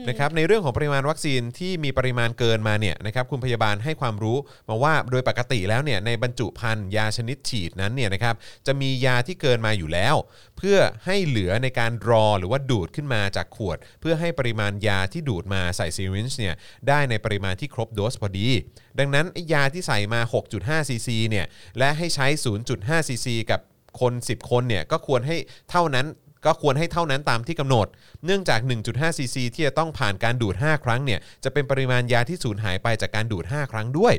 Speaker 2: นะครับในเรื่องของปริมาณวัคซีนที่มีปริมาณเกินมาเนี่ยนะครับคุณพยาบาลให้ความรู้มาว่าโดยปกติแล้วเนี่ยในบรรจุภัณฑ์ยาชนิดฉีดนั้นเนี่ยนะครับจะมียาที่เกินมาอยู่แล้ว เพื่อให้เหลือในการรอหรือว่าดูดขึ้นมาจากขวด เพื่อให้ปริมาณยาที่ดูดมาใส่ซีรินจ์เนี่ยได้ในปริมาณที่ครบโดสพอดี ดังนั้นไอ้ยาที่ใส่มา 6.5ซีซีเนี่ยและให้ใช้ 0.5ซีซีกับ คน 10 คนเนี่ยก็ควรให้เท่านั้นก็ควรให้เท่านั้นตามที่กำหนด เนื่องจาก 1.5 ซีซีที่จะต้องผ่านการดูด 5 ครั้งเนี่ยจะเป็นปริมาณยาที่สูญหายไปจากการดูด 5 ครั้งด้วย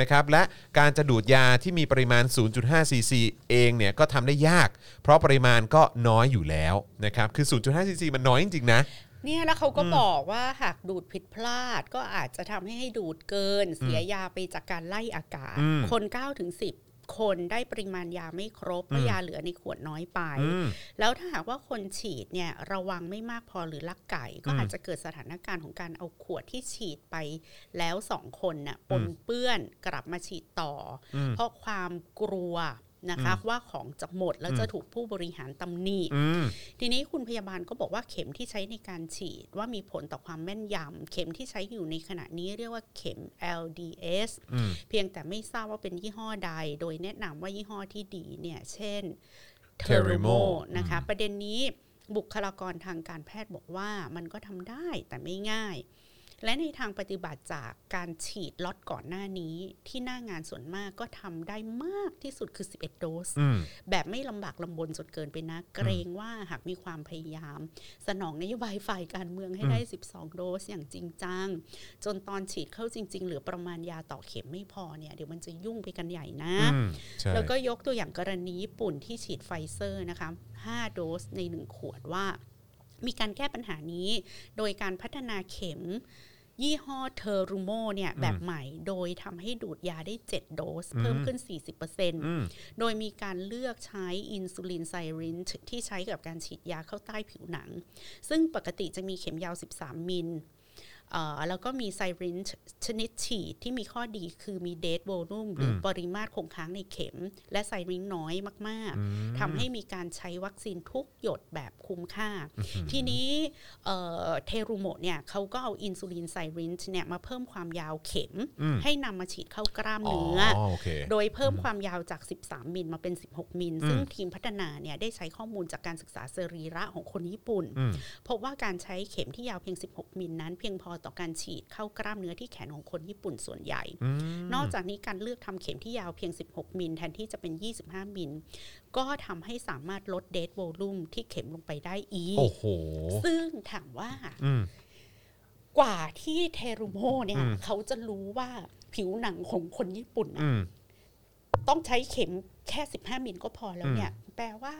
Speaker 2: นะครับและการจะดูดยาที่มีปริมาณ 0.5 ซีซีเองเนี่ยก็ทำได้ยาก เพราะปริมาณก็น้อยอยู่แล้วนะครับคือ 0.5 ซีซีมันน้อยจริงๆนะ
Speaker 3: เนี่ยแล้วเขาก็บอกว่าหากดูดผิดพลาด ก็อาจจะทำให้ดูดเกิน เสียยาไปจากการไล่อากาศ
Speaker 2: อืม
Speaker 3: คน9ถึง10 คนได้ปริมาณยาไม่ครบเพราะ
Speaker 2: อืม
Speaker 3: ยาเหลือในขวดน้อยไป
Speaker 2: อืม
Speaker 3: แล้วถ้าหากว่าคนฉีดเนี่ยระวังไม่มากพอหรือลักไก่ ก็
Speaker 2: อืม
Speaker 3: อาจจะเกิดสถานการณ์ของการเอาขวดที่ฉีดไปแล้วสองคนน่ะป
Speaker 2: อืม
Speaker 3: นเปื้อนกลับมาฉีดต่ออ
Speaker 2: ม
Speaker 3: เพราะความกลัวนะคะว่าของจะหมดแล้ว
Speaker 2: อืม
Speaker 3: จะถูกผู้บริหารตำหนิ
Speaker 2: อืม
Speaker 3: ทีนี้คุณพยาบาลก็บอกว่าเข็มที่ใช้ในการฉีดว่ามีผลต่อความแม่นยำเข็มที่ใช้อยู่ในขณะนี้เรียกว่าเข็ม LDS
Speaker 2: อืม
Speaker 3: เพียงแต่ไม่ทราบว่าเป็นยี่ห้อใด โดยแนะนำว่ายี่ห้อที่ดีเนี่ยเช่น
Speaker 2: Terumo
Speaker 3: นะคะ ประเด็นนี้บุคลากรทางการแพทย์บอกว่ามันก็ทำได้แต่ไม่ง่าย และในทางปฏิบัติจากการฉีดล็อตก่อนหน้านี้ ที่หน้างานส่วนมากก็ทำได้มากที่สุดคือ 11 โดส
Speaker 2: อืม
Speaker 3: แบบไม่ลำบากลำบนจนเกินไปนะ เกรงว่าหากมีความพยายาม สนองนโยบายฝ่ายการเมืองให้ได้ 12 โดสอย่างจริงจัง จนตอนฉีดเข้าจริง ๆ เหลือประมาณยาต่อเข็มไม่พอเนี่ย เดี๋ยวมันจะยุ่งไปกันใหญ่นะ
Speaker 2: อืมใช่
Speaker 3: แล้วก็ยกตัวอย่างกรณีญี่ปุ่นที่ฉีดไฟเซอร์นะคะ 5 โดสใน 1 ขวดว่า มีการแก้ปัญหานี้ โดยการพัฒนาเข็ม ยี่ห้อเทอรูโมเนี่ยแบบใหม่ โดยทำให้ดูดยาได้ 7 โดส เพิ่มขึ้น 40%
Speaker 2: อืม
Speaker 3: โดยมีการเลือกใช้อินซูลินไซรินที่ใช้กับการฉีดยาเข้าใต้ผิวหนัง ซึ่งปกติจะมีเข็มยาว 13 มิลเอ่อแล้วก็มีไซรินชนิดฉีดที่มีข้อดีคือมีเดทโวลูมหรือ
Speaker 2: ม
Speaker 3: อปริมาตรคงค้างในเข็ม และไซรินน้อยมาก
Speaker 2: อืม
Speaker 3: ๆทำให้มีการใช้วัคซีนทุกหยดแบบคุ้มค่า ทีนี้เอ่อเทรูโมดเนี่ยเขาก็เอาอินซูลินไซรินเนี่ยมาเพิ่มความยาวเข็ม
Speaker 2: อืม
Speaker 3: ให้นำมาฉีดเข้ากล้ามเนื้ออ
Speaker 2: อโอเค
Speaker 3: โดยเพิ่มความยาวจาก 13 มิลมาเป็น 16 มิล
Speaker 2: อืม
Speaker 3: ซึ่งทีมพัฒนาเนี่ยได้ใช้ข้อมูลจากการศึกษาสรีระของคนญี่ปุ่น
Speaker 2: อืม
Speaker 3: พบว่าการใช้เข็มที่ยาวเพียง 16 มิลนั้น เพียงพอต่อการฉีดเข้ากล้ามเนื้อที่แขนของคนญี่ปุ่นส่วนใหญ่
Speaker 2: อืม
Speaker 3: นอกจากนี้การเลือกทำเข็มที่ยาวเพียง 16 มิลแทนที่จะเป็น 25 มิล ก็ทำให้สามารถลดเดทโวลูมที่เข็มลงไปได้อีก
Speaker 2: โอ้โห
Speaker 3: ซึ่งถามว่า
Speaker 2: อืม
Speaker 3: กว่าที่เทรูโมเนี่ย
Speaker 2: อืม
Speaker 3: เขาจะรู้ว่าผิวหนังของคนญี่ปุ่นน่ะ
Speaker 2: อืม
Speaker 3: ต้องใช้เข็มแค่ 15 มิลก็พอแล้วเนี่ย แปลว่า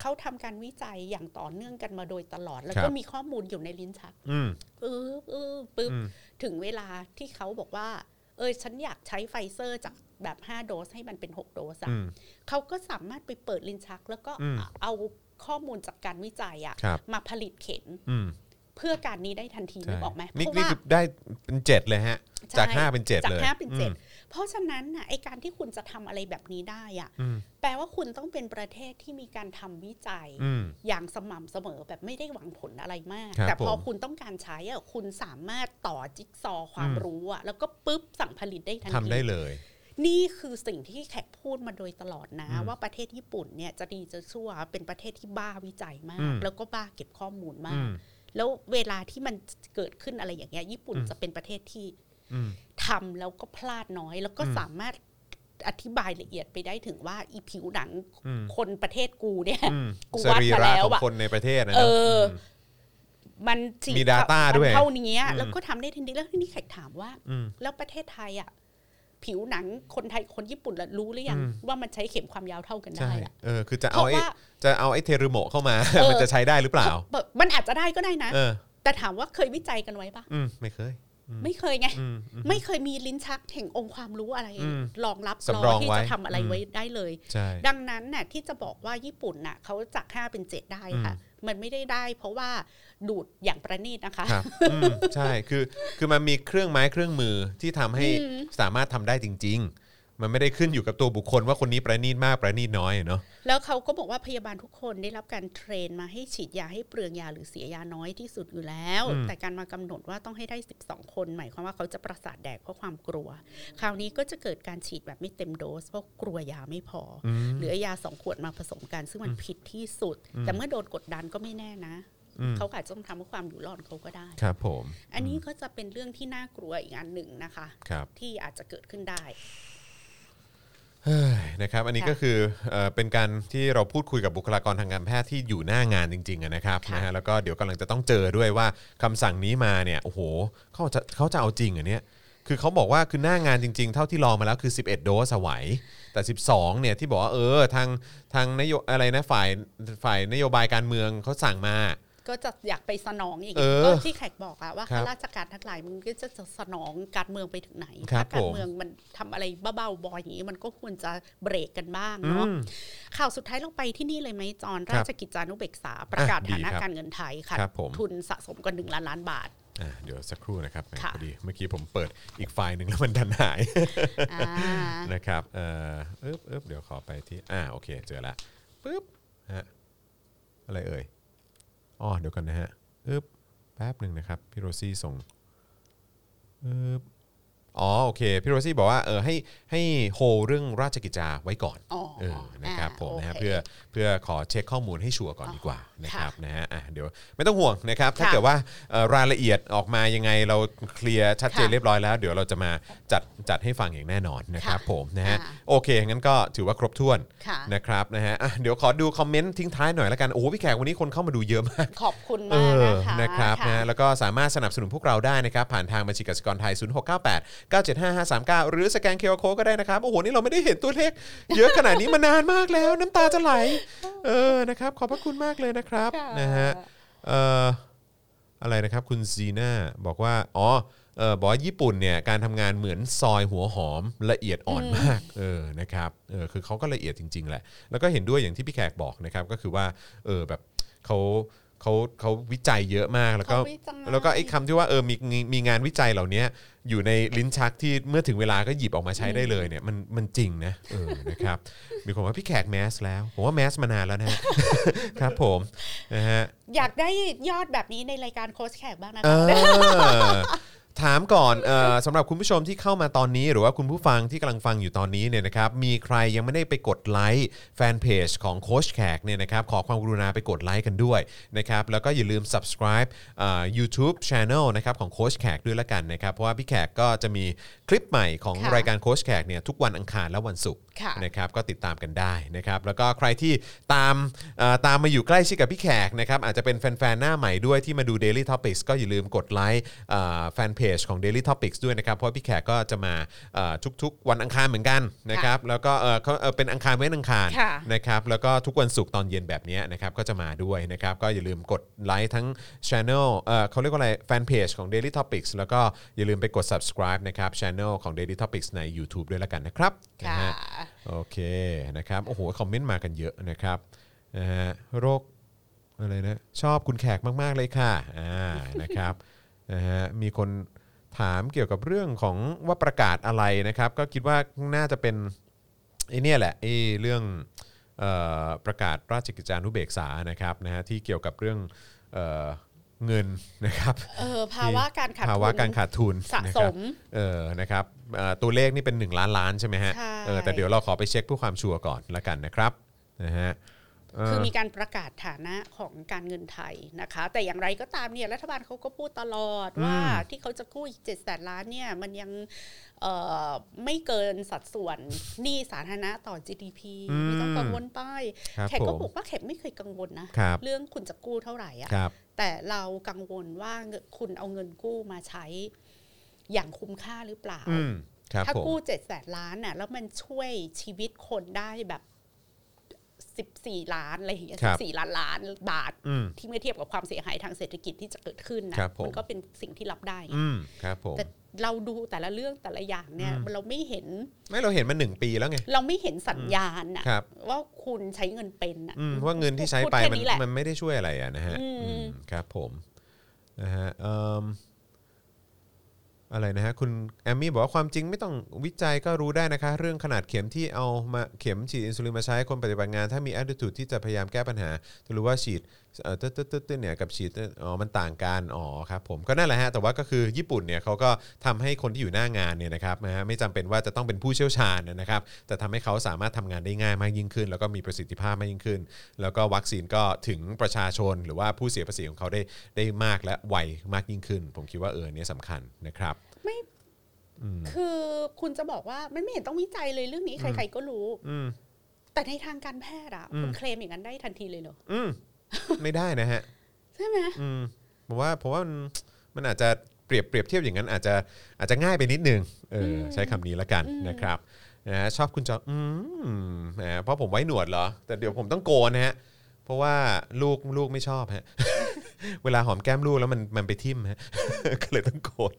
Speaker 3: เขาทำการวิจัยอย่างต่อเนื่องกันมาโดยตลอด แล้ว
Speaker 2: ครั
Speaker 3: ก็
Speaker 2: บ
Speaker 3: มีข้อมูลอยู่ในลิ้นชัก
Speaker 2: อืม
Speaker 3: เออเออปึ๊บ
Speaker 2: อืม
Speaker 3: ถึงเวลาที่เขาบอกว่า เออ ฉันอยากใช้ไฟเซอร์จากแบบ 5 โดสให้มันเป็น 6 โดสอะ
Speaker 2: อืม
Speaker 3: เขาก็สามารถไปเปิดลิ้นชัก แล้วก็
Speaker 2: อืม
Speaker 3: เอาข้อมูลจากการวิจัยอะ
Speaker 2: ครับ
Speaker 3: มาผลิตเข็ม
Speaker 2: อืม
Speaker 3: เพื่อการนี้ได้ทันทีนึกออกไหม
Speaker 2: นี่
Speaker 3: เพราะ
Speaker 2: นี่
Speaker 3: ว่า
Speaker 2: คือได้เป็นเจ็ดเลยฮะ
Speaker 3: ใช่
Speaker 2: จากห้าเป็นเจ็ด
Speaker 3: จาก
Speaker 2: เลย
Speaker 3: ห้าเป็นเจ็ด
Speaker 2: อืม
Speaker 3: เพราะฉะนั้นน่ะไอการที่คุณจะทำอะไรแบบนี้ได้อะ
Speaker 2: อืม
Speaker 3: แปลว่าคุณต้องเป็นประเทศที่มีการทำวิจัย
Speaker 2: อืม
Speaker 3: อย่างสม่ำเสมอแบบไม่ได้หวังผลอะไรมาก
Speaker 2: ครับ
Speaker 3: แต่พอ
Speaker 2: ผม
Speaker 3: คุณต้องการใช้อะคุณสามารถต่อจิ๊กซอว์ความ
Speaker 2: อืม
Speaker 3: รู้อะแล้วก็ปุ๊บสั่งผลิตได้ทัน
Speaker 2: ทำได้
Speaker 3: ที
Speaker 2: เลย
Speaker 3: นี่คือสิ่งที่แขกพูดมาโดยตลอดนะ
Speaker 2: อืม
Speaker 3: ว่าประเทศญี่ปุ่นเนี่ยจะดีจะชั่วเป็นประเทศที่บ้าวิจัยมา
Speaker 2: อื
Speaker 3: ก
Speaker 2: ม
Speaker 3: แล้วก็บ้าเก็บข้อมูลมา
Speaker 2: อื
Speaker 3: ก
Speaker 2: ม
Speaker 3: แล้วเวลาที่มันเกิดขึ้นอะไรอย่างเงี้ยญี่ปุ่น
Speaker 2: อืม
Speaker 3: จะเป็นประเทศที่
Speaker 2: อืม
Speaker 3: ทำแล้วก็พลาดน้อย แล้วก็
Speaker 2: อืม
Speaker 3: สามารถอธิบายละเอียดไปได้ถึงว่าอีผิวหนัง
Speaker 2: อืม
Speaker 3: คนประเทศกูเนี่ย
Speaker 2: อืม
Speaker 3: กู
Speaker 2: ส
Speaker 3: วัด
Speaker 2: รี
Speaker 3: มา
Speaker 2: ระ
Speaker 3: แล้ว
Speaker 2: ของ
Speaker 3: อะ
Speaker 2: คนในประเทศนะ
Speaker 3: เอ
Speaker 2: นะ
Speaker 3: อ
Speaker 2: ม
Speaker 3: มันฉี
Speaker 2: มี data
Speaker 3: มัน
Speaker 2: ด้วย
Speaker 3: เท่านี้
Speaker 2: อืม
Speaker 3: แล้วก็ทำได้ทันทีแล้วที่นี่แขกถามว่า
Speaker 2: อืม
Speaker 3: แล้วประเทศไทยอ่ะผิวหนังคนไทยคนญี่ปุ่นละรู้หรือยัง
Speaker 2: อืม
Speaker 3: ว่ามันใช้เข็มความยาวเท่ากัน
Speaker 2: ใช่
Speaker 3: ได้อะ
Speaker 2: เออ คือจะเอาไอ้
Speaker 3: เพราะว่า
Speaker 2: จะเอาไอ้เทรุโมะเข้ามา
Speaker 3: เออ
Speaker 2: มันจะใช้ได้หรือเปล่า
Speaker 3: แบบมันอาจจะได้ก็ได้นะ
Speaker 2: เออ
Speaker 3: แต่ถามว่าเคยวิจัยกันไว้ปะ
Speaker 2: อืม ไม่เคย
Speaker 3: ไม่เคยไง
Speaker 2: อืมอืม
Speaker 3: ไม่เคยมีลิ้นชักแห่งองค์ความรู้อะไร
Speaker 2: อืม
Speaker 3: รองรับ
Speaker 2: สำรอง
Speaker 3: ที่
Speaker 2: ไว้
Speaker 3: จะทำอะไร
Speaker 2: อืม
Speaker 3: ไว้ได้เลย
Speaker 2: ใช่
Speaker 3: ดังนั้นน่ะที่จะบอกว่าญี่ปุ่นน่ะเขาจากห้าเป็นเจ็ดได้ค่ะ มันไม่ได้ได้เพราะว่าดูดอย่างประณีตนะคะ
Speaker 2: ครับอืมใช่คือคือมันมีเครื่องไม้เครื่องมือที่ทำให้
Speaker 3: อืม
Speaker 2: สามารถทำได้จริง ๆ มันไม่ได้ขึ้นอยู่กับตัวบุคคลว่าคนนี้ประณีตมากประณีตน้อยเนาะ
Speaker 3: แล้วเขาก็บอกว่าพยาบาลทุกคนได้รับการเทรนมาให้ฉีดยาให้เปลืองยาหรือเสียยาน้อยที่สุดอยู่แล้ว
Speaker 2: อืม
Speaker 3: แต่การมากำหนดว่าต้องให้ได้ 12 คนหมายความว่าเขาจะประสาทแดกเพราะความกลัว คราวนี้ก็จะเกิดการฉีดแบบไม่เต็มโดสเพราะกลัวยาไม่พออ
Speaker 2: อืม
Speaker 3: เหลือยาสองขวดมาผสมกัน ซึ่งมันผิดที่สุด แต่เมื่อโดนกดดันก็ไม่แน่นะ
Speaker 2: อืม
Speaker 3: เขาอาจจะต้องทำเพื่อความอยู่รอดของเขาก็ได้
Speaker 2: ครับผม
Speaker 3: อันนี้ก็จะเป็นเรื่องที่น่ากลัวอีกอันหนึ่งนะคะ
Speaker 2: ครับ
Speaker 3: ที่อาจจะเกิดขึ้นได้
Speaker 2: เฮ้ยนะครับอันนี้
Speaker 3: ค่ะ
Speaker 2: ก็คือเอ่อเป็นการที่เราพูดคุยกับบุคลากรทางการแพทย์ที่อยู่หน้างานจริงๆอะนะครับ
Speaker 3: ค่ะ
Speaker 2: นะฮะแล้วก็เดี๋ยวกำลังจะต้องเจอด้วยว่าคำสั่งนี้มาเนี่ยโอ้โหเขาจะเขาจะเอาจริงเหรอเนี่ยคือเขาบอกว่าคือหน้างานจริง ๆ เท่าที่ลองมาแล้วคือ 11 โดสไหวแต่ 12เนี่ยที่บอกว่าเออทางทางนโยอะไรนะฝ่ายฝ่ายนโยบายการเมืองเขาสั่งมา
Speaker 3: ก็จะอยากไปสนองอีก
Speaker 2: เออ
Speaker 3: ก็ที่แขกบอกอะว่า
Speaker 2: ครั
Speaker 3: ข้า
Speaker 2: บ
Speaker 3: ราชการทั้งหลายมันก็จะสนองการเมืองไปถึงไหน
Speaker 2: ครั
Speaker 3: ถ้า
Speaker 2: บ
Speaker 3: กา
Speaker 2: ผ
Speaker 3: ร
Speaker 2: ม
Speaker 3: เมืองมันทำอะไรเบาๆบอยอย่างนี้มันก็ควรจะเบรกกันบ้าง
Speaker 2: อืม
Speaker 3: เนาะข่าวสุดท้ายเราไปที่นี่เลยไหมจอน
Speaker 2: ครับ
Speaker 3: ราชกิจจานุเบกษา ประกาศฐานะ
Speaker 2: ดีครับ
Speaker 3: การเงินไทยค่ะ
Speaker 2: ครับผม
Speaker 3: ทุนสะสมกว่าหนึ่งล้านล้านบา ท
Speaker 2: อ่ะเดี๋ยวสักครู่นะครับแหม
Speaker 3: ค่ะ
Speaker 2: พอดีเมื่อกี้ผมเปิดอีกไฟล์หนึ่งแล้วมันดันหาย
Speaker 3: อ่า
Speaker 2: นะครับเอ่อเอ๊บเอ๊บเดี๋ยวขอไปที่ อ่า โอเค เจอละปึ๊บ ฮะ อะไรเอ่ย อ๋อ เดี๋ยวกันนะฮะเอ๊บแป๊บหนึ่งนะครับ พี่โรซี่ส่งเอ๊บอ๋อ โอเค พี่โรซี่บอกว่า เออ ให้ ให้โฮเรื่องราชกิจจาไว้ก่อน
Speaker 3: อ๋อ
Speaker 2: เออนะครับ
Speaker 3: อ่า
Speaker 2: ผมนะฮะ
Speaker 3: โอเค
Speaker 2: เพื่อ เพื่อขอเช็คข้อมูลให้ชัวร์ก่อนดีกว่า
Speaker 3: อ๋อ
Speaker 2: นะครับ
Speaker 3: ค่ะ
Speaker 2: นะฮะ อ่ะเดี๋ยว ไม่ต้องห่วงนะครับ ถ้า
Speaker 3: ค่ะ
Speaker 2: เกิดว่าเอ่อรายละเอียดออกมายังไง เราเคลียร์ชัดเจน
Speaker 3: ค่ะ
Speaker 2: เรียบร้อยแล้ว เดี๋ยวเราจะมาจัด จัดให้ฟังอย่างแน่นอนนะครับ
Speaker 3: ค่ะ
Speaker 2: ผม นะฮะ
Speaker 3: ค่ะ
Speaker 2: โอเค งั้นก็ถือว่าครบถ้วน
Speaker 3: ค่ะ
Speaker 2: นะครับนะฮะอ่ะเดี๋ยวขอดูคอมเมนต์ทิ้งท้ายหน่อยละกัน โอ้โหพี่แขกวันนี้คนเข้ามาดูเยอะมาก
Speaker 3: ขอบคุณ
Speaker 2: เอ
Speaker 3: มาก
Speaker 2: อ
Speaker 3: นะคะ
Speaker 2: นะครับ
Speaker 3: ค่ะ
Speaker 2: นะแล้วก็สามารถสนับสนุนพวกเราได้นะครับ ผ่านทางบัญชีกสิกรไทย 0698 975 539 หรือสแกนเคอร์โคก็ได้นะครับ โอ้โห นี่เราไม่ได้เห็นตัวเลขเยอะขนาดนี้มานานมากแล้ว น้ำตาจะไหล เออนะครับ ขอบพระคุณมากเลยนะครับ
Speaker 3: ค่ะ
Speaker 2: นะฮะเอ่อ อะไรนะครับคุณซีน่าบอกว่าอ๋อเออบอกว่าญี่ปุ่นเนี่ยการทำงานเหมือนซอยหัวหอมละเอียดอ่อนมากเออนะครับเออคือเขาก็ละเอียดจริง ๆ แหละ แล้วก็เห็นด้วยอย่างที่พี่แขกบอกนะครับก็คือว่าเออแบบเขาเขาเขาวิจัยเยอะมากแล้วก็
Speaker 3: เขาวิจัย
Speaker 2: แล้วก็ไอ้คำที่ว่าเออมีมีมีงานวิจัยเหล่านี้อยู่ในลิ้นชักที่เมื่อถึงเวลาก็หยิบออกมาใช้ได้เลยเนี่ยมันมันจริงนะเออนะครับ มีคนว่าพี่แขกแมสแล้วผมว่าแมสมานานแล้วนะฮะ ครับผมนะฮะ
Speaker 3: อยากได้ยอดแบบนี้ในรายการโค้ชแขกบ้างนะ
Speaker 2: เอ
Speaker 3: คะ
Speaker 2: อถามก่อนเอ อสำหรับคุณผู้ชมที่เข้ามาตอนนี้ หรือว่าคุณผู้ฟังที่กำลังฟังอยู่ตอนนี้เนี่ยนะครับมีใครยังไม่ได้ไปกดไลค์แฟนเพจของโค้ชแขกเนี่ยนะครับขอความกรุณาไปกดไลค์กันด้วยนะครับแล้วก็อย่าลืม subscribe อ่า YouTube Channel นะครับของโค้ชแขกด้วยละกันนะครับ เพราะว่าพี่แขกก็จะมีคลิปใหม่ของ
Speaker 3: ค่ะ
Speaker 2: รายการโค้ชแขกเนี่ยทุกวันอังคารและวันศุกร์
Speaker 3: ค่ะ
Speaker 2: นะ นะครับก็ติดตามกันได้นะครับแล้วก็ใครที่ตามเอ่อตามมาอยู่ใกล้ชิดกับพี่แขกนะครับอาจจะเป็นแฟนๆ หน้าใหม่ด้วยที่มาดู Daily Topics ก็อย่าลืมกดไลค์เอ่อแฟนเพจของ Daily Topics ด้วยนะครับ เพราะพี่แขกก็จะมาเอ่อทุกๆ วันอังคารเหมือนกันนะครับแล้วก็เอ่อเขาเอ่อเป็นอังคารเว้นอังคาร
Speaker 3: ค่ะ
Speaker 2: นะครับแล้วก็ทุกวันศุกร์ตอนเย็นแบบเนี้ยนะครับก็จะมาด้วยนะครับก็อย่าลืมกดไลค์ทั้ง Channel เอ่อเขาเรียกว่าอะไรแฟนเพจของ Daily Topics แล้วก็อย่าลืมไปกด subscribe นะครับ Channel ของ Daily Topics ใน YouTube ด้วยละกันนะครับนะ
Speaker 3: ค่ะ
Speaker 2: ฮะ โอเคนะครับโอ้โหคอมเมนต์มากันเยอะนะครับนะฮะโรคอะไรนะชอบคุณแขกมาก ๆ เลยค่ะอ่า นะครับ นะฮะมีคนถามเกี่ยวกับเรื่องของว่าประกาศอะไรนะครับ ก็คิดว่าน่าจะเป็นไอ้เนี่ยแหละไอ้เรื่องเออประกาศราชกิจจานุเบกษานะครับนะฮะที่เกี่ยวกับเรื่องเออเงินนะครับ
Speaker 3: เออภาวะการขาดทุน
Speaker 2: ภาวะการขาดทุน
Speaker 3: สะสม
Speaker 2: นะครับเออนะครับเอ่อตัวเลขนี่เป็น 1 ล้านล้านใช่ไหมฮะ
Speaker 3: ใช่
Speaker 2: เออแต่เดี๋ยวเราขอไปเช็คเพื่อความชัวร์ก่อนละกันนะครับนะฮะเออ
Speaker 3: คือมีการประกาศฐานะของการเงินไทยนะคะ แต่อย่างไรก็ตามเนี่ยรัฐบาลเขาก็พูดตลอด
Speaker 2: อืม
Speaker 3: ว่าที่เขาจะกู้อีกเจ็ดแสนล้านเนี่ยมันยังเอ่อไม่เกินสัดส่วนหนี้สาธารณะต่อ GDP ไม่ต้องกังวลไป
Speaker 2: ครับ
Speaker 3: แขก
Speaker 2: ผ
Speaker 3: ก็
Speaker 2: ม
Speaker 3: บอกว่าแขกไม่เคยกังวลนะครับ เรื่องคุณจะกู้เท่าไหร่อะ
Speaker 2: ครับ
Speaker 3: แต่เรากังวลว่าเงินคุณเอาเงินกู้มาใช้อย่างคุ้มค่าหรือเปล่า
Speaker 2: อืมครับ
Speaker 3: ถ้า
Speaker 2: ผม
Speaker 3: กู้เจ็ดแสนล้านน่ะแล้วมันช่วยชีวิตคนได้แบบ 14 ล้านอะไรอย่างเงี้ย
Speaker 2: ครับ
Speaker 3: 14 ล้านล้านบาท
Speaker 2: อืม
Speaker 3: ที่เมื่อเทียบกับความเสียหายทางเศรษฐกิจที่จะเกิดขึ้นนะครับ
Speaker 2: ผม
Speaker 3: มัก็เป็นสิ่งที่รับได้ไง
Speaker 2: อืมครับผม
Speaker 3: แต่เราดูแต่ละเรื่องแต่ละอย่างเนี่ย
Speaker 2: อืม
Speaker 3: เราไม่เห็น
Speaker 2: ไม่เราเห็นมาหนึ่งปีแล้วไง
Speaker 3: เราไม่เห็นสัญญาณนะครับ ว่าคุณใช้เงินเป็นนะ
Speaker 2: อืมว่าเงินที่ใช้ไป
Speaker 3: พูดแค่
Speaker 2: มัน
Speaker 3: นี้แหละ
Speaker 2: มันไม่ได้ช่วยอะไรอะนะฮะ
Speaker 3: อืม
Speaker 2: อืมครับผมนะฮะเอิ่มอะไรนะฮะคุณแอมมี่บอกว่าความจริงไม่ต้องวิจัยก็รู้ได้นะคะ เรื่องขนาดเข็มที่เอามาเข็มฉีดอินซูลินมาใช้คนปฏิบัติงาน ถ้ามี attitude ที่จะพยายามแก้ปัญหาจะรู้ว่าฉีดเอ่อตึ๊ดตึ๊ดตึ๊ดตึ๊ดเนี่ยกับฉีดอ๋อมันต่างกันอ๋อครับผมก็นั่นแหละฮะแต่ว่าก็คือญี่ปุ่นเนี่ยเขาก็ทำให้คนที่อยู่หน้างานเนี่ยนะครับนะฮะไม่จำเป็นว่าจะต้องเป็นผู้เชี่ยวชาญนะครับ แต่ทำให้เขาสามารถทำงานได้ง่ายมากยิ่งขึ้น แล้วก็มีประสิทธิภาพมากยิ่งขึ้น แล้วก็วัคซีนก็ถึงประชาชนหรือว่าผู้เสียภาษีของเขาได้ได้มากและไวมากยิ่งขึ้น ผมคิดว่าเออเนี่ยสำคัญนะครับ
Speaker 3: ไม่
Speaker 2: อืม
Speaker 3: คือคุณจะบอกว่ามันไม่เห็นต้องวิจัยเลยเรื่องนี้ใคร ๆก็รู้
Speaker 2: อืม
Speaker 3: แต่ในทางการแพทย์อะ
Speaker 2: อืม
Speaker 3: คุณเคลมอย่างนั้นได้ทันทีเลยเหรอ
Speaker 2: อืม ไม่ได้นะฮะ
Speaker 3: ใช่ไหม
Speaker 2: อืมผมว่าผมว่ามันมันอาจจะเปรียบเปรียบเทียบอย่างนั้นอาจจะอาจจะง่ายไปนิดนึงเอออใช้คำนี้ละกันนะครับนะฮะชอบคุณจอมอืมนะฮะเพราะผมไว้หนวดเหรอ แต่เดี๋ยวผมต้องโกนนะฮะ เพราะว่าลูกลูกไม่ชอบฮะ เวลาหอมแก้มลูกแล้วมันมันไปทิ่มฮะ ก็เลยต้องโกน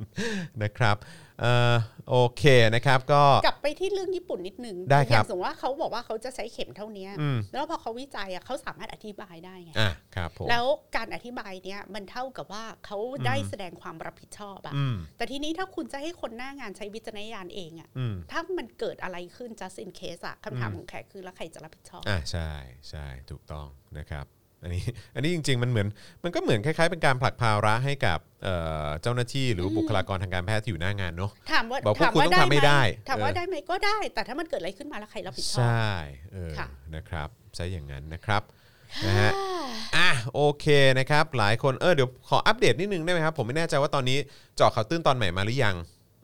Speaker 2: นะครับเอ่อโอเคนะครับก็
Speaker 3: กลับไปที่เรื่องญี่ปุ่นนิดนึง
Speaker 2: ได้
Speaker 3: อ
Speaker 2: ครั
Speaker 3: ย่า
Speaker 2: บ
Speaker 3: งสมมติว่าเขาบอกว่าเขาจะใช้เข็มเท่านี้
Speaker 2: อืม
Speaker 3: แล้วพอเขาวิจัยอะเขาสามารถอธิบายได้ไง
Speaker 2: อ่ะครับผม
Speaker 3: แล้วการอธิบายเนี่ยมันเท่ากับว่าเขาได้แสดงความรับผิดชอบอะ
Speaker 2: อืม
Speaker 3: แต่ทีนี้ถ้าคุณจะให้คนหน้างานใช้วิจารณญาณเองอะ
Speaker 2: อืม
Speaker 3: ถ้ามันเกิดอะไรขึ้น just in case อะคำถาม
Speaker 2: อืม
Speaker 3: ของแขกคือแล้วใครจะรับผิดชอบ
Speaker 2: อ่าใช่ใช่ถูกต้องนะครับอันนี้ อันนี้จริง ๆ มันเหมือนมันก็เหมือนคล้ายๆ เป็นการผลักภาระให้กับเอ่อเจ้าหน้าที่หรือบุคลากรทางการแพทย์ที่อยู่หน้างานเนาะ
Speaker 3: ถามว่า
Speaker 2: บอกพวก
Speaker 3: ถาม
Speaker 2: คุณ
Speaker 3: ว่า
Speaker 2: ต้องทำให้ได้
Speaker 3: ถามว่า
Speaker 2: เออ
Speaker 3: ได้ไหมก็ได้ แต่ถ้ามันเกิดอะไรขึ้นมาแล้วใครรับผิดชอบ
Speaker 2: ใช่เออ
Speaker 3: ค่ะ
Speaker 2: นะครับใช่อย่างนั้น นะครับนะฮะอ่ะโอเคนะครับ หลายคนเออเดี๋ยวขออัปเดตนิดนึงได้ไหมครับ ผมไม่แน่ใจว่าตอนนี้เจาะข่าวตื้นตอนใหม่มาหรือยัง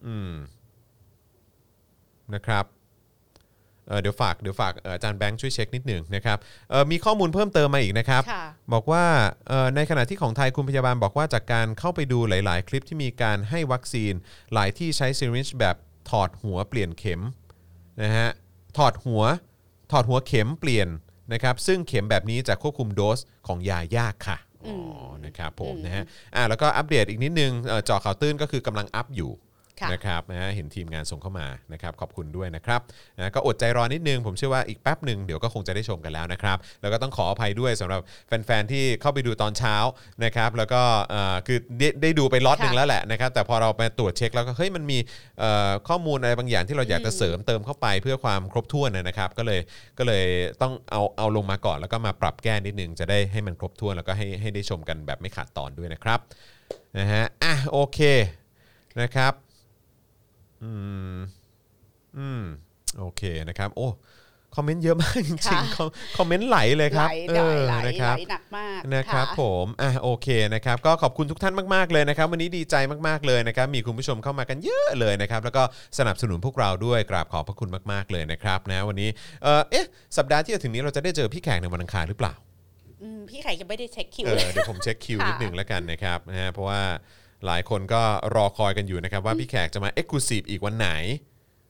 Speaker 2: อืมนะครับเออเดี๋ยวฝากเดี๋ยวฝากเอ่ออาจารย์แบงค์ช่วยเช็คนิดหนึ่งนะครับเออมีข้อมูลเพิ่มเติมมาอีกนะครับ
Speaker 3: ค่ะ
Speaker 2: บอกว่าเอ่อในขณะที่ของไทยคุณพยาบาลบอกว่าจากการเข้าไปดูหลาย ๆ คลิปที่มีการให้วัคซีน หลายที่ใช้ซีรินจ์แบบถอดหัวเปลี่ยนเข็มนะฮะถอดหัวถอดหัวเข็มเปลี่ยนนะครับซึ่งเข็มแบบนี้จะควบคุมโดสของยายากค่ะอ๋ออนะครับผมนะฮะอ่าแล้วก็อัปเดตอีกนิดนึงเอ่อเจอข่าวตื้นก็คือกำลังอัพอยู่
Speaker 3: ค่ะ
Speaker 2: นะครับนะฮะเห็นทีมงานส่งเข้ามานะครับขอบคุณด้วยนะครับนะก็อดใจรอนิดนึง ผมเชื่อว่าอีกแป๊บหนึ่งเดี๋ยวก็คงจะได้ชมกันแล้วนะครับแล้วก็ต้องขออภัยด้วยสำหรับแฟนๆที่เข้าไปดูตอนเช้านะครับแล้วก็เอ่อคือได้ได้ดูไปล็อตหนึ่งแล้วแหละนะครับแต่พอเราไปตรวจเช็คแล้วก็เฮ้ยมันมีเอ่อข้อมูลอะไรบางอย่างที่เราอยากจะเสริมเติมเข้าไปเพื่อความครบถ้วนนะครับก็เลยก็เลยต้องเอาเอาลงมาก่อนแล้วก็มาปรับแก้นิดนึงจะได้ให้มันครบถ้วนแล้วก็ให้ให้ได้ชมกันแบบไม่ขาดตอนด้วยนะครับนะฮะอ่ะโอเคนะครับ อืม อืม โอเคนะครับ โอ้ คอมเมนต์เยอะมากจริง
Speaker 3: ค่ะ
Speaker 2: ๆคอมคอมเมนต์ไหลเลยค
Speaker 3: ไหล
Speaker 2: รับ
Speaker 3: ไหล
Speaker 2: เออ
Speaker 3: ไหล
Speaker 2: นะค
Speaker 3: ไหล
Speaker 2: รับ
Speaker 3: หนักมาก
Speaker 2: นะครับ
Speaker 3: ะ
Speaker 2: ผมอ่ะโอเคนะครับก็ขอบคุณทุกท่านมากๆเลยนะครับวันนี้ดีใจมากๆเลยนะครับมีคุณผู้ชมเข้ามากันเยอะเลยนะครับแล้วก็สนับสนุนพวกเราด้วยกราบขอบพระคุณมากๆเลยนะครับนะวันนี้เออเอ๊ะสัปดาห์ที่จะถึงนี้เราจะได้เจอพี่แขกในวันอังคารหรือเปล่า
Speaker 3: อืมพี่ไข่ยังไม่ได้เช็คคิว
Speaker 2: เอ
Speaker 3: เล
Speaker 2: อย เดี๋ยวผมเช็คคิว
Speaker 3: ค่ะ
Speaker 2: นิดหนึ่งแล้วกันนะครับนะฮะเพราะว่าหลายคนก็รอคอยกันอยู่นะครับ ว่าพี่แขกจะมาเอ็กซ์คลูซีฟอีกวันไหน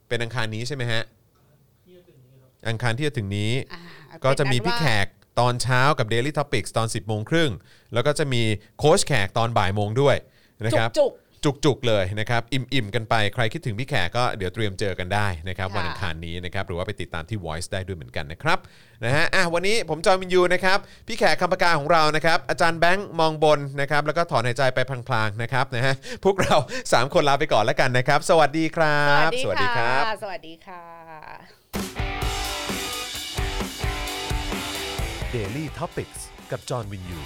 Speaker 2: เป็นอังคารนี้ใช่ไหมฮะอังคารที่จะถึงนี้
Speaker 3: อ่า
Speaker 2: ก็จะมีพี่
Speaker 3: เป็นนั้นว่า
Speaker 2: แขกตอนเช้ากับ Daily Topics ตอน 10บโมงครึ่งแล้วก็จะมีโค้ชแขกตอนบ่ายโมงด้วยนะครับ
Speaker 3: จุก
Speaker 2: จุกๆเลยนะครับอิ่มๆกันไปใครคิดถึงพี่แขกก็เดี๋ยวเตรียมเจอกันได้นะครับ
Speaker 3: ค่ะ
Speaker 2: วันอังคารนี้นะครับหรือว่าไปติดตามที่ Voice ได้ด้วยเหมือนกันนะครับนะฮะอ่ะวันนี้ผมจอมินยูนะครับพี่แขกคำปากาของเรานะครับอาจารย์แบงค์มองบนนะครับแล้วก็ถอนหายใจไปพลางๆนะครับนะฮะพวกเรา 3 คนลาไปก่อนแล้วกันนะครับ สวัสดีครับ
Speaker 3: ะ
Speaker 2: สวัสดีครับ
Speaker 3: สวัสดีค่ะ
Speaker 1: Daily t o p i c กกับจอห์นวินยู